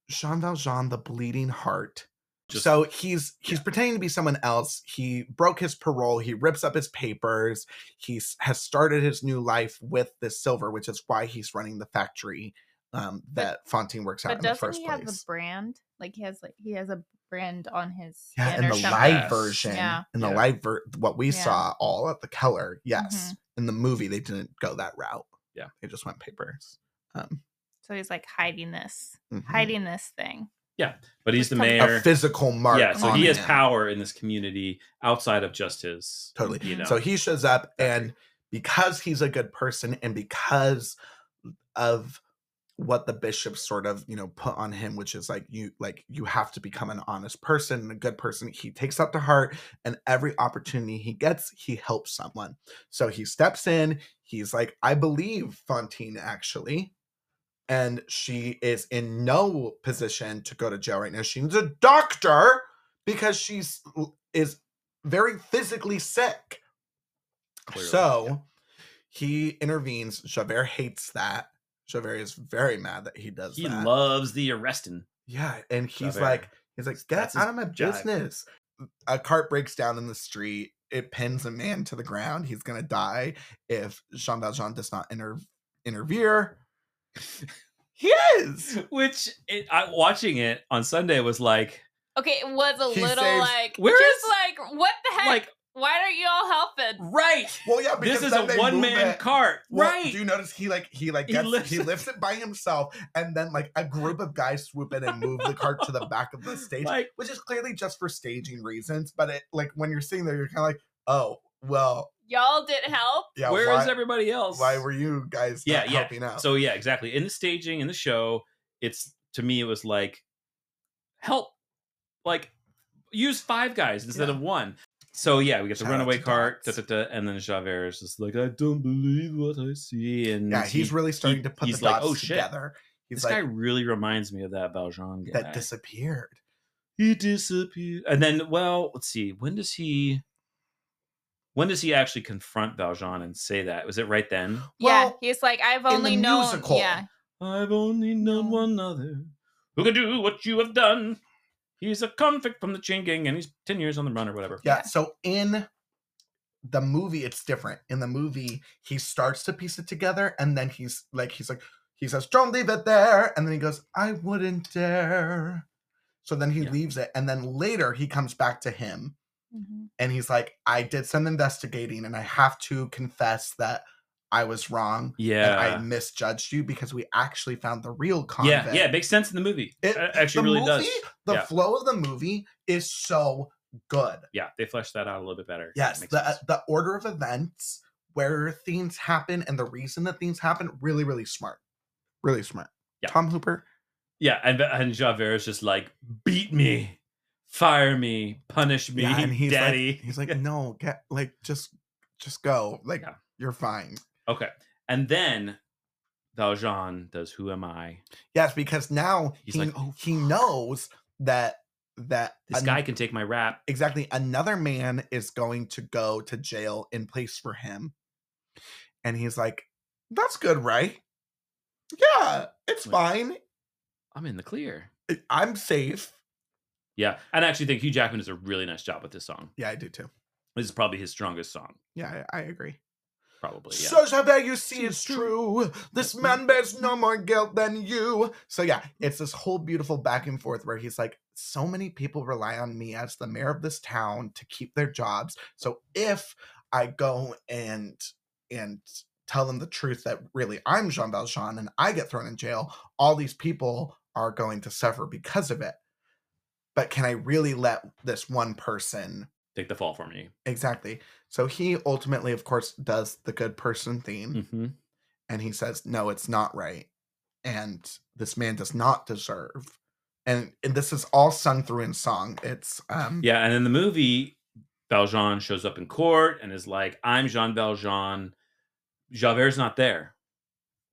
[SPEAKER 1] Jean Valjean the bleeding heart
[SPEAKER 2] Just-
[SPEAKER 1] so he's he's pretending to be someone else he broke his parole he rips up his papers he's has started his new life with this silver which is why he's running the factory um,
[SPEAKER 3] But-
[SPEAKER 1] that Fontaine works out
[SPEAKER 3] But
[SPEAKER 1] in the
[SPEAKER 3] doesn't
[SPEAKER 1] first
[SPEAKER 3] he
[SPEAKER 1] place
[SPEAKER 3] have a brand? Like he has like he has a brand on his
[SPEAKER 1] yeah,
[SPEAKER 3] skin
[SPEAKER 1] in
[SPEAKER 3] or
[SPEAKER 1] the
[SPEAKER 3] something.
[SPEAKER 1] live
[SPEAKER 2] Yes.
[SPEAKER 1] version,
[SPEAKER 3] Yeah.
[SPEAKER 1] in the
[SPEAKER 2] Yeah.
[SPEAKER 1] live ver- what we
[SPEAKER 3] Yeah.
[SPEAKER 1] saw all at the color, yes. In the movie, they didn't go that route.
[SPEAKER 2] Yeah.
[SPEAKER 1] they just went papers. Um,
[SPEAKER 3] So he's like hiding this,
[SPEAKER 1] mhm.
[SPEAKER 3] hiding this thing.
[SPEAKER 2] but he's the
[SPEAKER 3] Just come-
[SPEAKER 2] mayor.
[SPEAKER 1] a physical mark.
[SPEAKER 2] Yeah, so
[SPEAKER 1] on
[SPEAKER 2] he has
[SPEAKER 1] him.
[SPEAKER 2] power in this community outside of just his.
[SPEAKER 1] Totally.
[SPEAKER 2] You know,
[SPEAKER 1] So he shows up, and because he's a good person, and because of what the bishop sort of you know put on him, which is like you like you have to become an honest person and a good person. He takes that to heart, and every opportunity he gets, he helps someone. So he steps in. He's like, I believe Fontaine actually. And she is in no position to go to jail right now. She needs a doctor because she's is very physically sick.
[SPEAKER 2] clearly.
[SPEAKER 1] so he intervenes. Javert hates that. Javert is very mad that he does
[SPEAKER 2] he
[SPEAKER 1] that.
[SPEAKER 2] loves the arresting.
[SPEAKER 1] yeah, and he's
[SPEAKER 2] Javert.
[SPEAKER 1] like, he's like, get
[SPEAKER 2] That's his
[SPEAKER 1] out of my
[SPEAKER 2] job."
[SPEAKER 1] business. A cart breaks down in the street. It pins a man to the ground. He's gonna die if Jean Valjean does not inter- intervene. he is.
[SPEAKER 2] Which it, I, watching it on Sunday was like,
[SPEAKER 3] Okay, it was a
[SPEAKER 1] He
[SPEAKER 3] little
[SPEAKER 1] saves-
[SPEAKER 3] like
[SPEAKER 2] Where
[SPEAKER 3] just
[SPEAKER 2] is-
[SPEAKER 3] like what the heck?
[SPEAKER 2] like
[SPEAKER 3] Why aren't you all helping?
[SPEAKER 2] right.
[SPEAKER 1] Well, yeah, because
[SPEAKER 2] This is
[SPEAKER 1] then
[SPEAKER 2] a
[SPEAKER 1] they
[SPEAKER 2] one
[SPEAKER 1] move
[SPEAKER 2] man
[SPEAKER 1] it-
[SPEAKER 2] cart,
[SPEAKER 1] Well,
[SPEAKER 2] right?
[SPEAKER 1] Do you notice he like he like
[SPEAKER 2] He
[SPEAKER 1] gets, he,
[SPEAKER 2] lifts
[SPEAKER 1] lifts,
[SPEAKER 2] it.
[SPEAKER 1] it by himself, and then like a group of guys swoop in and move the cart to the back of the stage,
[SPEAKER 2] like
[SPEAKER 1] which is clearly just for staging reasons. But it like when you're sitting there, you're kind of like, oh well,
[SPEAKER 3] Y'all didn't help.
[SPEAKER 1] yeah.
[SPEAKER 2] where is
[SPEAKER 1] why,
[SPEAKER 2] everybody else?
[SPEAKER 1] why were you guys
[SPEAKER 2] Yeah,
[SPEAKER 1] not
[SPEAKER 2] yeah.
[SPEAKER 1] helping out?
[SPEAKER 2] So yeah, exactly. In the staging, in the show, it's to me it was like help, like use five guys instead
[SPEAKER 1] Yeah.
[SPEAKER 2] of one. So yeah, we get the
[SPEAKER 1] Shout out
[SPEAKER 2] runaway
[SPEAKER 1] to
[SPEAKER 2] cart, da,
[SPEAKER 1] Dots.
[SPEAKER 2] da, da, and then Javert is just like, I don't believe what I see, and
[SPEAKER 1] yeah, he's
[SPEAKER 2] he-
[SPEAKER 1] really starting
[SPEAKER 2] he-
[SPEAKER 1] to put the
[SPEAKER 2] he's
[SPEAKER 1] dots
[SPEAKER 2] like, "Oh, shit."
[SPEAKER 1] together. He's
[SPEAKER 2] this guy
[SPEAKER 1] like
[SPEAKER 2] really reminds me of that Valjean guy.
[SPEAKER 1] that disappeared.
[SPEAKER 2] he disappeared, and then well, let's see, when does he? When does he actually confront Valjean and say that? Was it right then?
[SPEAKER 3] yeah,
[SPEAKER 1] Well,
[SPEAKER 3] he's like I've
[SPEAKER 1] the
[SPEAKER 3] only known.
[SPEAKER 1] musical,
[SPEAKER 3] yeah,
[SPEAKER 2] I've only
[SPEAKER 3] No.
[SPEAKER 2] known one other who can do what you have done. He's a convict from the chain gang and he's 10 years on the run or whatever.
[SPEAKER 1] Yeah.
[SPEAKER 3] Yeah.
[SPEAKER 1] So in the movie, it's different. In the movie, he starts to piece it together, and then he's like, he's like, he says, "Don't leave it there," and then he goes, "I wouldn't dare." So then he
[SPEAKER 2] Yeah.
[SPEAKER 1] leaves it, and then later he comes back to him,
[SPEAKER 3] Mm-hmm.
[SPEAKER 1] and he's like, "I did some investigating, and I have to confess that I was wrong." And I
[SPEAKER 2] Yeah.
[SPEAKER 1] misjudged you because we actually found the real convict.
[SPEAKER 2] Yeah. Yeah. It makes sense in the movie. It,
[SPEAKER 1] It-
[SPEAKER 2] actually really does.
[SPEAKER 1] The
[SPEAKER 2] Yeah.
[SPEAKER 1] flow of the movie is so good.
[SPEAKER 2] Yeah. They flesh that out a little bit better.
[SPEAKER 1] Yes,
[SPEAKER 2] Makes
[SPEAKER 1] the
[SPEAKER 2] sense.
[SPEAKER 1] the order of events where things happen and the reason that things happen really really smart, really smart.
[SPEAKER 2] Yeah.
[SPEAKER 1] Tom Hooper.
[SPEAKER 2] yeah. And, and Javert is just like, beat me, fire me, punish me,
[SPEAKER 1] Yeah, and he's like-
[SPEAKER 2] daddy.
[SPEAKER 1] He's like, no, get like just just go. Like
[SPEAKER 2] Yeah.
[SPEAKER 1] you're fine.
[SPEAKER 2] okay. And then Valjean does Who Am I?
[SPEAKER 1] Yes, because now
[SPEAKER 2] He's
[SPEAKER 1] he
[SPEAKER 2] like, "Oh,
[SPEAKER 1] he knows that that
[SPEAKER 2] This
[SPEAKER 1] an-
[SPEAKER 2] guy can take my rap.
[SPEAKER 1] exactly another man is going to go to jail in place for him, and he's like, that's good, right? Yeah, it's
[SPEAKER 2] Like-
[SPEAKER 1] fine.
[SPEAKER 2] I'm in the clear.
[SPEAKER 1] I- I'm safe.
[SPEAKER 2] Yeah. And I actually think Hugh Jackman does a really nice job with this song.
[SPEAKER 1] Yeah, I do too.
[SPEAKER 2] This is probably his strongest song.
[SPEAKER 1] Yeah, I, I agree.
[SPEAKER 2] probably. Yeah.
[SPEAKER 1] So shall there you see
[SPEAKER 2] See
[SPEAKER 1] it's
[SPEAKER 2] it's
[SPEAKER 1] true. This man bears no more guilt than you. So yeah, it's this whole beautiful back and forth where he's like, so many people rely on me as the mayor of this town to keep their jobs. So if I go and and tell them the truth that really I'm Jean Valjean and I get thrown in jail, all these people are going to suffer because of it. But can I really let this one person
[SPEAKER 2] Take the fall for me.
[SPEAKER 1] Exactly. So he ultimately, of course, does the good person theme.
[SPEAKER 2] Mm-hmm.
[SPEAKER 1] and he says, "No, it's not right." And this man does not deserve. And, and this is all sung through in song. It's um
[SPEAKER 2] Yeah, and in the movie, Valjean shows up in court and is like, "I'm Jean Valjean." Javert's not there,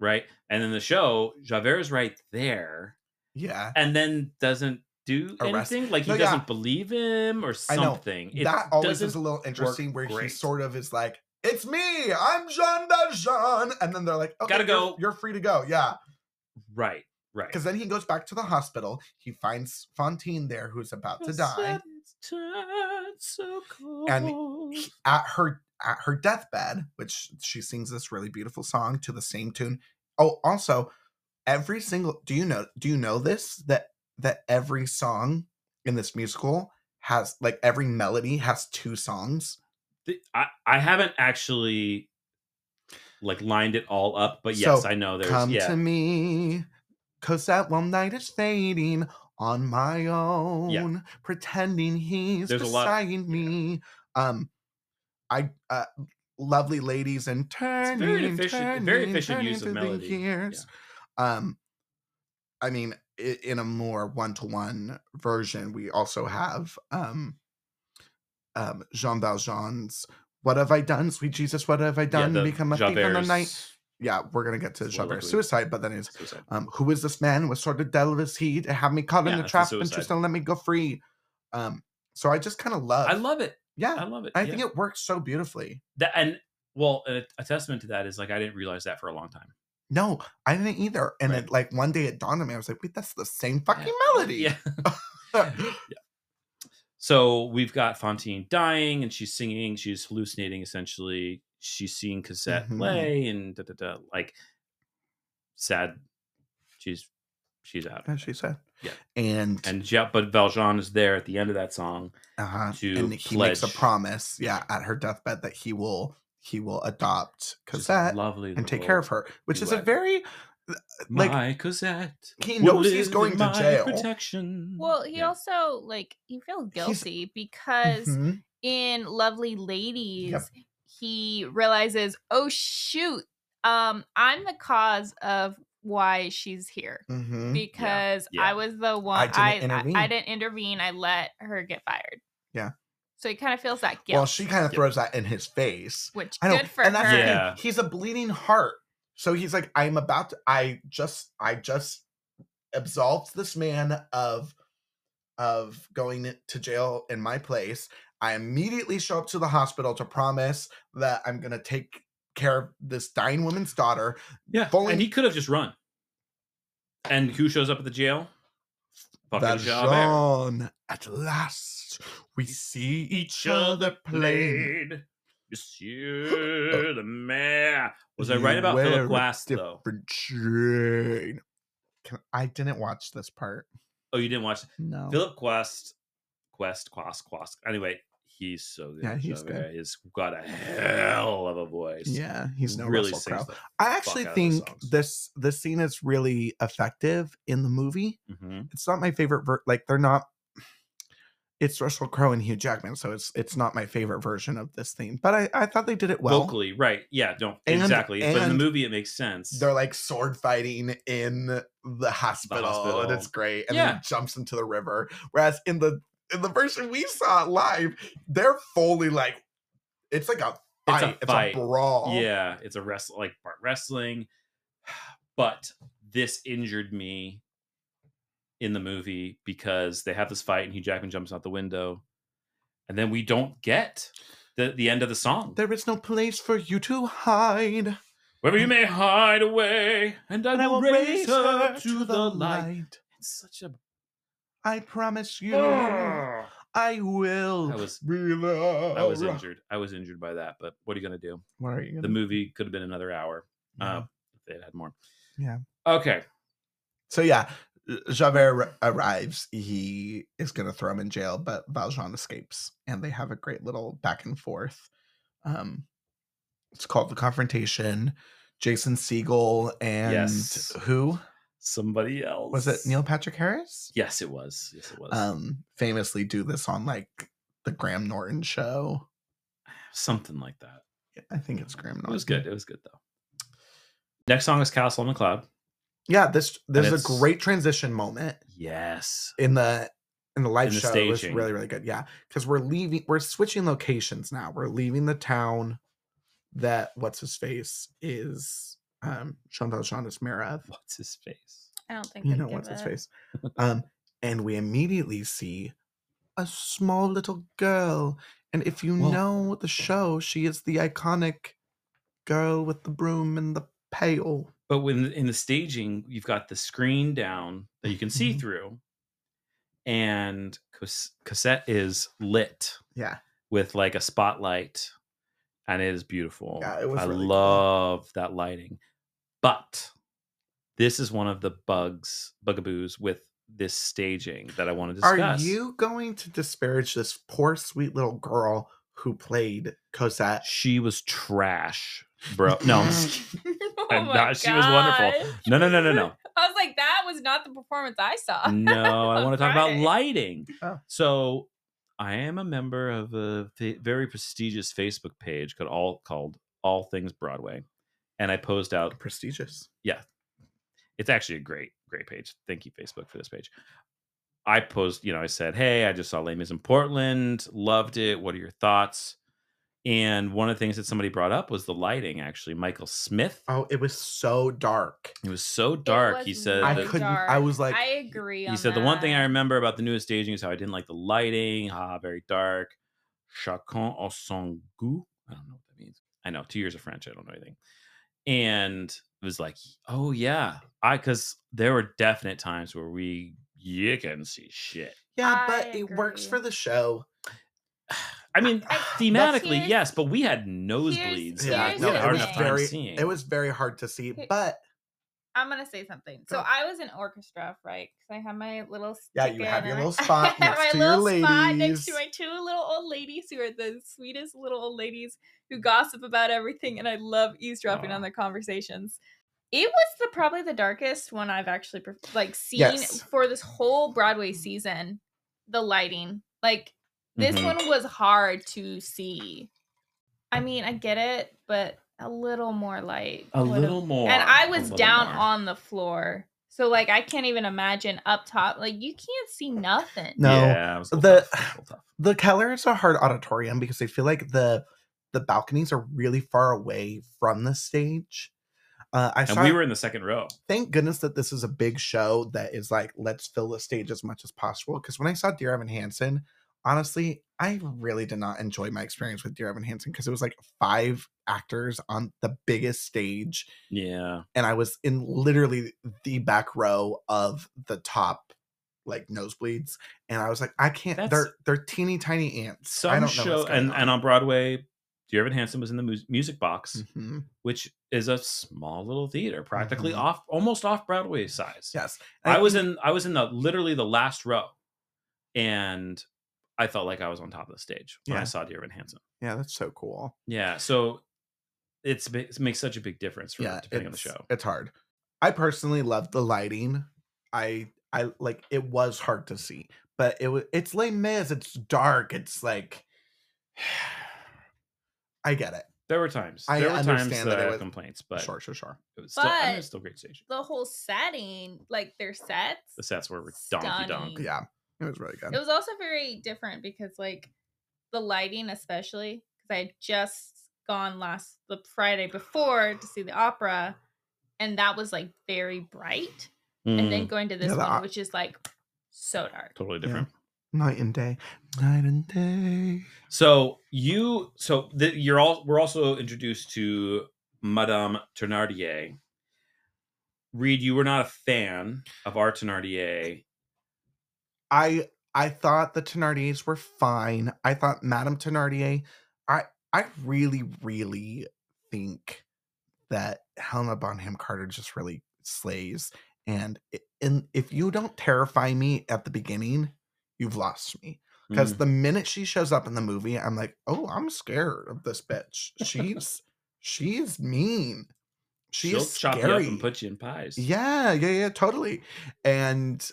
[SPEAKER 2] right? And in the show, Javert's right there,
[SPEAKER 1] yeah.
[SPEAKER 2] and then doesn't do
[SPEAKER 1] Arrest-
[SPEAKER 2] anything. Like he
[SPEAKER 1] No, yeah.
[SPEAKER 2] doesn't believe him or
[SPEAKER 1] I know.
[SPEAKER 2] something. It
[SPEAKER 1] that always is
[SPEAKER 2] doesn't-
[SPEAKER 1] a little interesting where he
[SPEAKER 2] great.
[SPEAKER 1] sort of is like, "It's me, I'm Jean Valjean," and then they're like, okay,
[SPEAKER 2] Gotta
[SPEAKER 1] you're-
[SPEAKER 2] go."
[SPEAKER 1] You're free to go." Yeah,
[SPEAKER 2] right, right.
[SPEAKER 1] because then he goes back to the hospital. He finds Fontaine there, who's about to
[SPEAKER 2] Yes,
[SPEAKER 1] die.
[SPEAKER 2] that it's turned so
[SPEAKER 1] And
[SPEAKER 2] cold.
[SPEAKER 1] he- at her at her deathbed, which she sings this really beautiful song to the same tune. Oh, also, every single do you know do you know this that that every song in this musical has like every melody has two songs.
[SPEAKER 2] Th- I, I haven't actually like lined it all up, but
[SPEAKER 1] So,
[SPEAKER 2] yes, I know there's
[SPEAKER 1] Come
[SPEAKER 2] yeah.
[SPEAKER 1] to me, cause that one night is fading on my own, pretending he's
[SPEAKER 2] There's a lot-
[SPEAKER 1] beside me. Um, I uh, lovely ladies and turning,
[SPEAKER 2] efficient- very
[SPEAKER 1] turning,
[SPEAKER 2] efficient use
[SPEAKER 1] turning through
[SPEAKER 2] of
[SPEAKER 1] the
[SPEAKER 2] melody, yeah.
[SPEAKER 1] years. Um, I mean, i- in a more one-to-one version, we also have um, um, Jean Valjean's. What have I done, sweet Jesus? What have I
[SPEAKER 2] yeah,
[SPEAKER 1] done?
[SPEAKER 2] the
[SPEAKER 1] Become a thief in the night
[SPEAKER 2] Javert's
[SPEAKER 1] yeah, we're gonna get to
[SPEAKER 2] It's more
[SPEAKER 1] Javert's
[SPEAKER 2] likely-
[SPEAKER 1] suicide, but then it's
[SPEAKER 2] suicide.
[SPEAKER 1] um, who is this man? What sort of devil is he to have me caught
[SPEAKER 2] Yeah,
[SPEAKER 1] in the
[SPEAKER 2] it's a
[SPEAKER 1] trap and
[SPEAKER 2] suicide.
[SPEAKER 1] just don't let me go free? Um, so I just kind of love,
[SPEAKER 2] I love it.
[SPEAKER 1] yeah,
[SPEAKER 2] I love it.
[SPEAKER 1] I
[SPEAKER 2] yeah.
[SPEAKER 1] think it works so beautifully.
[SPEAKER 2] that and well, a, a testament to that is like I didn't realize that for a long time.
[SPEAKER 1] No, I didn't either, and
[SPEAKER 2] Right.
[SPEAKER 1] it, like one day it dawned on me, I was like, wait, that's the same fucking melody.
[SPEAKER 2] Yeah. So we've got Fontaine dying, and she's singing. She's hallucinating. Essentially, she's seeing Cosette
[SPEAKER 1] Mhm.
[SPEAKER 2] play, and da, da, da, like sad. She's she's out,
[SPEAKER 1] as she said.
[SPEAKER 2] Yeah.
[SPEAKER 1] and,
[SPEAKER 2] and yeah, but Valjean is there at the end of that song.
[SPEAKER 1] uh-huh,
[SPEAKER 2] to
[SPEAKER 1] and he makes a
[SPEAKER 2] pledge-
[SPEAKER 1] promise, yeah, at her deathbed that he will he will adopt
[SPEAKER 2] Just
[SPEAKER 1] Cosette
[SPEAKER 2] lovely,
[SPEAKER 1] and take care of
[SPEAKER 2] little
[SPEAKER 1] her, which is a
[SPEAKER 2] duet.
[SPEAKER 1] very like
[SPEAKER 2] my Cosette.
[SPEAKER 1] he
[SPEAKER 2] will
[SPEAKER 1] knows he's
[SPEAKER 2] live
[SPEAKER 1] going
[SPEAKER 2] in
[SPEAKER 1] to
[SPEAKER 2] my
[SPEAKER 1] jail.
[SPEAKER 2] Protection.
[SPEAKER 3] Well, he
[SPEAKER 2] Yeah.
[SPEAKER 3] also like he feels guilty because
[SPEAKER 1] Mhm.
[SPEAKER 3] in Lovely Ladies, he realizes, oh shoot, um, I'm the cause of why she's here
[SPEAKER 1] Mm-hmm.
[SPEAKER 3] because
[SPEAKER 2] yeah.
[SPEAKER 3] I was the one
[SPEAKER 1] didn't
[SPEAKER 3] I I, I
[SPEAKER 1] intervene.
[SPEAKER 3] didn't intervene. I let her get fired.
[SPEAKER 1] Yeah.
[SPEAKER 3] So he kind of feels that guilt,
[SPEAKER 1] Well, she kind of
[SPEAKER 2] Yep.
[SPEAKER 1] throws that in his face.
[SPEAKER 3] which
[SPEAKER 1] I know,
[SPEAKER 3] good for
[SPEAKER 1] and that's
[SPEAKER 3] her.
[SPEAKER 1] the thing,
[SPEAKER 2] Yeah.
[SPEAKER 1] He's a bleeding heart, so he's like, "I'm about to. I just, I just absolved this man of, of going to jail in my place. I immediately show up to the hospital to promise that I'm gonna take care of this dying woman's daughter.
[SPEAKER 2] Yeah,
[SPEAKER 1] Fully-
[SPEAKER 2] and he could have just run. And who shows up at the jail? Fucking Javert.
[SPEAKER 1] Valjean, at last we see each other plain.
[SPEAKER 2] Played. Monsieur the mayor. Was I right about Philip Glass though?
[SPEAKER 1] Jane. Can, I didn't watch this part.
[SPEAKER 2] Oh, you didn't watch
[SPEAKER 1] No.
[SPEAKER 2] Philip Quest. Quest, Quest, Quest. Anyway, he's so good.
[SPEAKER 1] Yeah,
[SPEAKER 2] at
[SPEAKER 1] he's good.
[SPEAKER 2] Javert. He's got a hell of a voice.
[SPEAKER 1] yeah, he's no
[SPEAKER 2] really
[SPEAKER 1] Russell
[SPEAKER 2] sings
[SPEAKER 1] Crowe.
[SPEAKER 2] the
[SPEAKER 1] I
[SPEAKER 2] fuck
[SPEAKER 1] actually
[SPEAKER 2] out of those
[SPEAKER 1] think
[SPEAKER 2] songs.
[SPEAKER 1] this this scene is really effective in the movie.
[SPEAKER 2] Mhm.
[SPEAKER 1] It's not my favorite. Ver- like they're not. It's Russell Crowe and Hugh Jackman, so it's it's not my favorite version of this theme. But I I thought they did it well.
[SPEAKER 2] Vocally, right? Yeah, don't
[SPEAKER 1] And-
[SPEAKER 2] exactly. but in the
[SPEAKER 1] and
[SPEAKER 2] movie, it makes sense.
[SPEAKER 1] They're like sword fighting in the hospital, and it's
[SPEAKER 2] hospital.
[SPEAKER 1] great. And then
[SPEAKER 2] Yeah.
[SPEAKER 1] he jumps into the river. Whereas in the in the version we saw live, they're fully like it's like a
[SPEAKER 2] It's a
[SPEAKER 1] fight. It's a,
[SPEAKER 2] fight.
[SPEAKER 1] brawl.
[SPEAKER 2] Yeah, it's a wrestle like bar- wrestling, but this injured me in the movie because they have this fight and Hugh Jackman jumps out the window, and then we don't get the the end of the song.
[SPEAKER 1] There is no place for you to hide.
[SPEAKER 2] Wherever you may hide away, and I,
[SPEAKER 1] And Mm. I
[SPEAKER 2] will raise her, to the light. It's such a
[SPEAKER 1] I promise you,
[SPEAKER 2] Ugh.
[SPEAKER 1] I will.
[SPEAKER 2] I Ah. was-
[SPEAKER 1] be there.
[SPEAKER 2] I was injured. I was injured by that, but what are you gonna do?
[SPEAKER 1] What are you
[SPEAKER 2] The
[SPEAKER 1] gonna
[SPEAKER 2] movie could have been another hour.
[SPEAKER 1] do?
[SPEAKER 2] Uh, if they had had more.
[SPEAKER 1] Yeah.
[SPEAKER 2] Okay.
[SPEAKER 1] So yeah, Javert ar- arrives. He is going to throw him in jail, but Valjean escapes, and they have a great little back and forth. Um, it's called the confrontation. Jason Siegel and
[SPEAKER 2] Yes.
[SPEAKER 1] who
[SPEAKER 2] Somebody else.
[SPEAKER 1] was it? Neil Patrick Harris.
[SPEAKER 2] Yes, it was. Yes, it was.
[SPEAKER 1] Um, famously do this on like the Graham Norton show.
[SPEAKER 2] Something like that.
[SPEAKER 1] I think it's Graham Norton.
[SPEAKER 2] It was good. It was good though. Next song is Castle on the Cloud.
[SPEAKER 1] Yeah, this there's a
[SPEAKER 2] it's-
[SPEAKER 1] great transition moment
[SPEAKER 2] Yes.
[SPEAKER 1] in the in the live
[SPEAKER 2] In the
[SPEAKER 1] show. It was
[SPEAKER 2] staging.
[SPEAKER 1] really really good. Yeah, because we're leaving, we're switching locations now. We're leaving the town that what's his face is um Chantal Shaunis Marav.
[SPEAKER 2] What's his face?
[SPEAKER 3] I don't think
[SPEAKER 1] you
[SPEAKER 3] they
[SPEAKER 1] know
[SPEAKER 3] give
[SPEAKER 1] what's his
[SPEAKER 3] a-
[SPEAKER 1] face um and we immediately see a small little girl and if you
[SPEAKER 2] Well-
[SPEAKER 1] know the show she is the iconic girl with the broom and the pail
[SPEAKER 2] But when in the staging, you've got the screen down that you can see
[SPEAKER 1] Mhm.
[SPEAKER 2] through, and Cos- Cosette is lit
[SPEAKER 1] yeah
[SPEAKER 2] with like a spotlight, and it is beautiful.
[SPEAKER 1] Yeah, it was
[SPEAKER 2] I
[SPEAKER 1] really cool.
[SPEAKER 2] love that lighting. But this is one of the bugs, bugaboos with this staging that I want to discuss.
[SPEAKER 1] are you going to disparage this poor sweet little girl who played cosette
[SPEAKER 2] She was trash, bro. No, I'm just kidding.
[SPEAKER 3] Oh
[SPEAKER 2] I'm
[SPEAKER 3] my
[SPEAKER 2] not- she was wonderful.
[SPEAKER 3] gosh.
[SPEAKER 2] no, no, no, no, no.
[SPEAKER 3] I was like, that was not the performance I saw.
[SPEAKER 2] no, I want to talk about
[SPEAKER 3] Right.
[SPEAKER 2] lighting.
[SPEAKER 1] Oh.
[SPEAKER 2] So I am a member of a fa- very prestigious Facebook page called All called All Things Broadway, and I posed out.
[SPEAKER 1] prestigious
[SPEAKER 2] It's actually a great, great page. Thank you, Facebook, for this page. I posed, you know, I said, "Hey, I just saw Les Mis in Portland. Loved it. What are your thoughts?" And one of the things that somebody brought up was the lighting. Actually, Michael Smith.
[SPEAKER 1] oh it was so dark
[SPEAKER 2] It was so dark.
[SPEAKER 3] was
[SPEAKER 2] he said,
[SPEAKER 1] i
[SPEAKER 2] that-
[SPEAKER 3] Really
[SPEAKER 1] couldn't i
[SPEAKER 3] dark.
[SPEAKER 1] was like
[SPEAKER 3] I agree.
[SPEAKER 2] He
[SPEAKER 3] on
[SPEAKER 2] said the one thing I
[SPEAKER 3] that.
[SPEAKER 2] remember about the newest staging is how I didn't like the lighting. Ha, very dark. Chacun au son goût. I don't know what that means. I know two years of French. I don't know anything. And it was like, oh yeah, I because there were definite times where we you can see shit.
[SPEAKER 1] yeah but
[SPEAKER 3] I
[SPEAKER 1] it works
[SPEAKER 3] agree.
[SPEAKER 1] for the show
[SPEAKER 2] I mean,
[SPEAKER 1] I-
[SPEAKER 2] thematically,
[SPEAKER 3] here's-
[SPEAKER 2] yes, but we had nosebleeds. and
[SPEAKER 1] yeah
[SPEAKER 3] here's
[SPEAKER 1] no
[SPEAKER 2] we had a
[SPEAKER 3] the
[SPEAKER 1] it
[SPEAKER 2] hard
[SPEAKER 1] was
[SPEAKER 2] enough
[SPEAKER 3] thing.
[SPEAKER 2] time
[SPEAKER 1] very
[SPEAKER 2] seeing.
[SPEAKER 1] it was very hard to see
[SPEAKER 3] Here-
[SPEAKER 1] but
[SPEAKER 3] I'm gonna say something. So
[SPEAKER 1] Go.
[SPEAKER 3] I was in orchestra, right? Because I had my little
[SPEAKER 1] Yeah, you
[SPEAKER 3] ticket
[SPEAKER 1] have your
[SPEAKER 3] and I-
[SPEAKER 1] little spot
[SPEAKER 3] I had
[SPEAKER 1] next
[SPEAKER 3] my
[SPEAKER 1] to your
[SPEAKER 3] little spot next to
[SPEAKER 1] ladies.
[SPEAKER 3] my two little old ladies who are the sweetest little old ladies who gossip about everything, and I love eavesdropping
[SPEAKER 2] Aw.
[SPEAKER 3] on their conversations. It was the probably the darkest one I've actually per- like seen
[SPEAKER 1] Yes. Mm-hmm.
[SPEAKER 3] for this whole Broadway season. The lighting, like this
[SPEAKER 1] Mm-hmm.
[SPEAKER 2] Mhm.
[SPEAKER 3] one, was hard to see. I mean, I get it, but a little more light.
[SPEAKER 2] a
[SPEAKER 3] would've
[SPEAKER 2] little more,
[SPEAKER 3] and I
[SPEAKER 2] a
[SPEAKER 3] was
[SPEAKER 2] little
[SPEAKER 3] down
[SPEAKER 2] more.
[SPEAKER 3] on the floor. So like I can't even imagine up top. Like you can't see nothing.
[SPEAKER 1] No,
[SPEAKER 2] Yeah, it was a little
[SPEAKER 1] the-
[SPEAKER 2] tough, it was a little tough.
[SPEAKER 1] the Keller is a hard auditorium because I feel like the the balconies are really far away from the stage. Uh, I
[SPEAKER 2] and
[SPEAKER 1] saw.
[SPEAKER 2] we were in the second row.
[SPEAKER 1] thank goodness that this is a big show that is like let's fill the stage as much as possible. Because when I saw Dear Evan Hansen, honestly, I really did not enjoy my experience with Dear Evan Hansen because it was like five actors on the biggest stage,
[SPEAKER 2] Yeah.
[SPEAKER 1] and I was in literally the back row of the top like nosebleeds, and I was like, I can't.
[SPEAKER 2] That's-
[SPEAKER 1] they're they're teeny tiny ants.
[SPEAKER 2] some
[SPEAKER 1] I don't know.
[SPEAKER 2] show
[SPEAKER 1] what's going
[SPEAKER 2] and, and on broadway dear evan hansen was in the mu- music box
[SPEAKER 1] Mhm.
[SPEAKER 2] which is a small little theater practically
[SPEAKER 1] Mhm.
[SPEAKER 2] off almost off broadway size
[SPEAKER 1] Yes.
[SPEAKER 2] i was
[SPEAKER 1] think-
[SPEAKER 2] in i was in the literally the last row and i felt like i was on top of the stage when
[SPEAKER 1] Yeah.
[SPEAKER 2] i saw dear evan hansen
[SPEAKER 1] Yeah, that's so cool.
[SPEAKER 2] yeah so it's ma- it makes such a big difference for
[SPEAKER 1] Yeah,
[SPEAKER 2] depending on the
[SPEAKER 1] it's-
[SPEAKER 2] show
[SPEAKER 1] It's hard. I personally loved the lighting. I I like it was hard to see, but it was it's Les Mis. It's dark. It's like I get it.
[SPEAKER 2] there were times
[SPEAKER 1] I
[SPEAKER 2] there were times
[SPEAKER 1] understand
[SPEAKER 2] that,
[SPEAKER 1] that it
[SPEAKER 2] I had
[SPEAKER 1] was-
[SPEAKER 2] complaints but
[SPEAKER 1] sure, sure, sure.
[SPEAKER 2] it was still, I mean, it was
[SPEAKER 3] But-
[SPEAKER 2] still great stage
[SPEAKER 3] The whole setting, like their sets.
[SPEAKER 2] the sets were donkey donk
[SPEAKER 3] Stunning.
[SPEAKER 1] Yeah, it was really good.
[SPEAKER 3] It was also very different because like the lighting especially because I had just gone last the Friday before to see the opera and that was like very bright and
[SPEAKER 1] Mm.
[SPEAKER 3] then going to this
[SPEAKER 1] Yeah, the
[SPEAKER 3] one
[SPEAKER 1] op-
[SPEAKER 3] which is like so dark.
[SPEAKER 2] totally different
[SPEAKER 1] Night and day, night and day.
[SPEAKER 2] So you, so the, you're all. We're also introduced to Madame Thenardier. Reed, you were not a fan of our Thenardier.
[SPEAKER 1] I I thought the Thenardiers were fine. I thought Madame Thenardier. I I really really think that Helena Bonham Carter just really slays. And i- in if you don't terrify me at the beginning, you've lost me. Because
[SPEAKER 2] Mm-hmm. Mm.
[SPEAKER 1] the minute she shows up in the movie, I'm like, oh, I'm scared of this bitch. She's she's mean. She's
[SPEAKER 2] she'll chop
[SPEAKER 1] scary.
[SPEAKER 2] you up and put you in pies.
[SPEAKER 1] Yeah, yeah, yeah, totally. And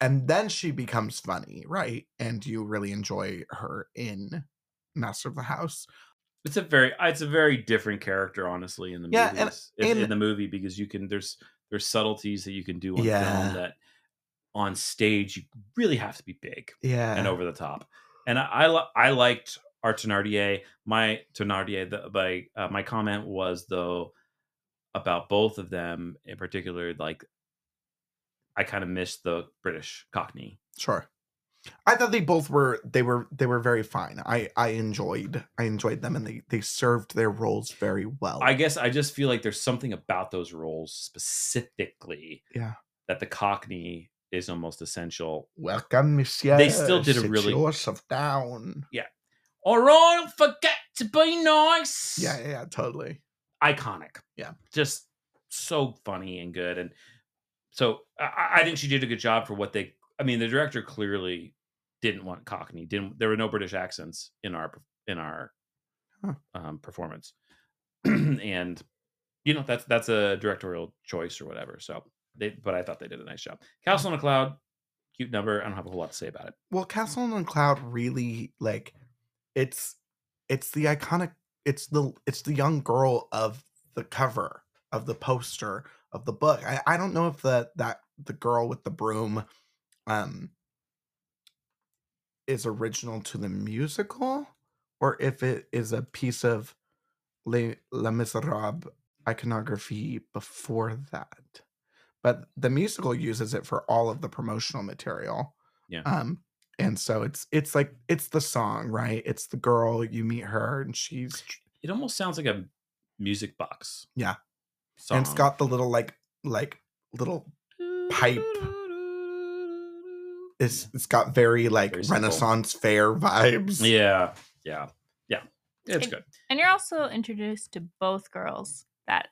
[SPEAKER 1] and then she becomes funny, right? And you really enjoy her in Master of the House.
[SPEAKER 2] It's a very it's a very different character, honestly, in the
[SPEAKER 1] Yeah, and-
[SPEAKER 2] movies. in- in,
[SPEAKER 1] and-
[SPEAKER 2] the movie because you can there's there's subtleties that you can do on
[SPEAKER 1] Yeah.
[SPEAKER 2] film that on stage you really have to be big
[SPEAKER 1] Yeah.
[SPEAKER 2] and over the top. And I I, li- I liked our Thenardier. My Thenardier, the, my uh, my comment was though about both of them in particular. Like, I kind of missed the British Cockney.
[SPEAKER 1] Sure. I thought they both were they were they were very fine. I I enjoyed I enjoyed them and they they served their roles very well.
[SPEAKER 2] I guess I just feel like there's something about those roles specifically.
[SPEAKER 1] Yeah.
[SPEAKER 2] That the Cockney is almost essential.
[SPEAKER 1] Welcome, Monsieur.
[SPEAKER 2] still did a really-
[SPEAKER 1] Sit yourself down.
[SPEAKER 2] All right, don't forget to be nice.
[SPEAKER 1] Yeah, yeah, yeah, totally.
[SPEAKER 2] iconic.
[SPEAKER 1] Yeah.
[SPEAKER 2] Just so funny and good. And so I- I, I think she did a good job for what they, I mean, the director clearly didn't want Cockney. Didn't, there were no British accents in our, perf- in our
[SPEAKER 1] Huh.
[SPEAKER 2] um, performance. and, you know, that's, that's a directorial choice or whatever. So they, but I thought they did a nice job. Castle in a Cloud, cute number. I don't have a whole lot to say about it.
[SPEAKER 1] Well, Castle on the Cloud really like it's it's the iconic it's the it's the young girl of the cover of the poster of the book. I, I don't know if the that the girl with the broom um is original to the musical or if it is a piece of Les La Miserable iconography before that. But the musical uses it for all of the promotional material.
[SPEAKER 2] Yeah.
[SPEAKER 1] Um and so it's it's like it's the song, right? It's the girl, you meet her and she's
[SPEAKER 2] It almost sounds like a music box.
[SPEAKER 1] Yeah. and it's
[SPEAKER 2] song.
[SPEAKER 1] got the little like like little pipe. It's
[SPEAKER 2] Yeah.
[SPEAKER 1] it's got very like
[SPEAKER 2] Very simple.
[SPEAKER 1] Renaissance fair vibes.
[SPEAKER 2] Yeah, yeah, yeah. It's
[SPEAKER 3] It-
[SPEAKER 2] good.
[SPEAKER 3] And you're also introduced to both girls that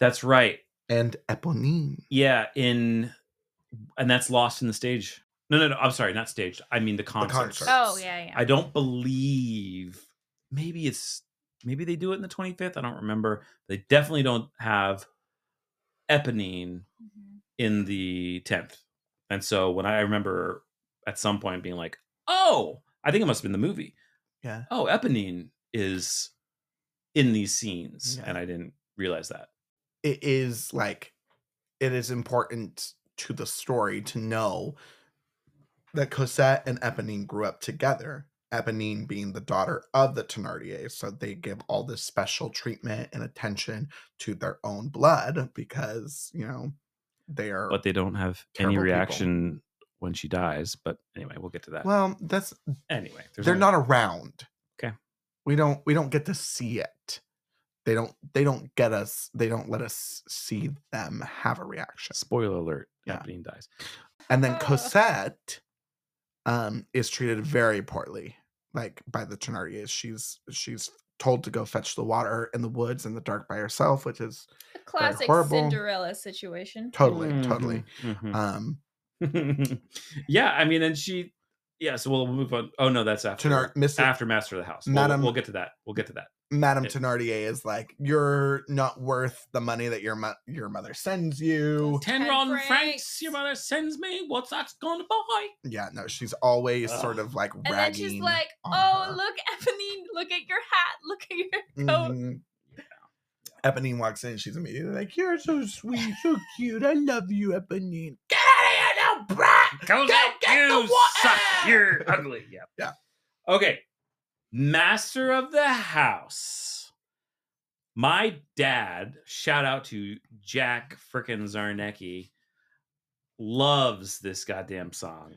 [SPEAKER 2] That's right.
[SPEAKER 1] And Eponine.
[SPEAKER 2] Yeah, in and that's lost in the stage. No, no, no. I'm sorry, not staged. I mean the concert.
[SPEAKER 1] concert.
[SPEAKER 3] Oh
[SPEAKER 1] Yes.
[SPEAKER 3] yeah, yeah.
[SPEAKER 2] I don't believe. Maybe it's maybe they do it in the 25th. I don't remember. They definitely don't have Eponine
[SPEAKER 3] Mhm.
[SPEAKER 2] in the 10th. And so when I remember at some point being like, oh, I think it must have been the movie.
[SPEAKER 1] Yeah.
[SPEAKER 2] Oh, Eponine is in these scenes.
[SPEAKER 1] Yeah.
[SPEAKER 2] And I didn't realize that.
[SPEAKER 1] It is like it is important to the story to know that Cosette and Eponine grew up together. Eponine being the daughter of the Thenardier, so they give all this special treatment and attention to their own blood because you know they are
[SPEAKER 2] But they don't have
[SPEAKER 1] Terrible
[SPEAKER 2] any
[SPEAKER 1] people.
[SPEAKER 2] reaction when she dies. But anyway, we'll get to that.
[SPEAKER 1] well. That's
[SPEAKER 2] anyway, uh, there's
[SPEAKER 1] they're
[SPEAKER 2] only-
[SPEAKER 1] not around.
[SPEAKER 2] Okay.
[SPEAKER 1] We don't we don't get to see it. They don't they don't get us they don't let us see them have a reaction.
[SPEAKER 2] Spoiler alert:
[SPEAKER 1] Yeah.
[SPEAKER 2] Eponine dies.
[SPEAKER 1] And
[SPEAKER 2] Oh.
[SPEAKER 1] then
[SPEAKER 3] Ah.
[SPEAKER 1] Cosette um is treated very poorly like by the Thenardiers. She's she's told to go fetch the water in the woods in the dark by herself, which is
[SPEAKER 3] A classic
[SPEAKER 1] horrible.
[SPEAKER 3] Cinderella situation.
[SPEAKER 1] totally totally
[SPEAKER 2] Mhm,
[SPEAKER 1] um
[SPEAKER 2] mhm. yeah, I mean, and she. Yeah, so we'll we'll move on. Oh no, that's after
[SPEAKER 1] Thenard, Mr.
[SPEAKER 2] after Master of the House. We'll-
[SPEAKER 1] Madam-
[SPEAKER 2] we'll get to that. We'll get to that.
[SPEAKER 1] Madame
[SPEAKER 2] it-
[SPEAKER 1] Thenardier is like you're not worth the money that your mo- your mother sends you.
[SPEAKER 2] Ten,
[SPEAKER 3] Ten
[SPEAKER 2] Ron
[SPEAKER 3] francs.
[SPEAKER 2] francs. your mother sends me. What's that gonna buy?
[SPEAKER 1] Yeah, no, she's always sort
[SPEAKER 2] Ugh.
[SPEAKER 1] of like
[SPEAKER 3] And then
[SPEAKER 1] ragging.
[SPEAKER 3] she's like,
[SPEAKER 1] on
[SPEAKER 3] "Oh,
[SPEAKER 1] her.
[SPEAKER 3] look, Ebony, look at your hat, look at your." coat."
[SPEAKER 1] Mhm. Eponine walks in. She's immediately like, "You're so sweet, so cute. I love you, Eponine. Get out of here now, brat."
[SPEAKER 2] Goes
[SPEAKER 1] Go get
[SPEAKER 2] out,
[SPEAKER 1] the Ah!
[SPEAKER 2] you suck.
[SPEAKER 1] water!
[SPEAKER 2] You're ugly. Yeah.
[SPEAKER 1] Yeah.
[SPEAKER 2] Okay. Master of the house. My dad, shout out to Jack frickin' Zarnecki, loves this goddamn song.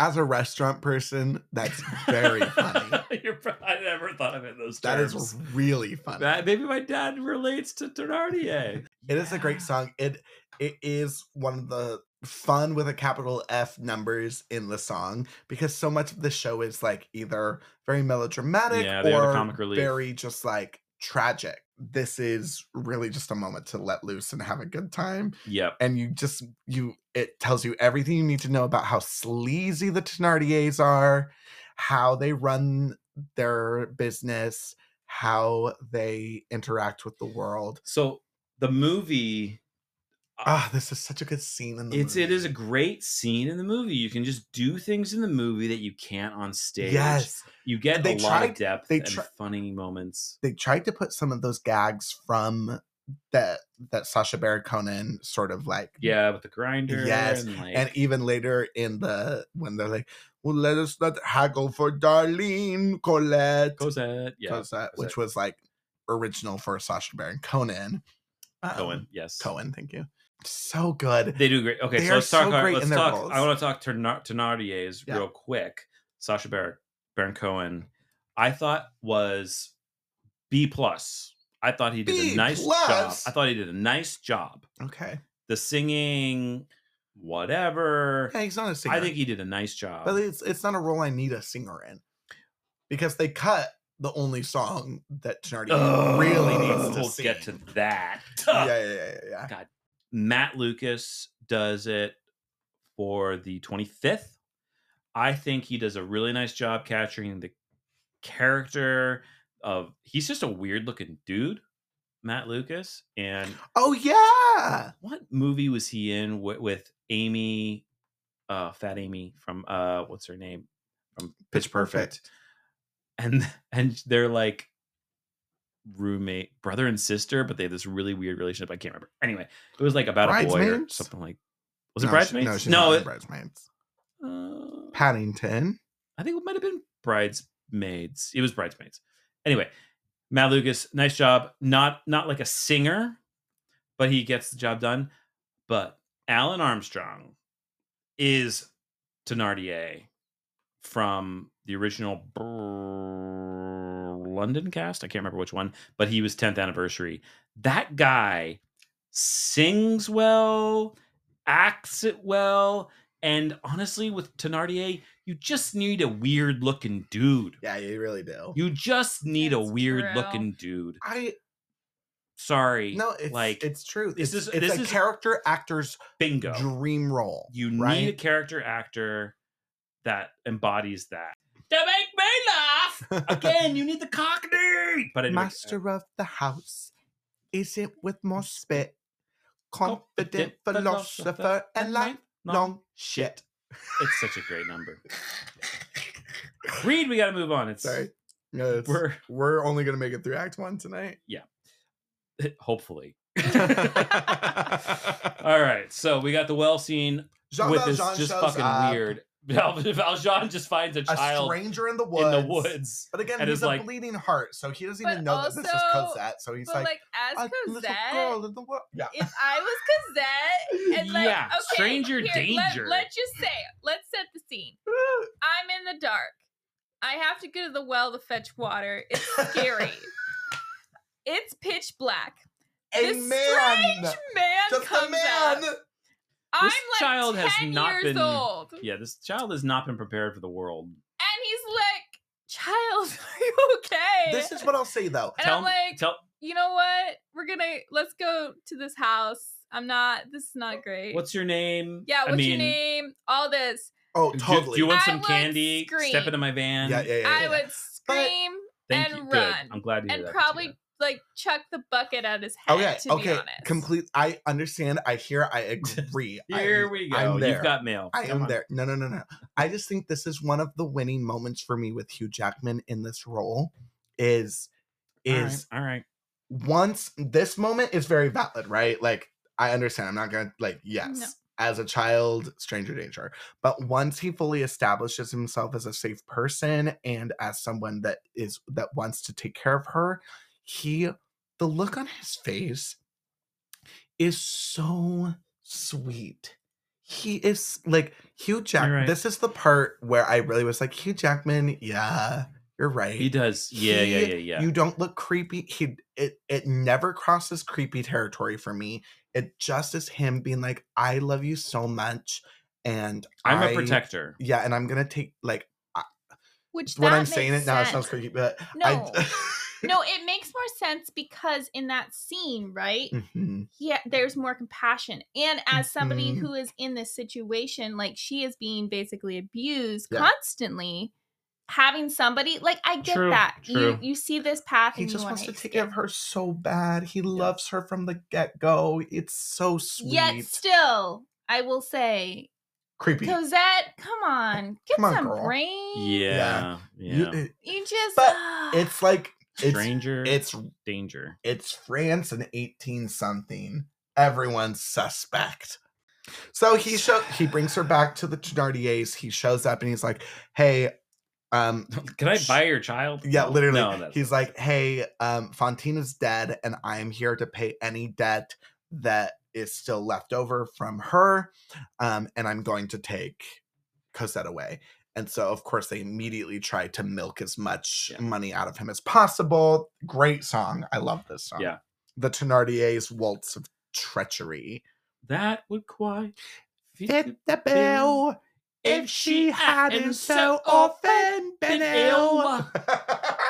[SPEAKER 1] As a restaurant person, that's very funny.
[SPEAKER 2] You're pro- I never thought of it in those
[SPEAKER 1] That
[SPEAKER 2] terms.
[SPEAKER 1] is really funny.
[SPEAKER 2] That- maybe my dad relates to Thenardier.
[SPEAKER 1] It is a great song. It it is one of the fun with a capital F numbers in the song because so much of the show is like either very melodramatic
[SPEAKER 2] Yeah, they are the
[SPEAKER 1] or
[SPEAKER 2] comic relief.
[SPEAKER 1] very just like tragic. This is really just a moment to let loose and have a good time.
[SPEAKER 2] Yep.
[SPEAKER 1] And you just you it tells you everything you need to know about how sleazy the Thenardiers are, how they run their business, how they interact with the world.
[SPEAKER 2] So the movie,
[SPEAKER 1] Ah, this is such a good scene in the
[SPEAKER 2] It's it is a
[SPEAKER 1] movie.
[SPEAKER 2] great scene in the movie. You can just do things in the movie that you can't on stage.
[SPEAKER 1] Yes.
[SPEAKER 2] you get
[SPEAKER 1] They
[SPEAKER 2] a lot
[SPEAKER 1] tried-
[SPEAKER 2] of depth
[SPEAKER 1] they
[SPEAKER 2] and
[SPEAKER 1] tri-
[SPEAKER 2] funny moments.
[SPEAKER 1] They tried to put some of those gags from that that Sasha Baron Cohen sort of like
[SPEAKER 2] Yeah, with the grinder.
[SPEAKER 1] Yes,
[SPEAKER 2] and, like,
[SPEAKER 1] And even later in the when they're like, well, let us not haggle for Darlene Colette,
[SPEAKER 2] Cosette. Yeah, uh
[SPEAKER 1] Cosette, which
[SPEAKER 2] Cosette.
[SPEAKER 1] was like original for Sasha Baron Conan.
[SPEAKER 2] Cohen.
[SPEAKER 1] Um,
[SPEAKER 2] Yes,
[SPEAKER 1] Cohen, thank you. So good.
[SPEAKER 2] They do great. Okay,
[SPEAKER 1] They
[SPEAKER 2] so
[SPEAKER 1] are
[SPEAKER 2] let's talk.
[SPEAKER 1] so
[SPEAKER 2] our-
[SPEAKER 1] great in
[SPEAKER 2] let's
[SPEAKER 1] their
[SPEAKER 2] talk.
[SPEAKER 1] roles.
[SPEAKER 2] I want to talk Terna- Thenardier's
[SPEAKER 1] Yeah.
[SPEAKER 2] real quick. Sasha Baron Baron Cohen, I thought was B plus. I thought he did
[SPEAKER 1] B
[SPEAKER 2] a nice job.
[SPEAKER 1] plus?
[SPEAKER 2] I thought he did a nice job.
[SPEAKER 1] Okay.
[SPEAKER 2] The singing, whatever.
[SPEAKER 1] Yeah, he's not a singer.
[SPEAKER 2] I think he did a nice job.
[SPEAKER 1] but it's it's not a role I need a singer in. Because they cut the only song that Tenardi really needs to
[SPEAKER 2] We'll
[SPEAKER 1] sing.
[SPEAKER 2] get to that.
[SPEAKER 1] yeah, yeah, yeah, yeah, yeah.
[SPEAKER 2] Matt Lucas does it for the 25th. I think he does a really nice job capturing the character of he's just a weird looking dude, Matt Lucas. And
[SPEAKER 1] Oh yeah.
[SPEAKER 2] what movie was he in wi- with Amy uh Fat Amy from uh what's her name? From Pitch Perfect. And and they're like roommate, brother and sister, but they have this really weird relationship. I can't remember. Anyway, it was like about a boy or
[SPEAKER 1] Bridesmaids?
[SPEAKER 2] something like was it
[SPEAKER 1] No, she-
[SPEAKER 2] Bridesmaids?
[SPEAKER 1] No, she's
[SPEAKER 2] no,
[SPEAKER 1] not in
[SPEAKER 2] it-
[SPEAKER 1] Bridesmaids.
[SPEAKER 2] uh,
[SPEAKER 1] Paddington.
[SPEAKER 2] I think it might have been Bridesmaids. It was Bridesmaids. Anyway, Matt Lucas, nice job. Not not like a singer, but he gets the job done. But Alan Armstrong is Thenardier from the original Brrr- London cast. I can't remember which one, but he was 10th anniversary. That guy sings well, acts it well, and honestly, with Thenardier, you just need a weird looking dude.
[SPEAKER 1] Yeah, you really do.
[SPEAKER 2] You just need a
[SPEAKER 3] That's
[SPEAKER 2] weird
[SPEAKER 3] true.
[SPEAKER 2] looking dude.
[SPEAKER 1] I
[SPEAKER 2] Sorry.
[SPEAKER 1] no, it's
[SPEAKER 2] like
[SPEAKER 1] like it's true. It's,
[SPEAKER 2] this
[SPEAKER 1] this
[SPEAKER 2] is-
[SPEAKER 1] it's
[SPEAKER 2] this
[SPEAKER 1] a
[SPEAKER 2] is-
[SPEAKER 1] character actor's
[SPEAKER 2] bingo.
[SPEAKER 1] dream role.
[SPEAKER 2] You need a
[SPEAKER 1] right?
[SPEAKER 2] character actor that embodies that. To make me laugh again, you need the cockney. But anyway, uh,
[SPEAKER 1] Master of the house, is it with more spit? Confident
[SPEAKER 2] Confident
[SPEAKER 1] philosopher and lifelong shit.
[SPEAKER 2] It's such a great number. Reed, we got to move on. It's
[SPEAKER 1] Sorry. No, it's-
[SPEAKER 2] we're
[SPEAKER 1] we're only gonna make it through Act One tonight.
[SPEAKER 2] hopefully. All right, so we got the well scene
[SPEAKER 1] Jean
[SPEAKER 2] with this
[SPEAKER 1] Valjean
[SPEAKER 2] just
[SPEAKER 1] shows
[SPEAKER 2] fucking
[SPEAKER 1] up,
[SPEAKER 2] weird. Val- Valjean just finds a
[SPEAKER 1] A
[SPEAKER 2] child
[SPEAKER 1] stranger in the woods.
[SPEAKER 2] in the woods.
[SPEAKER 1] But again,
[SPEAKER 2] and
[SPEAKER 1] he's
[SPEAKER 2] is
[SPEAKER 1] a
[SPEAKER 2] like-
[SPEAKER 1] bleeding heart, so he doesn't
[SPEAKER 3] But
[SPEAKER 1] even know that this is
[SPEAKER 3] also-
[SPEAKER 1] Cosette. So he's
[SPEAKER 3] but like, as
[SPEAKER 1] a little
[SPEAKER 3] Cosette,
[SPEAKER 1] girl in the world. Yeah.
[SPEAKER 3] if I was Cosette and like
[SPEAKER 2] Yeah,
[SPEAKER 3] okay,
[SPEAKER 2] stranger
[SPEAKER 3] here,
[SPEAKER 2] danger.
[SPEAKER 3] Let, let's just say, let's set the scene. I'm in the dark. I have to go to the well to fetch water. It's scary. it's pitch black.
[SPEAKER 1] a
[SPEAKER 3] this
[SPEAKER 1] man.
[SPEAKER 3] strange man
[SPEAKER 1] Just
[SPEAKER 3] comes
[SPEAKER 1] a man.
[SPEAKER 3] up. I'm
[SPEAKER 2] This
[SPEAKER 3] like
[SPEAKER 2] child has
[SPEAKER 3] 10
[SPEAKER 2] not
[SPEAKER 3] years
[SPEAKER 2] been-
[SPEAKER 3] old.
[SPEAKER 2] Yeah, this child has not been prepared for the world.
[SPEAKER 3] And he's like, Child, are you okay?
[SPEAKER 1] This is what I'll say though.
[SPEAKER 3] And
[SPEAKER 2] tell
[SPEAKER 3] I'm like,
[SPEAKER 2] tell
[SPEAKER 3] you know what? We're gonna let's go to this house. I'm not this is not great.
[SPEAKER 2] what's your name?
[SPEAKER 3] yeah,
[SPEAKER 2] I
[SPEAKER 3] what's your
[SPEAKER 2] mean,
[SPEAKER 3] name? All this.
[SPEAKER 1] Oh,
[SPEAKER 2] Do,
[SPEAKER 1] totally.
[SPEAKER 2] do you want
[SPEAKER 3] I
[SPEAKER 2] some
[SPEAKER 3] would
[SPEAKER 2] candy? Step into my van.
[SPEAKER 1] yeah, yeah, yeah.
[SPEAKER 3] I
[SPEAKER 1] yeah.
[SPEAKER 3] would scream
[SPEAKER 2] Thank
[SPEAKER 3] and
[SPEAKER 2] you.
[SPEAKER 3] run.
[SPEAKER 2] Good. I'm glad to hear
[SPEAKER 3] and
[SPEAKER 2] that.
[SPEAKER 3] probably
[SPEAKER 2] Katina.
[SPEAKER 3] like chuck the bucket at his head.
[SPEAKER 1] Okay,
[SPEAKER 3] to be
[SPEAKER 1] okay.
[SPEAKER 3] honest.
[SPEAKER 1] Complete. I understand. I hear. I agree. I am-
[SPEAKER 2] Here we go.
[SPEAKER 1] I'm there.
[SPEAKER 2] You've got mail.
[SPEAKER 1] I
[SPEAKER 2] Come
[SPEAKER 1] am
[SPEAKER 2] on.
[SPEAKER 1] there. No, no, no, no. I just think this is one of the winning moments for me with Hugh Jackman in this role. Is
[SPEAKER 2] All right,
[SPEAKER 1] is
[SPEAKER 2] all right.
[SPEAKER 1] once this moment is very valid, right? Like I understand. I'm not gonna like yes. As a child, stranger danger. But once he fully establishes himself as a safe person and as someone that is that wants to take care of her, he the look on his face is so sweet. He is like Hugh Jack.
[SPEAKER 2] right.
[SPEAKER 1] This is the part where I really was like, Hugh Jackman, yeah, you're right
[SPEAKER 2] He does. Yeah, yeah,
[SPEAKER 1] He-
[SPEAKER 2] yeah, yeah.
[SPEAKER 1] you don't look creepy he it it never crosses creepy territory for me it just is him being like i love you so much and
[SPEAKER 2] I'm
[SPEAKER 1] a
[SPEAKER 2] a protector.
[SPEAKER 1] yeah and i'm gonna take like
[SPEAKER 3] Which
[SPEAKER 1] when
[SPEAKER 3] that
[SPEAKER 1] i'm saying
[SPEAKER 3] makes
[SPEAKER 1] it now it
[SPEAKER 3] sense.
[SPEAKER 1] sounds creepy but
[SPEAKER 3] No.
[SPEAKER 1] i
[SPEAKER 3] no, it makes more sense because in that scene, right?
[SPEAKER 1] Mhm.
[SPEAKER 3] Yeah, there's more compassion. And as somebody
[SPEAKER 1] Mhm.
[SPEAKER 3] who is in this situation, like she is being basically abused
[SPEAKER 1] Yeah.
[SPEAKER 3] constantly, having somebody like I get
[SPEAKER 2] True,
[SPEAKER 3] that.
[SPEAKER 2] true.
[SPEAKER 3] You you see this path
[SPEAKER 1] He
[SPEAKER 3] and
[SPEAKER 1] just
[SPEAKER 3] you
[SPEAKER 1] wants to
[SPEAKER 3] wanna
[SPEAKER 1] give
[SPEAKER 3] escape.
[SPEAKER 1] her so bad. He loves her from the get go. It's so sweet.
[SPEAKER 3] Yet still, I will say,
[SPEAKER 1] Creepy.
[SPEAKER 3] Cosette, come on, get
[SPEAKER 1] Come on,
[SPEAKER 3] some
[SPEAKER 1] girl.
[SPEAKER 3] brain.
[SPEAKER 2] Yeah. Yeah.
[SPEAKER 1] You- it-
[SPEAKER 3] You just
[SPEAKER 1] But
[SPEAKER 3] ah.
[SPEAKER 1] it's like it's
[SPEAKER 2] Stranger
[SPEAKER 1] it's
[SPEAKER 2] danger.
[SPEAKER 1] it's France in 18 something. Everyone's suspect. So he show he brings her back to the Thenardiers. He shows up and he's like, "Hey, um,
[SPEAKER 2] Can I
[SPEAKER 1] Sh-
[SPEAKER 2] buy your child?
[SPEAKER 1] Yeah,
[SPEAKER 2] No.
[SPEAKER 1] literally.
[SPEAKER 2] No, that's-
[SPEAKER 1] he's like, hey, um, Fontina's dead, and I am here to pay any debt that is still left over from her. Um, and I'm going to take Cosette away. And so, of course, they immediately try to milk as much
[SPEAKER 2] Yeah.
[SPEAKER 1] money out of him as possible. Great song. I love this song.
[SPEAKER 2] Yeah.
[SPEAKER 1] The Thenardier's Waltz of Treachery.
[SPEAKER 2] that would quite fit
[SPEAKER 1] Fit
[SPEAKER 2] the
[SPEAKER 1] the
[SPEAKER 2] bill
[SPEAKER 1] bill if she hadn't so often been ill.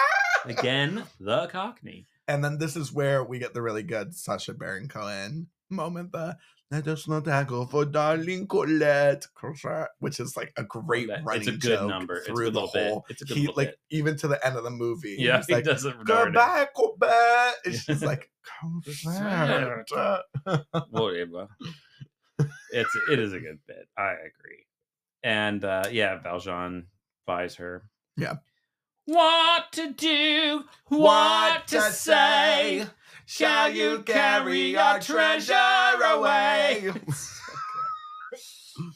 [SPEAKER 2] Again, the Cockney.
[SPEAKER 1] And then this is where we get the really good Sasha Baron Cohen moment. The let us not tackle for darling Colette, Crochet," which is like a great
[SPEAKER 2] that- it's a
[SPEAKER 1] running
[SPEAKER 2] good
[SPEAKER 1] joke
[SPEAKER 2] number. It's a
[SPEAKER 1] through
[SPEAKER 2] good
[SPEAKER 1] the
[SPEAKER 2] little bit.
[SPEAKER 1] whole.
[SPEAKER 2] It's a good
[SPEAKER 1] he,
[SPEAKER 2] little
[SPEAKER 1] like
[SPEAKER 2] bit.
[SPEAKER 1] even to the end of the movie.
[SPEAKER 2] Yeah,
[SPEAKER 1] he's
[SPEAKER 2] he
[SPEAKER 1] like,
[SPEAKER 2] doesn't
[SPEAKER 1] go
[SPEAKER 2] know
[SPEAKER 1] back, go back. And she's
[SPEAKER 2] Yeah.
[SPEAKER 1] like,
[SPEAKER 2] Corset.
[SPEAKER 1] Crochet.
[SPEAKER 2] Whatever. It's it is a good bit. I agree. And uh yeah, Valjean buys her.
[SPEAKER 1] Yeah.
[SPEAKER 2] What to do? What, to say? Shall you carry our treasure away?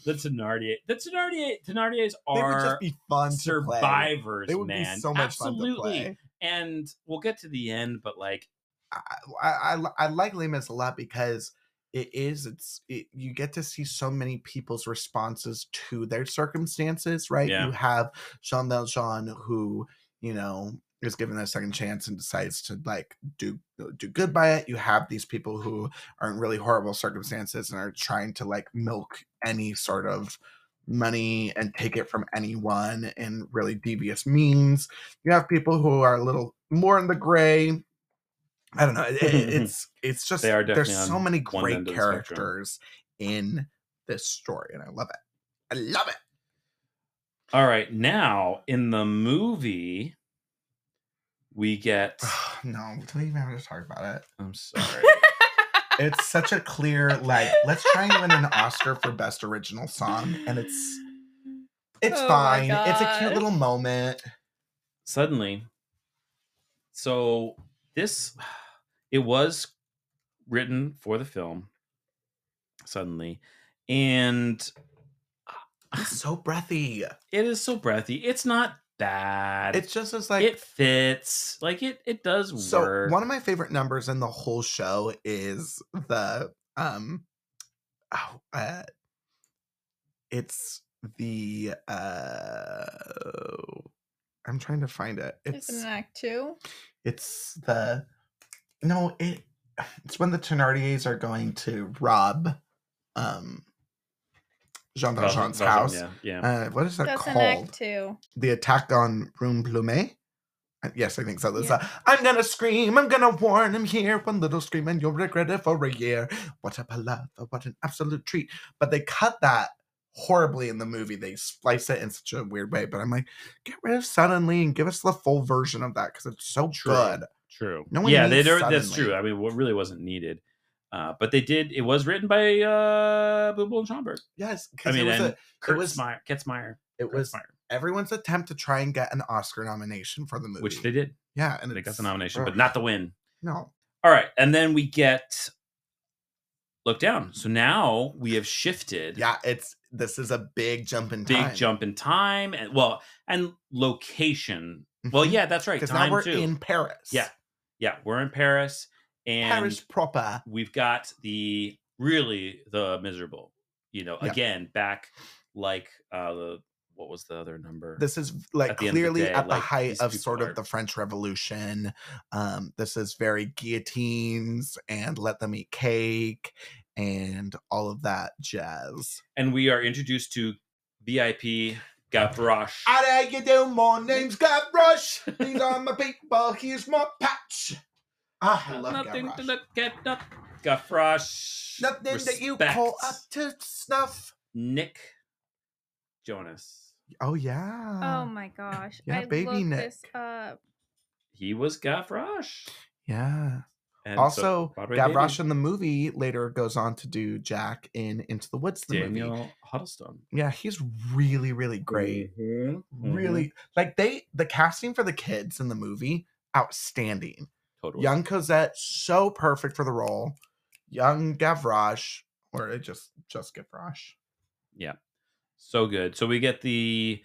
[SPEAKER 2] The Tenardier. The Tenardier. Tenardiers
[SPEAKER 1] They would
[SPEAKER 2] are
[SPEAKER 1] just be fun to play.
[SPEAKER 2] survivors,
[SPEAKER 1] They would
[SPEAKER 2] man.
[SPEAKER 1] be so much
[SPEAKER 2] Absolutely.
[SPEAKER 1] fun to play.
[SPEAKER 2] And we'll get to the end, but like,
[SPEAKER 1] I, I, li- I like Les Mis a lot because it is it's it, you get to see so many people's responses to their circumstances right
[SPEAKER 2] Yeah.
[SPEAKER 1] you have jean valjean who you know is given a second chance and decides to like do do good by it you have these people who are in really horrible circumstances and are trying to like milk any sort of money and take it from anyone in really devious means you have people who are a little more in the gray i don't know it- it- it's it's just
[SPEAKER 2] Mm-hmm. They are
[SPEAKER 1] there's
[SPEAKER 2] definitely
[SPEAKER 1] so
[SPEAKER 2] on
[SPEAKER 1] many
[SPEAKER 2] one
[SPEAKER 1] great
[SPEAKER 2] end of the spectrum.
[SPEAKER 1] characters in this story and i love it i love it
[SPEAKER 2] all right, now in the movie, we get.
[SPEAKER 1] no we don't even have to talk about it
[SPEAKER 2] I'm sorry.
[SPEAKER 1] it's such a clear like let's try and win an oscar for best original song and it's it's
[SPEAKER 3] Oh my
[SPEAKER 1] fine it's a cute
[SPEAKER 3] gosh.
[SPEAKER 1] little moment
[SPEAKER 2] suddenly so this it was written for the film suddenly and
[SPEAKER 1] it's so breathy
[SPEAKER 2] it is so breathy it's not bad
[SPEAKER 1] it's just as like
[SPEAKER 2] it fits like it it does
[SPEAKER 1] so
[SPEAKER 2] work
[SPEAKER 1] one of my favorite numbers in the whole show is the um oh, uh it's the uh i'm trying to find it
[SPEAKER 3] It's
[SPEAKER 1] it's
[SPEAKER 3] an act two.
[SPEAKER 1] it's the no it it's when the Thenardiers are going to rob um jean
[SPEAKER 2] Valjean-
[SPEAKER 1] valjean's
[SPEAKER 2] Valjean,
[SPEAKER 1] house
[SPEAKER 2] yeah, yeah.
[SPEAKER 1] uh what is that
[SPEAKER 3] That's an
[SPEAKER 1] called
[SPEAKER 3] act two.
[SPEAKER 1] the attack on Room Plume. Uh, Yes, I think so. There's
[SPEAKER 3] Yeah.
[SPEAKER 1] a, I'm gonna scream, I'm gonna warn him here. One little scream and you'll regret it for a year. What a palaver, what an absolute treat. But they cut that horribly in the movie. They splice it in such a weird way. But I'm like, get rid of suddenly and give us the full version of that because it's so
[SPEAKER 2] True.
[SPEAKER 1] good.
[SPEAKER 2] True.
[SPEAKER 1] No one
[SPEAKER 2] yeah, they
[SPEAKER 1] needs
[SPEAKER 2] don't, that's true.
[SPEAKER 1] suddenly.
[SPEAKER 2] I mean, what really wasn't needed, uh, but they did. It was written by uh, Booble and Schomburg.
[SPEAKER 1] Yes,
[SPEAKER 2] I
[SPEAKER 1] because
[SPEAKER 2] mean,
[SPEAKER 1] it was,
[SPEAKER 2] and
[SPEAKER 1] a,
[SPEAKER 2] Kurt
[SPEAKER 1] was-
[SPEAKER 2] Meyer, Ketzmeyer,
[SPEAKER 1] it was
[SPEAKER 2] Kurtzmeyer,
[SPEAKER 1] everyone's attempt to try and get an Oscar nomination for the movie.
[SPEAKER 2] which they did.
[SPEAKER 1] yeah, and
[SPEAKER 2] They got
[SPEAKER 1] it's-
[SPEAKER 2] the nomination, but
[SPEAKER 1] ugh,
[SPEAKER 2] not the win.
[SPEAKER 1] no.
[SPEAKER 2] All right, and then we get look down. So now we have shifted.
[SPEAKER 1] Yeah, it's this is a big jump in
[SPEAKER 2] big
[SPEAKER 1] time.
[SPEAKER 2] jump in time and well and location. Well,
[SPEAKER 1] Mhm.
[SPEAKER 2] yeah, that's right.
[SPEAKER 1] because
[SPEAKER 2] Time
[SPEAKER 1] now we're
[SPEAKER 2] too.
[SPEAKER 1] in Paris.
[SPEAKER 2] Yeah, yeah, we're in Paris, and
[SPEAKER 1] Paris proper.
[SPEAKER 2] we've got the really the miserable. You know,
[SPEAKER 1] Yeah.
[SPEAKER 2] again back like uh the what was the other number?
[SPEAKER 1] This is like
[SPEAKER 2] At the end of the
[SPEAKER 1] clearly
[SPEAKER 2] day,
[SPEAKER 1] at the
[SPEAKER 2] like,
[SPEAKER 1] height
[SPEAKER 2] these
[SPEAKER 1] of
[SPEAKER 2] people
[SPEAKER 1] sort
[SPEAKER 2] are-
[SPEAKER 1] of the French Revolution. Um, this is very guillotines and let them eat cake and all of that jazz.
[SPEAKER 2] and we are introduced to VIP Gavroche.
[SPEAKER 1] How do you do? My name's Gavroche. These are my people. Here's my patch. Ah, I love
[SPEAKER 2] Nothing
[SPEAKER 1] Gavroche.
[SPEAKER 2] to look at. Not Gavroche.
[SPEAKER 1] Nothing that you call up
[SPEAKER 2] respects.
[SPEAKER 1] to snuff.
[SPEAKER 2] Nick Jonas.
[SPEAKER 1] Oh yeah.
[SPEAKER 2] Um,
[SPEAKER 3] Oh my gosh.
[SPEAKER 1] yeah,
[SPEAKER 3] I
[SPEAKER 1] baby
[SPEAKER 3] looked
[SPEAKER 1] neck.
[SPEAKER 3] this up.
[SPEAKER 2] He was Gavroche.
[SPEAKER 1] yeah.
[SPEAKER 2] And so
[SPEAKER 1] also,
[SPEAKER 2] Broadway
[SPEAKER 1] Gavroche
[SPEAKER 2] Baby,
[SPEAKER 1] in the movie later goes on to do Jack in Into the Woods, the movie.
[SPEAKER 2] Daniel Huddleston.
[SPEAKER 1] Yeah, he's really, really great.
[SPEAKER 2] Mhm, mhm,
[SPEAKER 1] Really, like they, the casting for the kids in the movie, outstanding.
[SPEAKER 2] totally.
[SPEAKER 1] Young Cosette, so perfect for the role. Young Gavroche, or it just just Gavroche.
[SPEAKER 2] so good. So we get the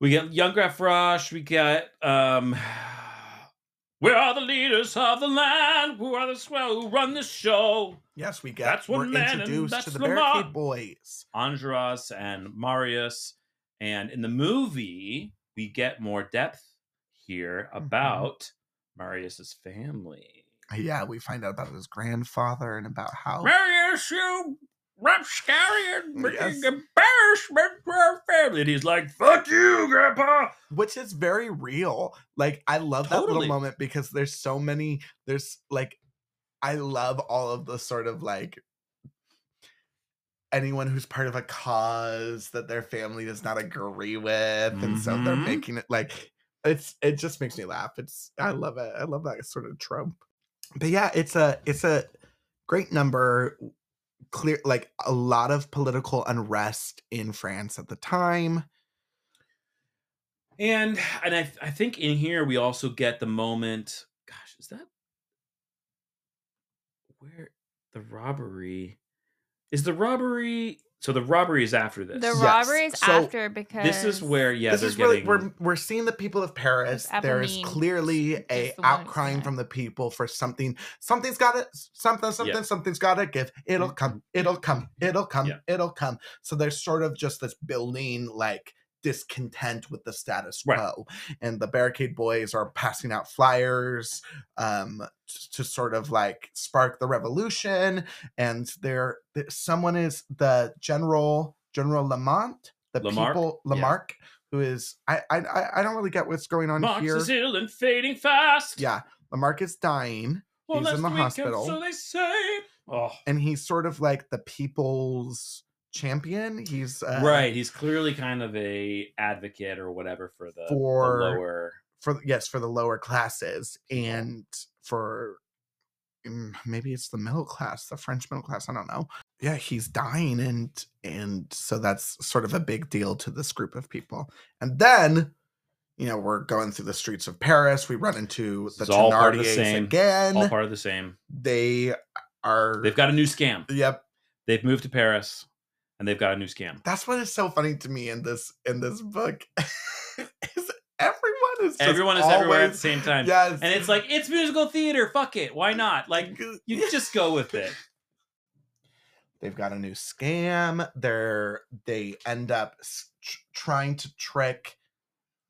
[SPEAKER 2] we get young Gavroche. We get um, where are the leaders of the land? Who are the swell who run the show?
[SPEAKER 1] Yes, we get
[SPEAKER 2] That's one
[SPEAKER 1] we're
[SPEAKER 2] man and
[SPEAKER 1] introduced
[SPEAKER 2] that's
[SPEAKER 1] to the
[SPEAKER 2] the
[SPEAKER 1] Barricade
[SPEAKER 2] mob.
[SPEAKER 1] Boys.
[SPEAKER 2] Andras and Marius. And in the movie, we get more depth here
[SPEAKER 1] Mhm.
[SPEAKER 2] about Marius's family.
[SPEAKER 1] Yeah, we find out about his grandfather and about how
[SPEAKER 2] Marius, you rapscallion,
[SPEAKER 1] Yes.
[SPEAKER 2] freaking embarrassment to our family. And he's like, fuck you, Grandpa.
[SPEAKER 1] which is very real. Like I love that
[SPEAKER 2] Totally.
[SPEAKER 1] little moment because there's so many. There's like, I love all of the sort of like anyone who's part of a cause that their family does not agree with, and so they're
[SPEAKER 2] Mhm.
[SPEAKER 1] making it like it's. It just makes me laugh. It's I love it. I love that sort of trope. But yeah, it's a it's a great number. Clear like a lot of political unrest in France at the time.
[SPEAKER 2] And and I I think in here we also get the moment. Gosh, is that where the robbery is? The robbery. So the robbery is after this.
[SPEAKER 3] The
[SPEAKER 1] Yes,
[SPEAKER 3] robbery is
[SPEAKER 1] so
[SPEAKER 3] after because
[SPEAKER 2] this is where yeah
[SPEAKER 1] this
[SPEAKER 2] they're
[SPEAKER 1] is really
[SPEAKER 2] getting
[SPEAKER 1] we're we're seeing the people of Paris. There is
[SPEAKER 3] Apennine,
[SPEAKER 1] clearly
[SPEAKER 3] just the
[SPEAKER 1] a
[SPEAKER 3] one that's
[SPEAKER 1] outcrying
[SPEAKER 3] there.
[SPEAKER 1] from the people for something. Something's got to something something
[SPEAKER 2] Yeah.
[SPEAKER 1] something's got to give. It'll
[SPEAKER 2] Mhm.
[SPEAKER 1] come. It'll come. It'll come.
[SPEAKER 2] Yeah.
[SPEAKER 1] It'll come. So there's sort of just this building like discontent with the status quo
[SPEAKER 2] Right.
[SPEAKER 1] and the barricade boys are passing out flyers um t- to sort of like spark the revolution and there th- someone is the general general lamont the
[SPEAKER 2] Lamarck?
[SPEAKER 1] people
[SPEAKER 2] Yeah.
[SPEAKER 1] lamarck who is I, I I- I don't really get what's going on
[SPEAKER 2] Marx
[SPEAKER 1] here.
[SPEAKER 2] is ill and fading fast.
[SPEAKER 1] Yeah, Lamarck is dying,
[SPEAKER 2] Well,
[SPEAKER 1] he's in
[SPEAKER 2] last
[SPEAKER 1] the
[SPEAKER 2] weekend,
[SPEAKER 1] hospital.
[SPEAKER 2] So they say. Oh,
[SPEAKER 1] and he's sort of like the people's champion. He's uh,
[SPEAKER 2] right. He's clearly kind of a advocate or whatever for the, the
[SPEAKER 1] For-
[SPEAKER 2] lower.
[SPEAKER 1] for yes for the lower classes and for mm, maybe it's the middle class, the French middle class. I don't know. Yeah, he's dying, and and so that's sort of a big deal to this group of people. And then, you know, we're going through the streets of Paris. We run into the
[SPEAKER 2] It's all part of the
[SPEAKER 1] Thénardiers
[SPEAKER 2] same,
[SPEAKER 1] again.
[SPEAKER 2] All part of the same.
[SPEAKER 1] they are
[SPEAKER 2] They've got a new scam.
[SPEAKER 1] yep
[SPEAKER 2] They've moved to Paris, and they've got a new scam.
[SPEAKER 1] that's what is so funny to me in this in this book is everyone is just
[SPEAKER 2] everyone is everywhere at the
[SPEAKER 1] always-
[SPEAKER 2] same time.
[SPEAKER 1] yes
[SPEAKER 2] And it's like, it's musical theater. Fuck it. Why not? Like, you just go with it.
[SPEAKER 1] they've got a new scam they're they end up s- tr- trying to trick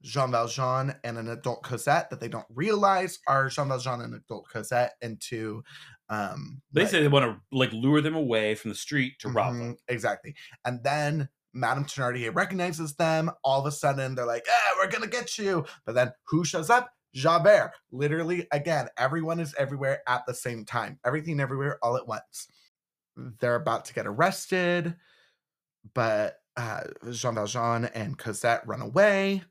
[SPEAKER 1] Jean Valjean and an adult Cosette that they don't realize are Jean Valjean and adult Cosette into um
[SPEAKER 2] They
[SPEAKER 1] like-
[SPEAKER 2] say they want to, like, lure them away from the street to rob them.
[SPEAKER 1] Mhm, Exactly. And then Madame Thenardier recognizes them. All of a sudden, they're like, "Yeah, we're gonna get you." But then who shows up? Javert. Literally, again, everyone is everywhere at the same time. Everything everywhere all at once. They're about to get arrested, but uh, Jean Valjean and Cosette run away.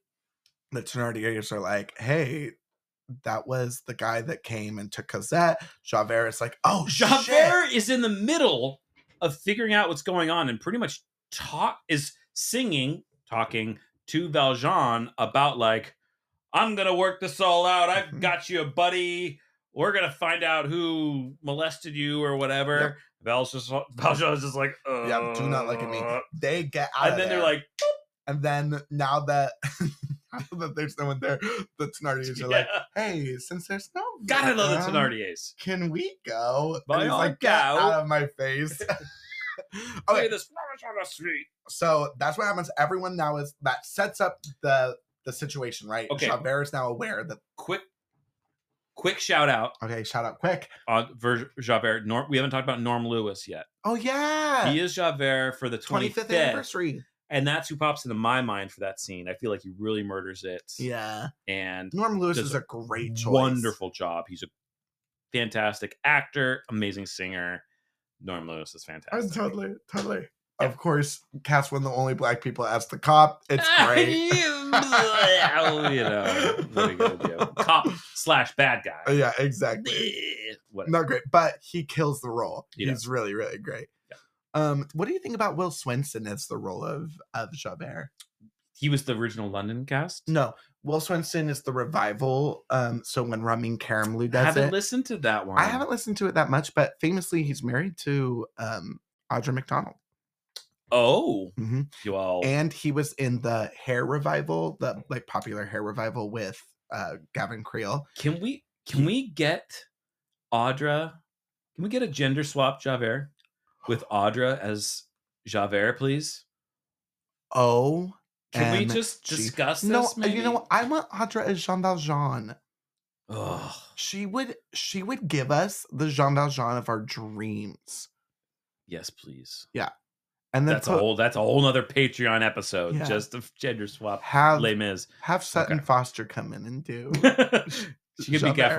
[SPEAKER 1] The Thenardiers are like, "Hey." That was the guy that came and took Cosette. Javert is like, oh,
[SPEAKER 2] Javert
[SPEAKER 1] shit.
[SPEAKER 2] is in the middle of figuring out what's going on and pretty much talk is singing, talking to Valjean about like, I'm gonna work this all out. I've
[SPEAKER 1] Mhm.
[SPEAKER 2] got you a buddy. We're gonna find out who molested you or whatever. Valjean's just, Valjean's just like, uh,
[SPEAKER 1] Yeah, do not look at me. They get out.
[SPEAKER 2] And
[SPEAKER 1] of
[SPEAKER 2] then they're
[SPEAKER 1] there.
[SPEAKER 2] like,
[SPEAKER 1] and then now that now that there's no one there, the Tenardiers are like,
[SPEAKER 2] yeah.
[SPEAKER 1] "Hey, since there's no
[SPEAKER 2] gotta love the
[SPEAKER 1] Vietnam,
[SPEAKER 2] Tenardiers.
[SPEAKER 1] can we go?"
[SPEAKER 2] By
[SPEAKER 1] and he's
[SPEAKER 2] all
[SPEAKER 1] like, "Get out
[SPEAKER 2] go."
[SPEAKER 1] of my face."
[SPEAKER 2] Play
[SPEAKER 1] okay,
[SPEAKER 2] this rubbish on the street.
[SPEAKER 1] so that's what happens. Everyone now is that sets up the the situation, right?
[SPEAKER 2] Okay.
[SPEAKER 1] Javert is now aware that.
[SPEAKER 2] Quick, quick shout out
[SPEAKER 1] Okay, shout out quick.
[SPEAKER 2] on Ver- Javert. Norm, we haven't talked about Norm Lewis yet.
[SPEAKER 1] Oh yeah,
[SPEAKER 2] He is Javert for the 25th,
[SPEAKER 1] 25th anniversary.
[SPEAKER 2] And that's who pops into my mind for that scene. I feel like he really murders it.
[SPEAKER 1] Yeah,
[SPEAKER 2] And
[SPEAKER 1] Norm Lewis
[SPEAKER 2] Does
[SPEAKER 1] is
[SPEAKER 2] a
[SPEAKER 1] a great choice.
[SPEAKER 2] wonderful job. He's a fantastic actor, amazing singer. Norm Lewis is
[SPEAKER 1] Oh,
[SPEAKER 2] fantastic.
[SPEAKER 1] totally, totally. Of course, Cat's one of the only black people asked the cop. It's
[SPEAKER 2] Ah,
[SPEAKER 1] great.
[SPEAKER 2] Well, you know, what are you gonna do? cop slash bad
[SPEAKER 1] Uh,
[SPEAKER 2] guy.
[SPEAKER 1] Oh, yeah, exactly.
[SPEAKER 2] Whatever.
[SPEAKER 1] Not great, but he kills the role.
[SPEAKER 2] Yeah.
[SPEAKER 1] He's really, really great. Um, what do you think about Will Swenson as the role of of Javert?
[SPEAKER 2] He was the original London cast.
[SPEAKER 1] No, Will Swenson is the revival. Um, so when Ramin Karimloo
[SPEAKER 2] I
[SPEAKER 1] does
[SPEAKER 2] haven't
[SPEAKER 1] it,
[SPEAKER 2] listened to that one.
[SPEAKER 1] I haven't listened to it that much, but famously, he's married to um Audra McDonald,
[SPEAKER 2] Oh,
[SPEAKER 1] Mhm.
[SPEAKER 2] you all.
[SPEAKER 1] and he was in the hair revival, the like popular hair revival with uh Gavin Creel.
[SPEAKER 2] Can we
[SPEAKER 1] Mm.
[SPEAKER 2] can we get Audra? Can we get a gender swap Javert with Audra as Javert, please?
[SPEAKER 1] Oh,
[SPEAKER 2] Can we
[SPEAKER 1] Um,
[SPEAKER 2] just
[SPEAKER 1] she-
[SPEAKER 2] discuss
[SPEAKER 1] no, uh,
[SPEAKER 2] this? Maybe?
[SPEAKER 1] you know what? I want Audra as Jean Valjean.
[SPEAKER 2] Ugh.
[SPEAKER 1] She would she would give us the Jean Valjean of our dreams.
[SPEAKER 2] Yes, please.
[SPEAKER 1] And then
[SPEAKER 2] That's a
[SPEAKER 1] put-
[SPEAKER 2] whole that's a whole nother Patreon episode
[SPEAKER 1] Yeah.
[SPEAKER 2] just of gender swap.
[SPEAKER 1] have
[SPEAKER 2] Les Mis.
[SPEAKER 1] have Sutton
[SPEAKER 2] okay.
[SPEAKER 1] Foster come in and do
[SPEAKER 2] she could be
[SPEAKER 1] Javert.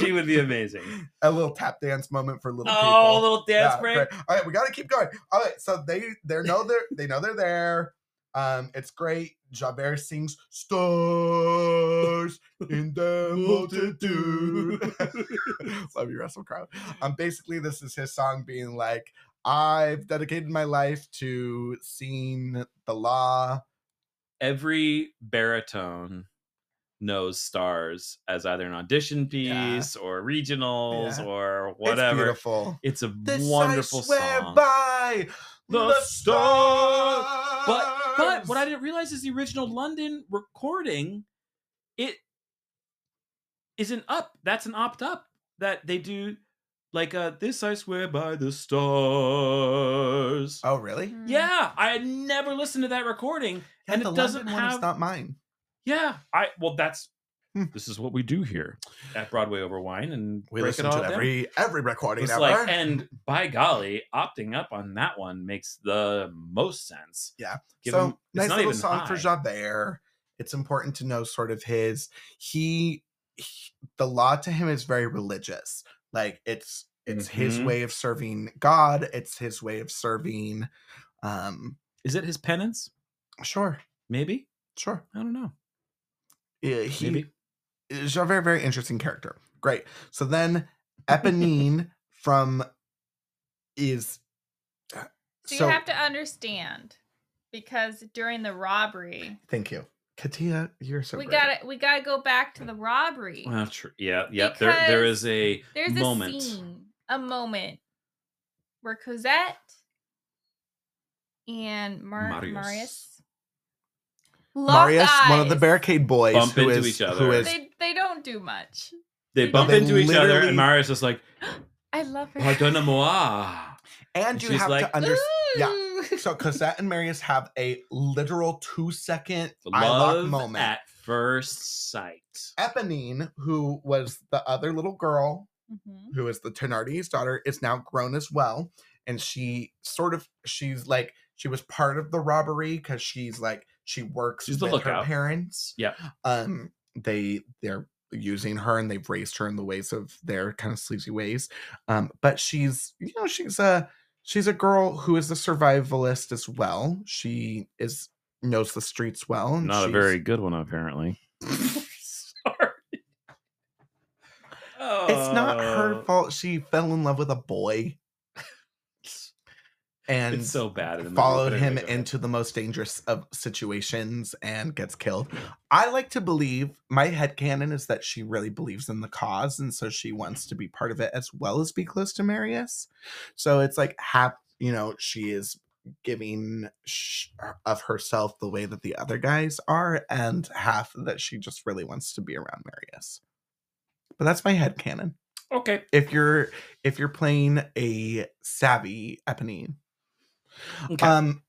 [SPEAKER 2] she would be amazing.
[SPEAKER 1] a little tap dance moment for little
[SPEAKER 2] Oh, a
[SPEAKER 1] people.
[SPEAKER 2] little dance
[SPEAKER 1] Yeah,
[SPEAKER 2] break.
[SPEAKER 1] great. All right, we gotta keep going. All right, so they they know they're they know they're there. Um, it's great. Javert sings stars in the multitude. Love you, Russell Crowe. Um, basically, this is his song being like, I've dedicated my life to seeing the law.
[SPEAKER 2] every baritone knows stars as either an audition
[SPEAKER 1] Yeah.
[SPEAKER 2] piece or regionals
[SPEAKER 1] Yeah.
[SPEAKER 2] or
[SPEAKER 1] It's
[SPEAKER 2] whatever. It's,
[SPEAKER 1] beautiful.
[SPEAKER 2] a
[SPEAKER 1] This
[SPEAKER 2] wonderful
[SPEAKER 1] I swear
[SPEAKER 2] song.
[SPEAKER 1] by
[SPEAKER 2] The
[SPEAKER 1] the,
[SPEAKER 2] stars.
[SPEAKER 1] stars.
[SPEAKER 2] But but what I didn't realize is the original London recording, it is an up. That's an opt up that they do like uh this I swear by the stars.
[SPEAKER 1] Oh, really?
[SPEAKER 3] Mm.
[SPEAKER 2] Yeah, I had never listened to that recording.
[SPEAKER 1] Yeah,
[SPEAKER 2] Mm-hmm. And
[SPEAKER 1] the
[SPEAKER 2] it doesn't
[SPEAKER 1] London one is
[SPEAKER 2] have-
[SPEAKER 1] not mine.
[SPEAKER 2] Yeah, I well that's
[SPEAKER 1] Hmm.
[SPEAKER 2] this is what we do here at Broadway Over Wine and
[SPEAKER 1] We
[SPEAKER 2] break it
[SPEAKER 1] listen to
[SPEAKER 2] all down.
[SPEAKER 1] every every recording
[SPEAKER 2] It's
[SPEAKER 1] ever.
[SPEAKER 2] like, and by golly, opting up on that one makes the most sense.
[SPEAKER 1] Yeah.
[SPEAKER 2] Given
[SPEAKER 1] so
[SPEAKER 2] it's
[SPEAKER 1] nice
[SPEAKER 2] not
[SPEAKER 1] little
[SPEAKER 2] even
[SPEAKER 1] song for
[SPEAKER 2] high.
[SPEAKER 1] Javert. It's important to know sort of his he, he- the law to him is very religious. Like it's it's his
[SPEAKER 2] Mhm.
[SPEAKER 1] way of serving God. It's his way of serving. Um,
[SPEAKER 2] Is it his penance?
[SPEAKER 1] sure,
[SPEAKER 2] Maybe
[SPEAKER 1] sure.
[SPEAKER 2] I don't know.
[SPEAKER 1] Yeah, he
[SPEAKER 2] Maybe
[SPEAKER 1] Javert, very interesting character. Great. So then Eponine from is
[SPEAKER 3] So, you have to understand because during the robbery,
[SPEAKER 1] thank you, Katia. You're so
[SPEAKER 3] we
[SPEAKER 1] great.
[SPEAKER 3] got to we got to go back to the robbery.
[SPEAKER 2] well, true. Yeah, yeah. There, there
[SPEAKER 3] Because
[SPEAKER 2] is a
[SPEAKER 3] There's a
[SPEAKER 2] moment.
[SPEAKER 3] scene, a moment where Cosette and Mar-
[SPEAKER 2] Marius.
[SPEAKER 3] Marius. Lock
[SPEAKER 1] Marius, one of the
[SPEAKER 3] eyes.
[SPEAKER 1] barricade boys,
[SPEAKER 2] Bump
[SPEAKER 1] who
[SPEAKER 2] into
[SPEAKER 1] is
[SPEAKER 2] each other.
[SPEAKER 1] who is
[SPEAKER 3] They they don't do much.
[SPEAKER 2] They
[SPEAKER 3] They
[SPEAKER 2] bump
[SPEAKER 1] don't-
[SPEAKER 2] into each other,
[SPEAKER 1] literally-
[SPEAKER 2] and Marius is like,
[SPEAKER 3] I love
[SPEAKER 2] Oh,
[SPEAKER 3] her.
[SPEAKER 2] "Pardonnez-moi."
[SPEAKER 1] And
[SPEAKER 2] And
[SPEAKER 1] you
[SPEAKER 2] she's
[SPEAKER 1] have
[SPEAKER 2] like,
[SPEAKER 1] to understand. yeah.
[SPEAKER 3] Ooh.
[SPEAKER 1] So Cosette and Marius have a literal two second eye lock
[SPEAKER 2] Love
[SPEAKER 1] moment.
[SPEAKER 2] at first sight.
[SPEAKER 1] Eponine, who was the other little girl,
[SPEAKER 3] Mhm.
[SPEAKER 1] who is the Thenardier's daughter, is now grown as well. And she sort of, she's like, she was part of the robbery because she's like, she works
[SPEAKER 2] She's the
[SPEAKER 1] with her
[SPEAKER 2] lookout.
[SPEAKER 1] parents.
[SPEAKER 2] Yeah.
[SPEAKER 1] Um, they, they're using her and they've raised her in the ways of their kind of sleazy ways. Um, but she's, you know, she's a, she's a girl who is a survivalist as well. She is, knows the streets well. and
[SPEAKER 2] Not a
[SPEAKER 1] she's-
[SPEAKER 2] very good one, apparently. Sorry.
[SPEAKER 1] It's not
[SPEAKER 2] uh Oh.
[SPEAKER 1] her fault. She fell in love with a boy. And
[SPEAKER 2] It's so bad. In the movie,
[SPEAKER 1] followed
[SPEAKER 2] but anyway,
[SPEAKER 1] him
[SPEAKER 2] go ahead.
[SPEAKER 1] into the most dangerous of situations and gets killed. I like to believe my headcanon is that she really believes in the cause and so she wants to be part of it as well as be close to Marius. So it's like hap you know, she is giving sh- of herself the way that the other guys are and half that she just really wants to be around Marius. But that's my headcanon.
[SPEAKER 2] Okay.
[SPEAKER 1] If you're if you're playing a savvy Eponine.
[SPEAKER 2] Okay.
[SPEAKER 1] Um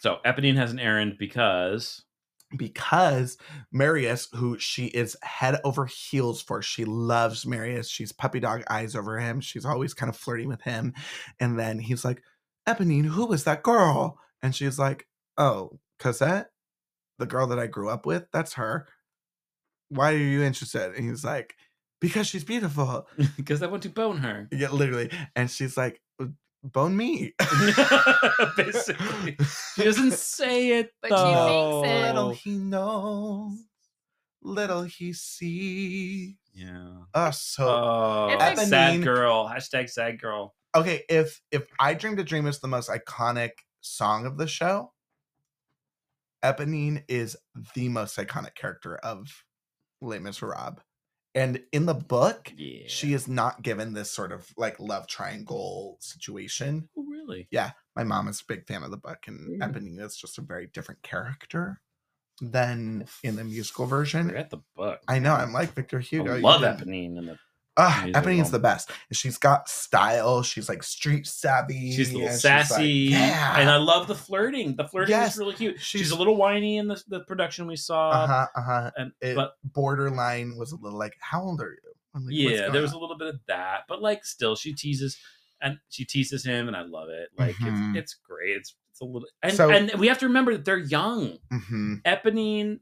[SPEAKER 2] So Eponine has an errand because
[SPEAKER 1] because Marius, who she is head over heels for, she loves Marius. She's puppy dog eyes over him. She's always kind of flirting with him. And then he's like, Eponine, who was that girl? And she's like, Oh, Cosette, the girl that I grew up with, that's her. Why are you interested? And he's like, Because she's beautiful.
[SPEAKER 2] because I want to bone her.
[SPEAKER 1] Yeah, literally. And she's like, bone me.
[SPEAKER 2] Basically, she doesn't say it,
[SPEAKER 3] But she
[SPEAKER 2] though.
[SPEAKER 3] thinks it.
[SPEAKER 1] Oh, Little he knows, little he sees.
[SPEAKER 2] Yeah.
[SPEAKER 1] Us so
[SPEAKER 2] Oh,
[SPEAKER 3] It's
[SPEAKER 2] that's
[SPEAKER 1] like-
[SPEAKER 2] sad
[SPEAKER 1] Eponine.
[SPEAKER 2] girl. Hashtag sad girl.
[SPEAKER 1] okay. If if I dreamed a dream is the most iconic song of the show, Eponine is the most iconic character of Les Miserables, and in the book,
[SPEAKER 2] Yeah.
[SPEAKER 1] she is not given this sort of like love triangle situation.
[SPEAKER 2] Oh, really?
[SPEAKER 1] My mom is a big fan of the book, and
[SPEAKER 2] Mm.
[SPEAKER 1] Eponine is just a very different character than in the musical version.
[SPEAKER 2] Forget the book.
[SPEAKER 1] I know.
[SPEAKER 2] man.
[SPEAKER 1] I'm like Victor Hugo.
[SPEAKER 2] I
[SPEAKER 1] you
[SPEAKER 2] love
[SPEAKER 1] didn't-
[SPEAKER 2] Eponine and the
[SPEAKER 1] Ah,
[SPEAKER 2] musical.
[SPEAKER 1] Eponine's the best. And she's got style. She's like street savvy.
[SPEAKER 2] She's a little
[SPEAKER 1] and she's, like,
[SPEAKER 2] sassy,
[SPEAKER 1] yeah.
[SPEAKER 2] and I love the flirting. The flirting
[SPEAKER 1] Yes,
[SPEAKER 2] is really cute. She's,
[SPEAKER 1] she's-
[SPEAKER 2] a little whiny in the, the production we saw,
[SPEAKER 1] Uh huh. Uh huh.
[SPEAKER 2] and
[SPEAKER 1] It
[SPEAKER 2] but
[SPEAKER 1] borderline was a little like, how old are you? I'm like, "What's
[SPEAKER 2] yeah,
[SPEAKER 1] going
[SPEAKER 2] there was a
[SPEAKER 1] on?"
[SPEAKER 2] little bit of that. But like, still, she teases and she teases him, and I love it. Like,
[SPEAKER 1] Mhm.
[SPEAKER 2] it's, it's great. It's, it's a little, and
[SPEAKER 1] So-
[SPEAKER 2] and we have to remember that they're young.
[SPEAKER 1] Mhm.
[SPEAKER 2] Eponine,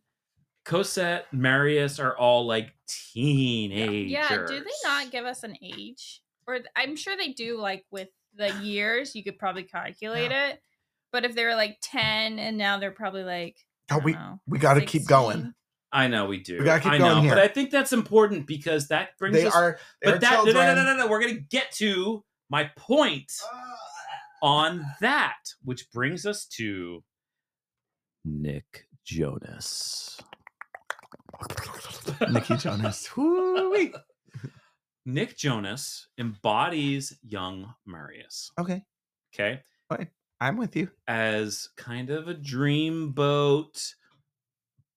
[SPEAKER 2] Cosette, Marius are all like teenagers.
[SPEAKER 3] Yeah, do they not give us an age? Or th- I'm sure they do. Like with the years, you could probably calculate it. But if they were like ten, and now they're probably like,
[SPEAKER 1] No,
[SPEAKER 3] I
[SPEAKER 1] Oh, we
[SPEAKER 3] don't know,
[SPEAKER 1] we got to keep going.
[SPEAKER 3] 16.
[SPEAKER 2] I know we do.
[SPEAKER 1] We gotta keep
[SPEAKER 2] I
[SPEAKER 1] going
[SPEAKER 2] know,
[SPEAKER 1] here.
[SPEAKER 2] but I think that's important because that brings
[SPEAKER 1] They
[SPEAKER 2] us.
[SPEAKER 1] are. They are
[SPEAKER 2] but that no, no, no,
[SPEAKER 1] children.
[SPEAKER 2] no, no, no. We're gonna get to my point on that, which brings us to Nick Jonas.
[SPEAKER 1] Nikki Jonas. Woo-wee.
[SPEAKER 2] Nick Jonas embodies young Marius.
[SPEAKER 1] Okay,
[SPEAKER 2] Okay.
[SPEAKER 1] I'm with you.
[SPEAKER 2] as kind of a dreamboat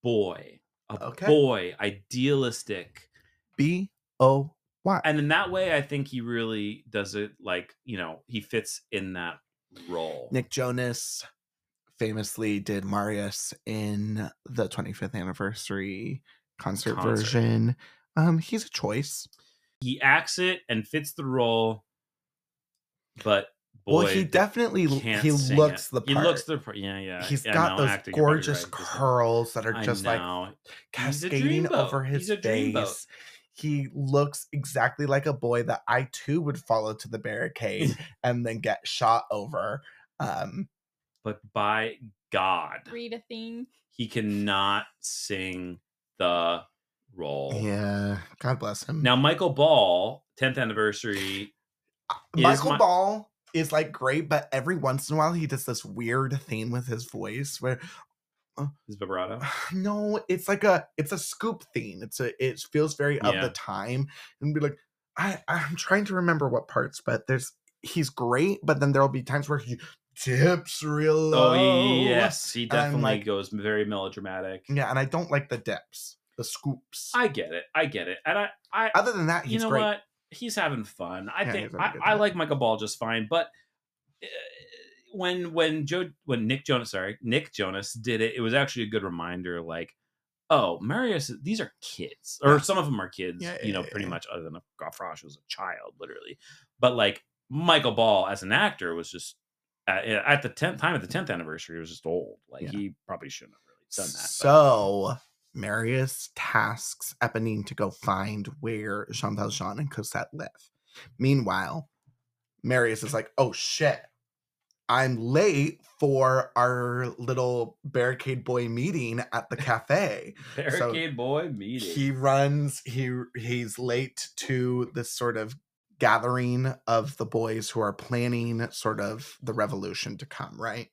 [SPEAKER 2] boy, a
[SPEAKER 1] Okay.
[SPEAKER 2] boy, idealistic.
[SPEAKER 1] B O Y.
[SPEAKER 2] And in that way, I think he really does it like, you know, he fits in that role.
[SPEAKER 1] Nick Jonas famously did Marius in the 25th anniversary concert,
[SPEAKER 2] Concert.
[SPEAKER 1] version. Um, he's a choice.
[SPEAKER 2] He acts it and fits the role, but boy,
[SPEAKER 1] well, he
[SPEAKER 2] they
[SPEAKER 1] definitely l-
[SPEAKER 2] can't
[SPEAKER 1] he
[SPEAKER 2] sing
[SPEAKER 1] looks
[SPEAKER 2] it.
[SPEAKER 1] the
[SPEAKER 2] He
[SPEAKER 1] part.
[SPEAKER 2] looks the part. Yeah, yeah.
[SPEAKER 1] He's
[SPEAKER 2] yeah, I
[SPEAKER 1] got
[SPEAKER 2] know,
[SPEAKER 1] those
[SPEAKER 2] acting, you're probably
[SPEAKER 1] gorgeous
[SPEAKER 2] right, this is-
[SPEAKER 1] curls that are
[SPEAKER 2] I
[SPEAKER 1] just like
[SPEAKER 2] know. He's a
[SPEAKER 1] cascading
[SPEAKER 2] dreamboat.
[SPEAKER 1] over his
[SPEAKER 2] He's a dreamboat.
[SPEAKER 1] face. He looks exactly like a boy that I too would follow to the barricade and then get shot over. Um,
[SPEAKER 2] But by God,
[SPEAKER 3] read a thing.
[SPEAKER 2] he cannot sing the role.
[SPEAKER 1] yeah, God bless him.
[SPEAKER 2] Now, Michael Ball, 10th anniversary. is
[SPEAKER 1] Michael
[SPEAKER 2] my-
[SPEAKER 1] Ball is like great, but every once in a while he does this weird thing with his voice where
[SPEAKER 2] Is vibrato?
[SPEAKER 1] no, it's like a it's a scoop thing. It's a it feels very of
[SPEAKER 2] Yeah.
[SPEAKER 1] the time and be like, I I'm trying to remember what parts, but there's he's great, but then there'll be times where he dips real low.
[SPEAKER 2] Oh, yes. He definitely
[SPEAKER 1] like-
[SPEAKER 2] goes very melodramatic.
[SPEAKER 1] Yeah, and I don't like the dips, the scoops.
[SPEAKER 2] I get it. I get it. And I, I
[SPEAKER 1] Other than that, he's
[SPEAKER 2] you know
[SPEAKER 1] great.
[SPEAKER 2] what? He's having fun. I
[SPEAKER 1] Yeah, he's
[SPEAKER 2] think
[SPEAKER 1] having a
[SPEAKER 2] I,
[SPEAKER 1] good
[SPEAKER 2] I
[SPEAKER 1] time.
[SPEAKER 2] like Michael Ball just fine. But uh, when when Joe when Nick Jonas sorry Nick Jonas did it, it was actually a good reminder. Like, oh, Marius, these are kids, or
[SPEAKER 1] Yeah.
[SPEAKER 2] some of them are kids.
[SPEAKER 1] Yeah,
[SPEAKER 2] you
[SPEAKER 1] yeah,
[SPEAKER 2] know,
[SPEAKER 1] yeah,
[SPEAKER 2] pretty
[SPEAKER 1] yeah.
[SPEAKER 2] much. Other than Goff Rosh was a child, literally. But like Michael Ball as an actor was just at, at the tenth time at the tenth anniversary, he was just old. Like
[SPEAKER 1] Yeah.
[SPEAKER 2] he probably shouldn't have really done that. but-
[SPEAKER 1] So Marius tasks Eponine to go find where Jean Valjean and Cosette live. Meanwhile, Marius is like, oh shit, I'm late for our little barricade boy meeting at the cafe.
[SPEAKER 2] Barricade Boy meeting.
[SPEAKER 1] he runs, he he's late to this sort of gathering of the boys who are planning sort of the revolution to come, right?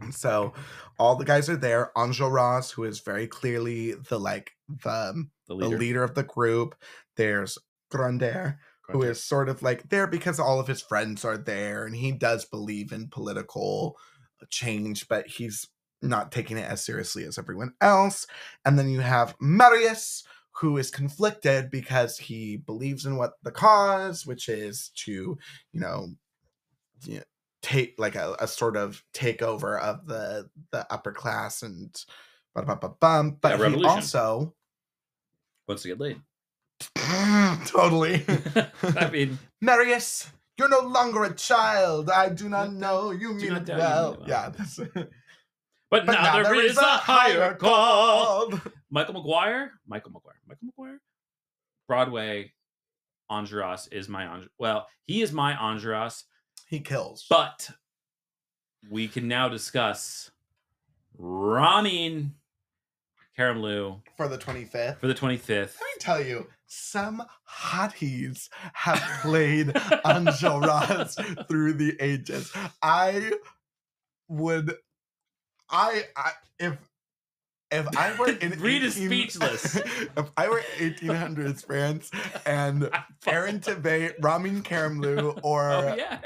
[SPEAKER 1] And so all the guys are there. Enjolras, who is very clearly the like the, the
[SPEAKER 2] the leader,
[SPEAKER 1] leader of the group. There's Grandeur, who
[SPEAKER 2] Grunter.
[SPEAKER 1] is sort of like there because all of his friends are there and he does believe in political change, but he's not taking it as seriously as everyone else. And then you have Marius, who is conflicted because he believes in what the cause, which is to, you know, y- take like a, a sort of takeover of the the upper class and bum, bum, bum, bum. but he
[SPEAKER 2] revolution.
[SPEAKER 1] also
[SPEAKER 2] wants to get laid.
[SPEAKER 1] totally
[SPEAKER 2] I mean,
[SPEAKER 1] Marius, you're no longer a child. I do not know. You mean
[SPEAKER 2] not
[SPEAKER 1] it
[SPEAKER 2] doubt you mean
[SPEAKER 1] well.
[SPEAKER 2] it well.
[SPEAKER 1] Yeah. that's- but
[SPEAKER 2] but, now, there is, a higher call.
[SPEAKER 1] call.
[SPEAKER 2] Michael McGuire, Michael McGuire, Michael McGuire, Broadway. Andras is my Andr- well, he is my Andras.
[SPEAKER 1] He kills.
[SPEAKER 2] But we can now discuss ramen Karamlu
[SPEAKER 1] for the 25th.
[SPEAKER 2] for the 25th.
[SPEAKER 1] Let me tell you, some hotties have played Angel Ross through the ages. I would, I, I if if I were in
[SPEAKER 2] Reed is
[SPEAKER 1] 18
[SPEAKER 2] speechless.
[SPEAKER 1] if I were 1800s France and Aaron Tveit, Ramin Karimloo, or
[SPEAKER 2] Oh, yeah.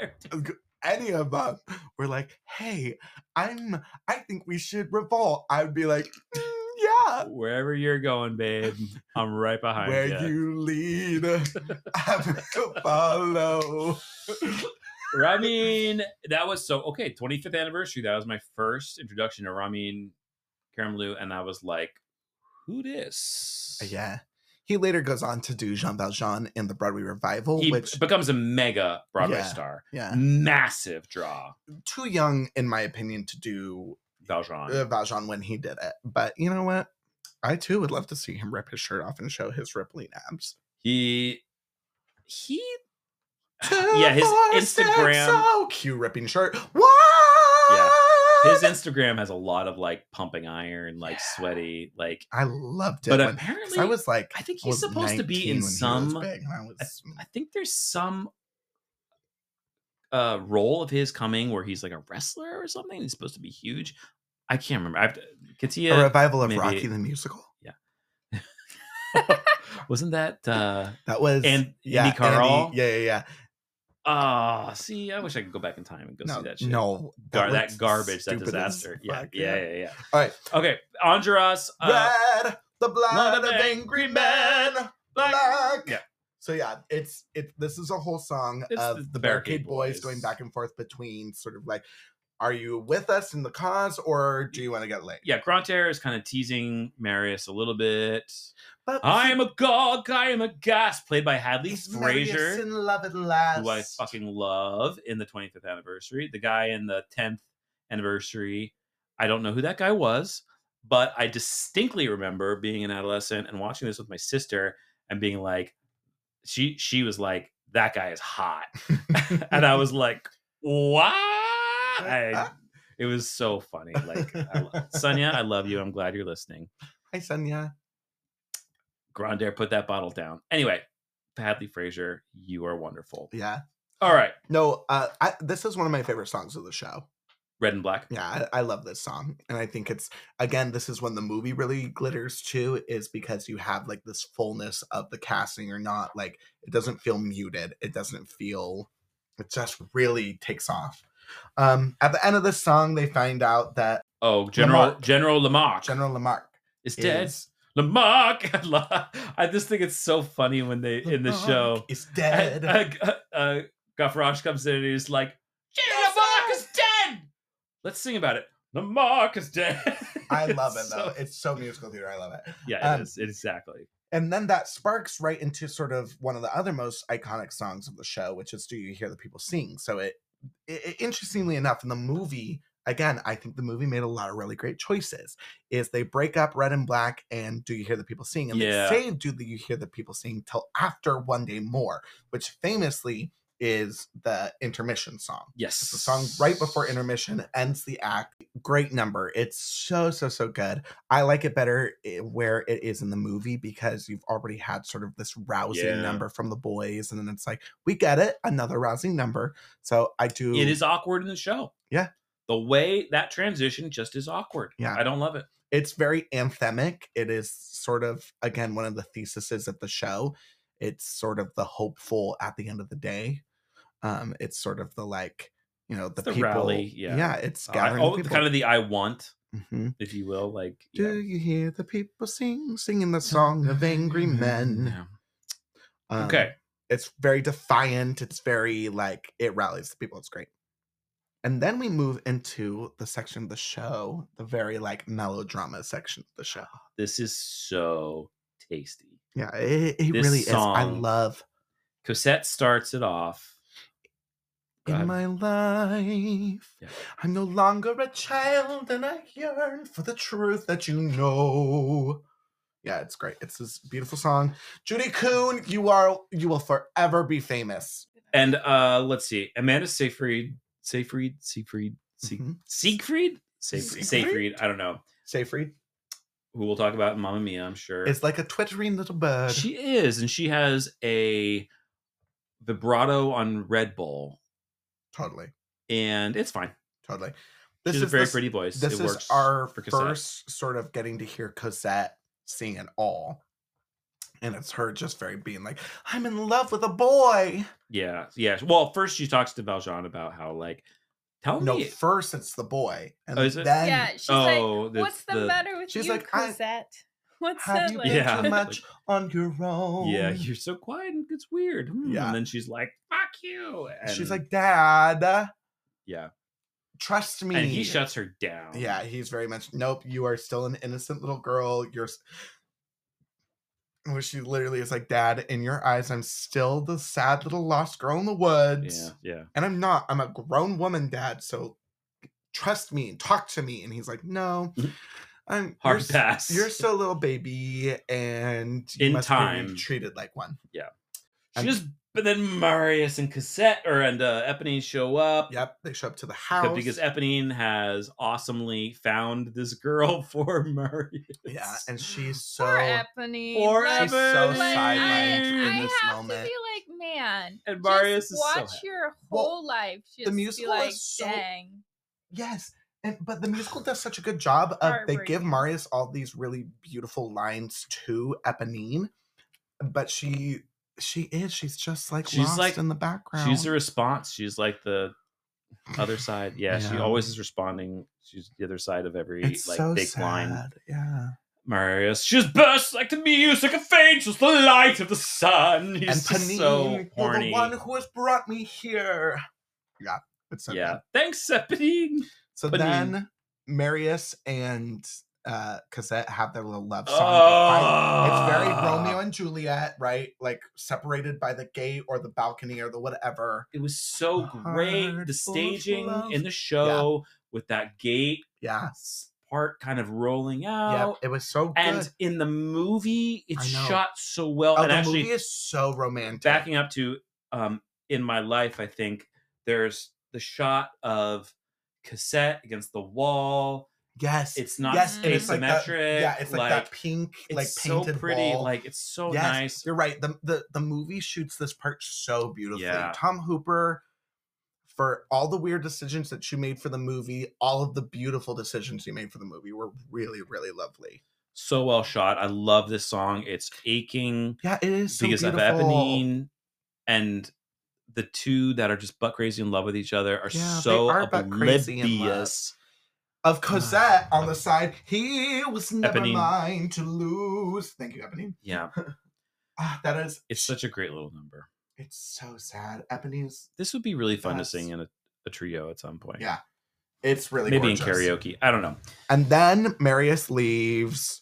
[SPEAKER 1] any of them were like, "Hey, I'm, I think we should revolt," I would be like, "Mm, "Yeah."
[SPEAKER 2] Wherever you're going, babe, I'm right behind
[SPEAKER 1] Where
[SPEAKER 2] ya.
[SPEAKER 1] you lead, I will follow.
[SPEAKER 2] Ramin, that was so okay. 25th anniversary. That was my first introduction to Ramin Karamlu, and I was like, "Who this?"
[SPEAKER 1] Yeah. He later goes on to do Jean Valjean in the Broadway revival,
[SPEAKER 2] he
[SPEAKER 1] oh, which
[SPEAKER 2] becomes a mega Broadway
[SPEAKER 1] Yeah.
[SPEAKER 2] star,
[SPEAKER 1] yeah,
[SPEAKER 2] massive draw.
[SPEAKER 1] too young in my opinion to do
[SPEAKER 2] Valjean,
[SPEAKER 1] uh, Valjean when he did it. But you know what? I too would love to see him rip his shirt off and show his rippling abs.
[SPEAKER 2] he he
[SPEAKER 1] Two,
[SPEAKER 2] yeah, his
[SPEAKER 1] four, six,
[SPEAKER 2] Instagram-
[SPEAKER 1] oh, cue ripping shirt. What?
[SPEAKER 2] his Instagram has a lot of like pumping iron, like
[SPEAKER 1] Oh, Yeah.
[SPEAKER 2] sweaty, like.
[SPEAKER 1] I loved it.
[SPEAKER 2] But
[SPEAKER 1] when- 'cause
[SPEAKER 2] apparently,
[SPEAKER 1] I was like,
[SPEAKER 2] I think
[SPEAKER 1] I
[SPEAKER 2] he's
[SPEAKER 1] was
[SPEAKER 2] supposed to be
[SPEAKER 1] 19
[SPEAKER 2] in
[SPEAKER 1] when he was
[SPEAKER 2] some.
[SPEAKER 1] big, and I was-
[SPEAKER 2] I think there's some uh role of his coming where he's like a wrestler or something. He's supposed to be huge. I can't remember. I've
[SPEAKER 1] a
[SPEAKER 2] Katia
[SPEAKER 1] revival of
[SPEAKER 2] maybe-
[SPEAKER 1] Rocky the musical.
[SPEAKER 2] wasn't that uh
[SPEAKER 1] That was
[SPEAKER 2] and
[SPEAKER 1] yeah,
[SPEAKER 2] Andy Carl.
[SPEAKER 1] yeah, yeah, yeah.
[SPEAKER 2] Ah, see, I wish I could go back in time and go
[SPEAKER 1] no,
[SPEAKER 2] see that shit.
[SPEAKER 1] no,
[SPEAKER 2] Gar- that,
[SPEAKER 1] looks
[SPEAKER 2] garbage, that
[SPEAKER 1] stupid as
[SPEAKER 2] disaster. Yeah,
[SPEAKER 1] fuck,
[SPEAKER 2] yeah, yeah, yeah.
[SPEAKER 1] All right,
[SPEAKER 2] Okay, Andras. Uh,
[SPEAKER 1] red, the blood of angry men, black.
[SPEAKER 2] Yeah.
[SPEAKER 1] So yeah, it's it. This is a whole song
[SPEAKER 2] It's
[SPEAKER 1] of
[SPEAKER 2] the
[SPEAKER 1] the, Barricade
[SPEAKER 2] Barricade
[SPEAKER 1] Boys.
[SPEAKER 2] Boys.
[SPEAKER 1] going back and forth between sort of like, are you with us in the cause or do you want to get laid?
[SPEAKER 2] yeah, Grantaire is kind of teasing Marius a little bit.
[SPEAKER 1] But
[SPEAKER 2] I am a gog, I am a gas, played by Hadley
[SPEAKER 1] it's Marius
[SPEAKER 2] Frazier.
[SPEAKER 1] in love at last.
[SPEAKER 2] who I fucking love in the 25th anniversary. The guy in the 10th anniversary, I don't know who that guy was, but I distinctly remember being an adolescent and watching this with my sister and being like, she she was like, that guy is hot, and I was like, what? I, it was so funny. Like, I, lo- Sonia, I love you. I'm glad you're listening.
[SPEAKER 1] Hi, Sonia.
[SPEAKER 2] Grandair, put that bottle down. Anyway, Hadley Frazier, you are wonderful.
[SPEAKER 1] Yeah.
[SPEAKER 2] All right,
[SPEAKER 1] No, uh, I, this is one of my favorite songs of the show.
[SPEAKER 2] red and black.
[SPEAKER 1] Yeah, I, I love this song. And I think it's, again, this is when the movie really glitters too, is because you have like this fullness of the casting or not. Like it doesn't feel muted. It doesn't feel, it just really takes off. Um, at the end of this song, they find out that
[SPEAKER 2] Oh, General
[SPEAKER 1] Lamarck.
[SPEAKER 2] General Lamarck
[SPEAKER 1] General Lamarck
[SPEAKER 2] is dead.
[SPEAKER 1] is,
[SPEAKER 2] Lamarck, I lo- I just think it's so funny when they in the show.
[SPEAKER 1] Lamarck is
[SPEAKER 2] Uh,
[SPEAKER 1] dead.
[SPEAKER 2] uh, uh, Gavroche comes in and he's like, "General Lamarck is dead." Let's sing about it. Lamarck is dead.
[SPEAKER 1] I love it
[SPEAKER 2] It's
[SPEAKER 1] though.
[SPEAKER 2] so-
[SPEAKER 1] It's so musical theater. I love it.
[SPEAKER 2] yeah, it
[SPEAKER 1] um,
[SPEAKER 2] is exactly.
[SPEAKER 1] And then that sparks right into sort of one of the other most iconic songs of the show, which is "Do You Hear the People Sing?" So it, i i- interestingly enough, in the movie, again, I think the movie made a lot of really great choices. Is they break up Red and Black and "Do You Hear the People Sing?" and
[SPEAKER 2] Yeah.
[SPEAKER 1] they save "Do the- You Hear the People Sing?" till after "One Day More," which famously is the intermission song.
[SPEAKER 2] Yes,
[SPEAKER 1] It's the song right before intermission ends the act. Great number. It's so, so, so good. I like it better i- where it is in the movie because you've already had sort of this rousing
[SPEAKER 2] Yeah.
[SPEAKER 1] number from the boys. And then it's like, we get it. Another rousing number. So I do.
[SPEAKER 2] It is awkward in the show.
[SPEAKER 1] Yeah.
[SPEAKER 2] the way that transition just is awkward.
[SPEAKER 1] Yeah.
[SPEAKER 2] I don't love it. Uh,
[SPEAKER 1] It's very anthemic. It is sort of, again, one of the theses of the show. It's sort of the hopeful at the end of the day. Um, It's sort of the like, you know, the,
[SPEAKER 2] the
[SPEAKER 1] people.
[SPEAKER 2] rally, yeah.
[SPEAKER 1] Yeah. It's
[SPEAKER 2] I-
[SPEAKER 1] gathering.
[SPEAKER 2] oh,
[SPEAKER 1] the people.
[SPEAKER 2] kind of the I want,
[SPEAKER 1] Mhm.
[SPEAKER 2] if you will, like
[SPEAKER 1] Do
[SPEAKER 2] yeah.
[SPEAKER 1] you hear the people sing, singing the song of angry men?
[SPEAKER 2] Yeah.
[SPEAKER 1] Um,
[SPEAKER 2] Mm-hmm. Okay.
[SPEAKER 1] It's very defiant. It's very like, it rallies the people. It's great. And then we move into the section of the show, the very like melodrama section of the show.
[SPEAKER 2] this is so tasty.
[SPEAKER 1] Yeah, it, it
[SPEAKER 2] This
[SPEAKER 1] really is. I
[SPEAKER 2] song-
[SPEAKER 1] love
[SPEAKER 2] Cosette starts it off. Go ahead.
[SPEAKER 1] in my life.
[SPEAKER 2] Yeah.
[SPEAKER 1] I'm no longer a child and I yearn for the truth that you know. Yeah, it's great. It's this beautiful song. Judy Kuhn, you are you will forever be famous.
[SPEAKER 2] And uh, let's see, Amanda Seyfried, Seyfried, Siegfried, Sieg-
[SPEAKER 1] Mhm.
[SPEAKER 2] Siegfried, Seyfried,
[SPEAKER 1] Siegfried?
[SPEAKER 2] Seyfried. I don't know
[SPEAKER 1] Seyfried.
[SPEAKER 2] who we'll talk about in Mamma Mia. I'm sure
[SPEAKER 1] It's like a twittering little bird.
[SPEAKER 2] she is, and she has a vibrato on Red Bull,
[SPEAKER 1] totally,
[SPEAKER 2] and it's fine.
[SPEAKER 1] totally.
[SPEAKER 2] She's a very
[SPEAKER 1] this-
[SPEAKER 2] pretty voice.
[SPEAKER 1] This
[SPEAKER 2] it
[SPEAKER 1] is
[SPEAKER 2] works
[SPEAKER 1] our
[SPEAKER 2] for Cassette.
[SPEAKER 1] first sort of getting to hear Cosette sing at all. And it's her just very being like, I'm in love with a boy.
[SPEAKER 2] Yeah, yeah. Well, first she talks to Valjean about how like, tell
[SPEAKER 1] No,
[SPEAKER 2] me.
[SPEAKER 1] first it's the boy. And
[SPEAKER 2] Oh, is it?
[SPEAKER 1] then
[SPEAKER 3] yeah, she's like,
[SPEAKER 2] oh, that's
[SPEAKER 3] what's the, matter with
[SPEAKER 1] She's
[SPEAKER 3] you,
[SPEAKER 1] like, I-
[SPEAKER 3] Cosette? What's
[SPEAKER 1] have
[SPEAKER 3] up?
[SPEAKER 1] you
[SPEAKER 3] with
[SPEAKER 1] been
[SPEAKER 2] Yeah.
[SPEAKER 1] too much on your own?
[SPEAKER 2] Yeah, "Oh, you're so quiet and it's weird. Hmm.
[SPEAKER 1] Yeah.
[SPEAKER 2] And then she's like, fuck you. And
[SPEAKER 1] She's like, Dad,
[SPEAKER 2] yeah.
[SPEAKER 1] trust me.
[SPEAKER 2] And he shuts her down.
[SPEAKER 1] Yeah, he's very much, nope, you are still an innocent little girl. You're. s-" Where she literally is like, Dad, in your eyes, I'm still the sad little lost girl in the woods.
[SPEAKER 2] Yeah. Yeah.
[SPEAKER 1] And I'm not. I'm a grown woman, Dad. So trust me. Talk to me. And he's like, no,
[SPEAKER 2] Mhm.
[SPEAKER 1] I'm
[SPEAKER 2] Hard
[SPEAKER 1] you're, s-
[SPEAKER 2] pass.
[SPEAKER 1] You're still a little baby, and you
[SPEAKER 2] In
[SPEAKER 1] must be
[SPEAKER 2] time.
[SPEAKER 1] treated like one.
[SPEAKER 2] she just, but then Marius and Cassette or and uh, Eponine show up.
[SPEAKER 1] Yep. They show up to the
[SPEAKER 2] c-
[SPEAKER 1] house.
[SPEAKER 2] Because Eponine has awesomely found this girl for Marius.
[SPEAKER 1] yeah, and she's so.
[SPEAKER 3] Poor Eponine.
[SPEAKER 2] Or
[SPEAKER 3] like,
[SPEAKER 1] She's so
[SPEAKER 2] Eponine.
[SPEAKER 1] sidelined
[SPEAKER 3] I,
[SPEAKER 1] in
[SPEAKER 3] I
[SPEAKER 1] this
[SPEAKER 3] have
[SPEAKER 1] moment.
[SPEAKER 3] to be like, man.
[SPEAKER 2] And Marius
[SPEAKER 3] just
[SPEAKER 2] is so
[SPEAKER 3] watch
[SPEAKER 2] happy.
[SPEAKER 3] your
[SPEAKER 1] Well,
[SPEAKER 3] whole life. Just
[SPEAKER 1] musical
[SPEAKER 3] be
[SPEAKER 1] is
[SPEAKER 3] like,
[SPEAKER 1] so-
[SPEAKER 3] dang.
[SPEAKER 1] Yes. And, but the musical does such a good job of they give
[SPEAKER 3] Heartbreaking.
[SPEAKER 1] Marius all these really beautiful lines to Eponine, but she she is she's just like
[SPEAKER 2] She's
[SPEAKER 1] lost
[SPEAKER 2] like-
[SPEAKER 1] in the background.
[SPEAKER 2] She's the response. She's like the other side. Yeah, she
[SPEAKER 1] Yeah.
[SPEAKER 2] always is responding. She's the other side of every
[SPEAKER 1] it's
[SPEAKER 2] like
[SPEAKER 1] so
[SPEAKER 2] big
[SPEAKER 1] sad.
[SPEAKER 2] line.
[SPEAKER 1] Yeah.
[SPEAKER 2] Marius, she's burst like the music of angels, the light of the sun. He's
[SPEAKER 1] and
[SPEAKER 2] just
[SPEAKER 1] Panini,
[SPEAKER 2] so
[SPEAKER 1] you're the
[SPEAKER 2] horny.
[SPEAKER 1] one who has brought me here. Yeah, it's so
[SPEAKER 2] yeah.
[SPEAKER 1] good.
[SPEAKER 2] Thanks, Sepidine.
[SPEAKER 1] So
[SPEAKER 2] Panini.
[SPEAKER 1] then Marius and uh Cassette have their little love song. They fight.
[SPEAKER 2] Ah.
[SPEAKER 1] It's very
[SPEAKER 2] Oh!
[SPEAKER 1] Romeo and Juliet, right? Like separated by the gate or the balcony or the whatever.
[SPEAKER 2] It was so great.
[SPEAKER 1] Heart
[SPEAKER 2] The
[SPEAKER 1] full of
[SPEAKER 2] staging
[SPEAKER 1] love.
[SPEAKER 2] in the show with that gate
[SPEAKER 1] Yeah.
[SPEAKER 2] s- part kind of rolling
[SPEAKER 1] Yeah.
[SPEAKER 2] out.
[SPEAKER 1] It was so good.
[SPEAKER 2] Oh, And in the movie, it's
[SPEAKER 1] I know.
[SPEAKER 2] shot so well.
[SPEAKER 1] oh,
[SPEAKER 2] and
[SPEAKER 1] the
[SPEAKER 2] actually,
[SPEAKER 1] movie is so romantic.
[SPEAKER 2] backing up to um in my life i think there's the shot of cassette against the wall
[SPEAKER 1] yes.
[SPEAKER 2] it's not
[SPEAKER 1] yes, and it's like that,
[SPEAKER 2] asymmetric
[SPEAKER 1] yeah, it's like, that pink,
[SPEAKER 2] it's
[SPEAKER 1] like
[SPEAKER 2] so
[SPEAKER 1] painted
[SPEAKER 2] pretty
[SPEAKER 1] wall.
[SPEAKER 2] like it's so
[SPEAKER 1] Yes,
[SPEAKER 2] nice
[SPEAKER 1] You're right. The, the the movie shoots this part so beautifully.
[SPEAKER 2] Yeah.
[SPEAKER 1] Tom Hooper for all the weird decisions that you made for the movie, all of the beautiful decisions you made for the movie were really really lovely.
[SPEAKER 2] so well shot i love this song it's aching
[SPEAKER 1] Yeah, it is so
[SPEAKER 2] because of
[SPEAKER 1] beautiful.
[SPEAKER 2] eponine and the two that are just butt crazy in love with each other are
[SPEAKER 1] Yeah, they
[SPEAKER 2] so
[SPEAKER 1] are butt crazy in love.
[SPEAKER 2] oblivious
[SPEAKER 1] Of Cosette on the side, he was never
[SPEAKER 2] Eponine.
[SPEAKER 1] mine to lose. Thank you, Eponine.
[SPEAKER 2] yeah
[SPEAKER 1] Ah, that is
[SPEAKER 2] it's such a great little number
[SPEAKER 1] it's so sad. Eponine's
[SPEAKER 2] this would be really fun
[SPEAKER 1] That's-
[SPEAKER 2] to sing in a, a trio at some point
[SPEAKER 1] Yeah. it's really
[SPEAKER 2] maybe
[SPEAKER 1] gorgeous.
[SPEAKER 2] in karaoke i don't know
[SPEAKER 1] And then Marius leaves,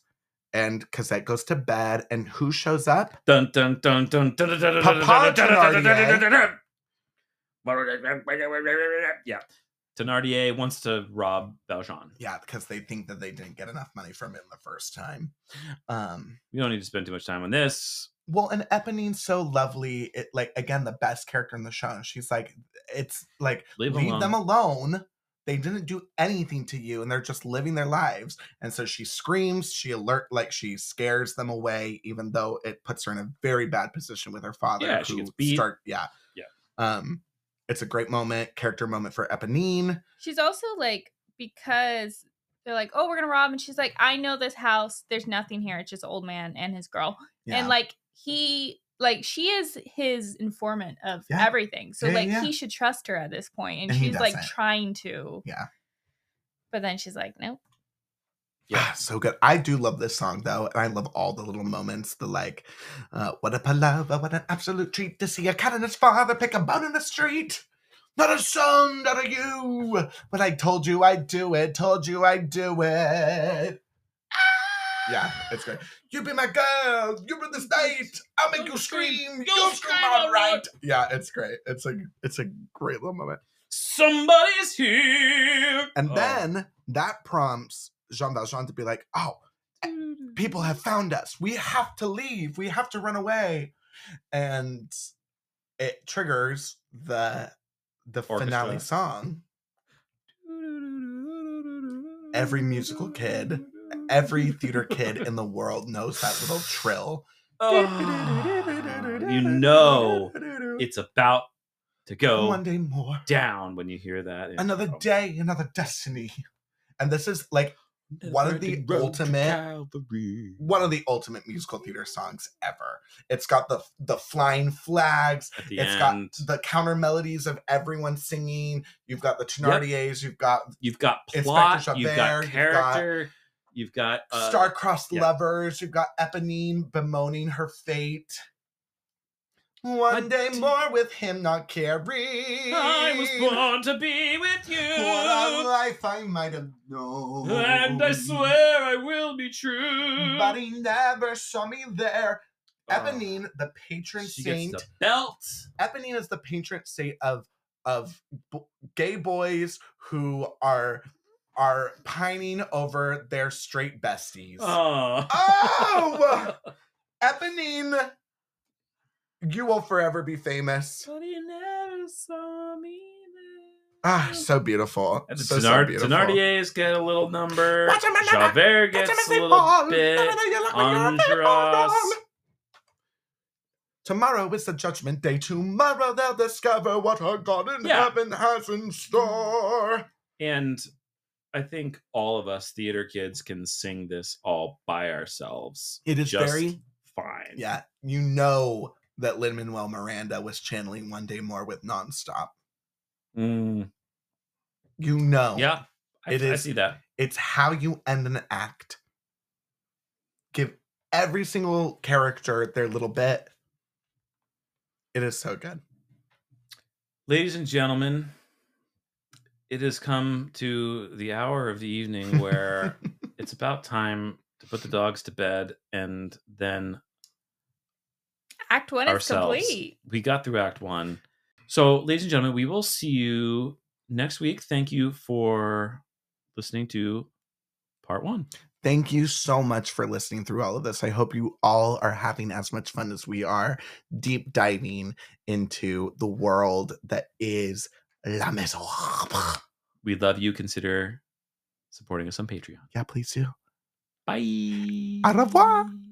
[SPEAKER 1] and Cosette goes to bed. And who shows up?
[SPEAKER 2] Dun dun dun dun dun dun dun dun
[SPEAKER 1] Papa
[SPEAKER 2] dun dun dun dun dun dun dun. Yeah. Thenardier wants to rob Valjean.
[SPEAKER 1] Yeah, because they think that they didn't get enough money from him the first time. Um,
[SPEAKER 2] We don't need to spend too much time on this.
[SPEAKER 1] well, and Eponine's so lovely. It like again the best character in the show. She's like, it's like
[SPEAKER 2] Leave
[SPEAKER 1] leave,
[SPEAKER 2] them
[SPEAKER 1] them alone. They didn't do anything to you, and they're just living their lives. And so she screams, she alert, like she scares them away, even though it puts her in a very bad position with her father.
[SPEAKER 2] Yeah, she gets beat.
[SPEAKER 1] Start, yeah,
[SPEAKER 2] Yeah.
[SPEAKER 1] Um, it's a great moment, character moment for Eponine.
[SPEAKER 3] She's also like, because they're like, oh, we're going to rob. And she's like, I know this house. There's nothing here. It's just old man and his girl.
[SPEAKER 1] Yeah.
[SPEAKER 3] And like, he, like, she is his informant of
[SPEAKER 1] Yeah.
[SPEAKER 3] everything. So,
[SPEAKER 1] Yeah, yeah,
[SPEAKER 3] like,
[SPEAKER 1] yeah.
[SPEAKER 3] he should trust her at this point. And,
[SPEAKER 1] And he
[SPEAKER 3] she's like
[SPEAKER 1] doesn't.
[SPEAKER 3] trying to.
[SPEAKER 1] Yeah.
[SPEAKER 3] But then she's like, nope.
[SPEAKER 1] Ah, so good. I do love this song though, and I love all the little moments. The like, uh, what a palava, what an absolute treat to see a cat and its father pick a bone in the street. Not a son, not a you. But I told you I'd do it. Told you I'd do it. Yeah, it's great. You be my girl. You be this night. I'll make you scream. You'll scream all right. Yeah, it's great. It's a it's a great little moment.
[SPEAKER 2] Somebody's here.
[SPEAKER 1] And
[SPEAKER 2] Oh.
[SPEAKER 1] then that prompts Jean Valjean to be like, oh, people have found us. We have to leave. We have to run away. And it triggers the the finale
[SPEAKER 2] Orchestra.
[SPEAKER 1] song. Every musical kid, Every theater kid in the world knows that little trill.
[SPEAKER 2] Oh, you know it's about to go
[SPEAKER 1] one day more,
[SPEAKER 2] down when you hear that.
[SPEAKER 1] another
[SPEAKER 2] intro.
[SPEAKER 1] day, another destiny. And this is like one of the
[SPEAKER 2] Road to
[SPEAKER 1] ultimate-
[SPEAKER 2] Calvary.
[SPEAKER 1] one of the ultimate musical theater songs ever. It's got the the flying flags.
[SPEAKER 2] At the
[SPEAKER 1] It's
[SPEAKER 2] end,
[SPEAKER 1] got the counter melodies of everyone singing. You've got the Thenardiers. You've got
[SPEAKER 2] you've got
[SPEAKER 1] Inspector
[SPEAKER 2] plot, you've
[SPEAKER 1] Javert,
[SPEAKER 2] got
[SPEAKER 1] you've got-
[SPEAKER 2] character, you've got, uh,
[SPEAKER 1] star-crossed
[SPEAKER 2] yeah.
[SPEAKER 1] lovers. You've got Eponine bemoaning her fate. One
[SPEAKER 2] I
[SPEAKER 1] day
[SPEAKER 2] did-
[SPEAKER 1] more with him, not caring.
[SPEAKER 2] I was born to be with you,
[SPEAKER 1] What a life I might have known.
[SPEAKER 2] and I swear I will be true.
[SPEAKER 1] But he never saw me there.
[SPEAKER 2] Oh,
[SPEAKER 1] Eponine, the patron
[SPEAKER 2] she
[SPEAKER 1] saint.
[SPEAKER 2] gets the belt.
[SPEAKER 1] Eponine is the patron saint of of b- gay boys who are are pining over their straight besties.
[SPEAKER 2] Oh.
[SPEAKER 1] Oh! Eponine, you will forever be famous.
[SPEAKER 2] But he never saw me there.
[SPEAKER 1] Ah, so beautiful.
[SPEAKER 2] And
[SPEAKER 1] so, so
[SPEAKER 2] Tenard-
[SPEAKER 1] beautiful.
[SPEAKER 2] Tenardier's get a little number.
[SPEAKER 1] Watch him, watch him,
[SPEAKER 2] Javert
[SPEAKER 1] Catch 'em
[SPEAKER 2] gets
[SPEAKER 1] as
[SPEAKER 2] a
[SPEAKER 1] they
[SPEAKER 2] little
[SPEAKER 1] fall.
[SPEAKER 2] bit.
[SPEAKER 1] Andras.
[SPEAKER 2] Andras.
[SPEAKER 1] Tomorrow is the judgment day. Tomorrow they'll discover what our God in
[SPEAKER 2] Yeah.
[SPEAKER 1] heaven has in store.
[SPEAKER 2] And I think all of us theater kids can sing this all by ourselves.
[SPEAKER 1] It is
[SPEAKER 2] Just
[SPEAKER 1] very-
[SPEAKER 2] fine.
[SPEAKER 1] Yeah, you know that Lin Manuel Miranda was channeling One Day More with Nonstop.
[SPEAKER 2] Mm,
[SPEAKER 1] You know.
[SPEAKER 2] yeah. I,
[SPEAKER 1] It
[SPEAKER 2] I
[SPEAKER 1] is-
[SPEAKER 2] see that.
[SPEAKER 1] It's how you end an act. Give every single character their little bit. It is so good.
[SPEAKER 2] Ladies and gentlemen, it has come to the hour of the evening where it's about time to put the dogs to bed and then
[SPEAKER 3] Act one is
[SPEAKER 2] ourselves.
[SPEAKER 3] complete.
[SPEAKER 2] We got through Act One. So, ladies and gentlemen, we will see you next week. Thank you for listening to part one.
[SPEAKER 1] Thank you so much for listening through all of this. I hope you all are having as much fun as we are deep diving into the world that is La Maison.
[SPEAKER 2] We love you. Consider supporting us on Patreon.
[SPEAKER 1] Yeah, please do.
[SPEAKER 2] Bye.
[SPEAKER 1] Au revoir.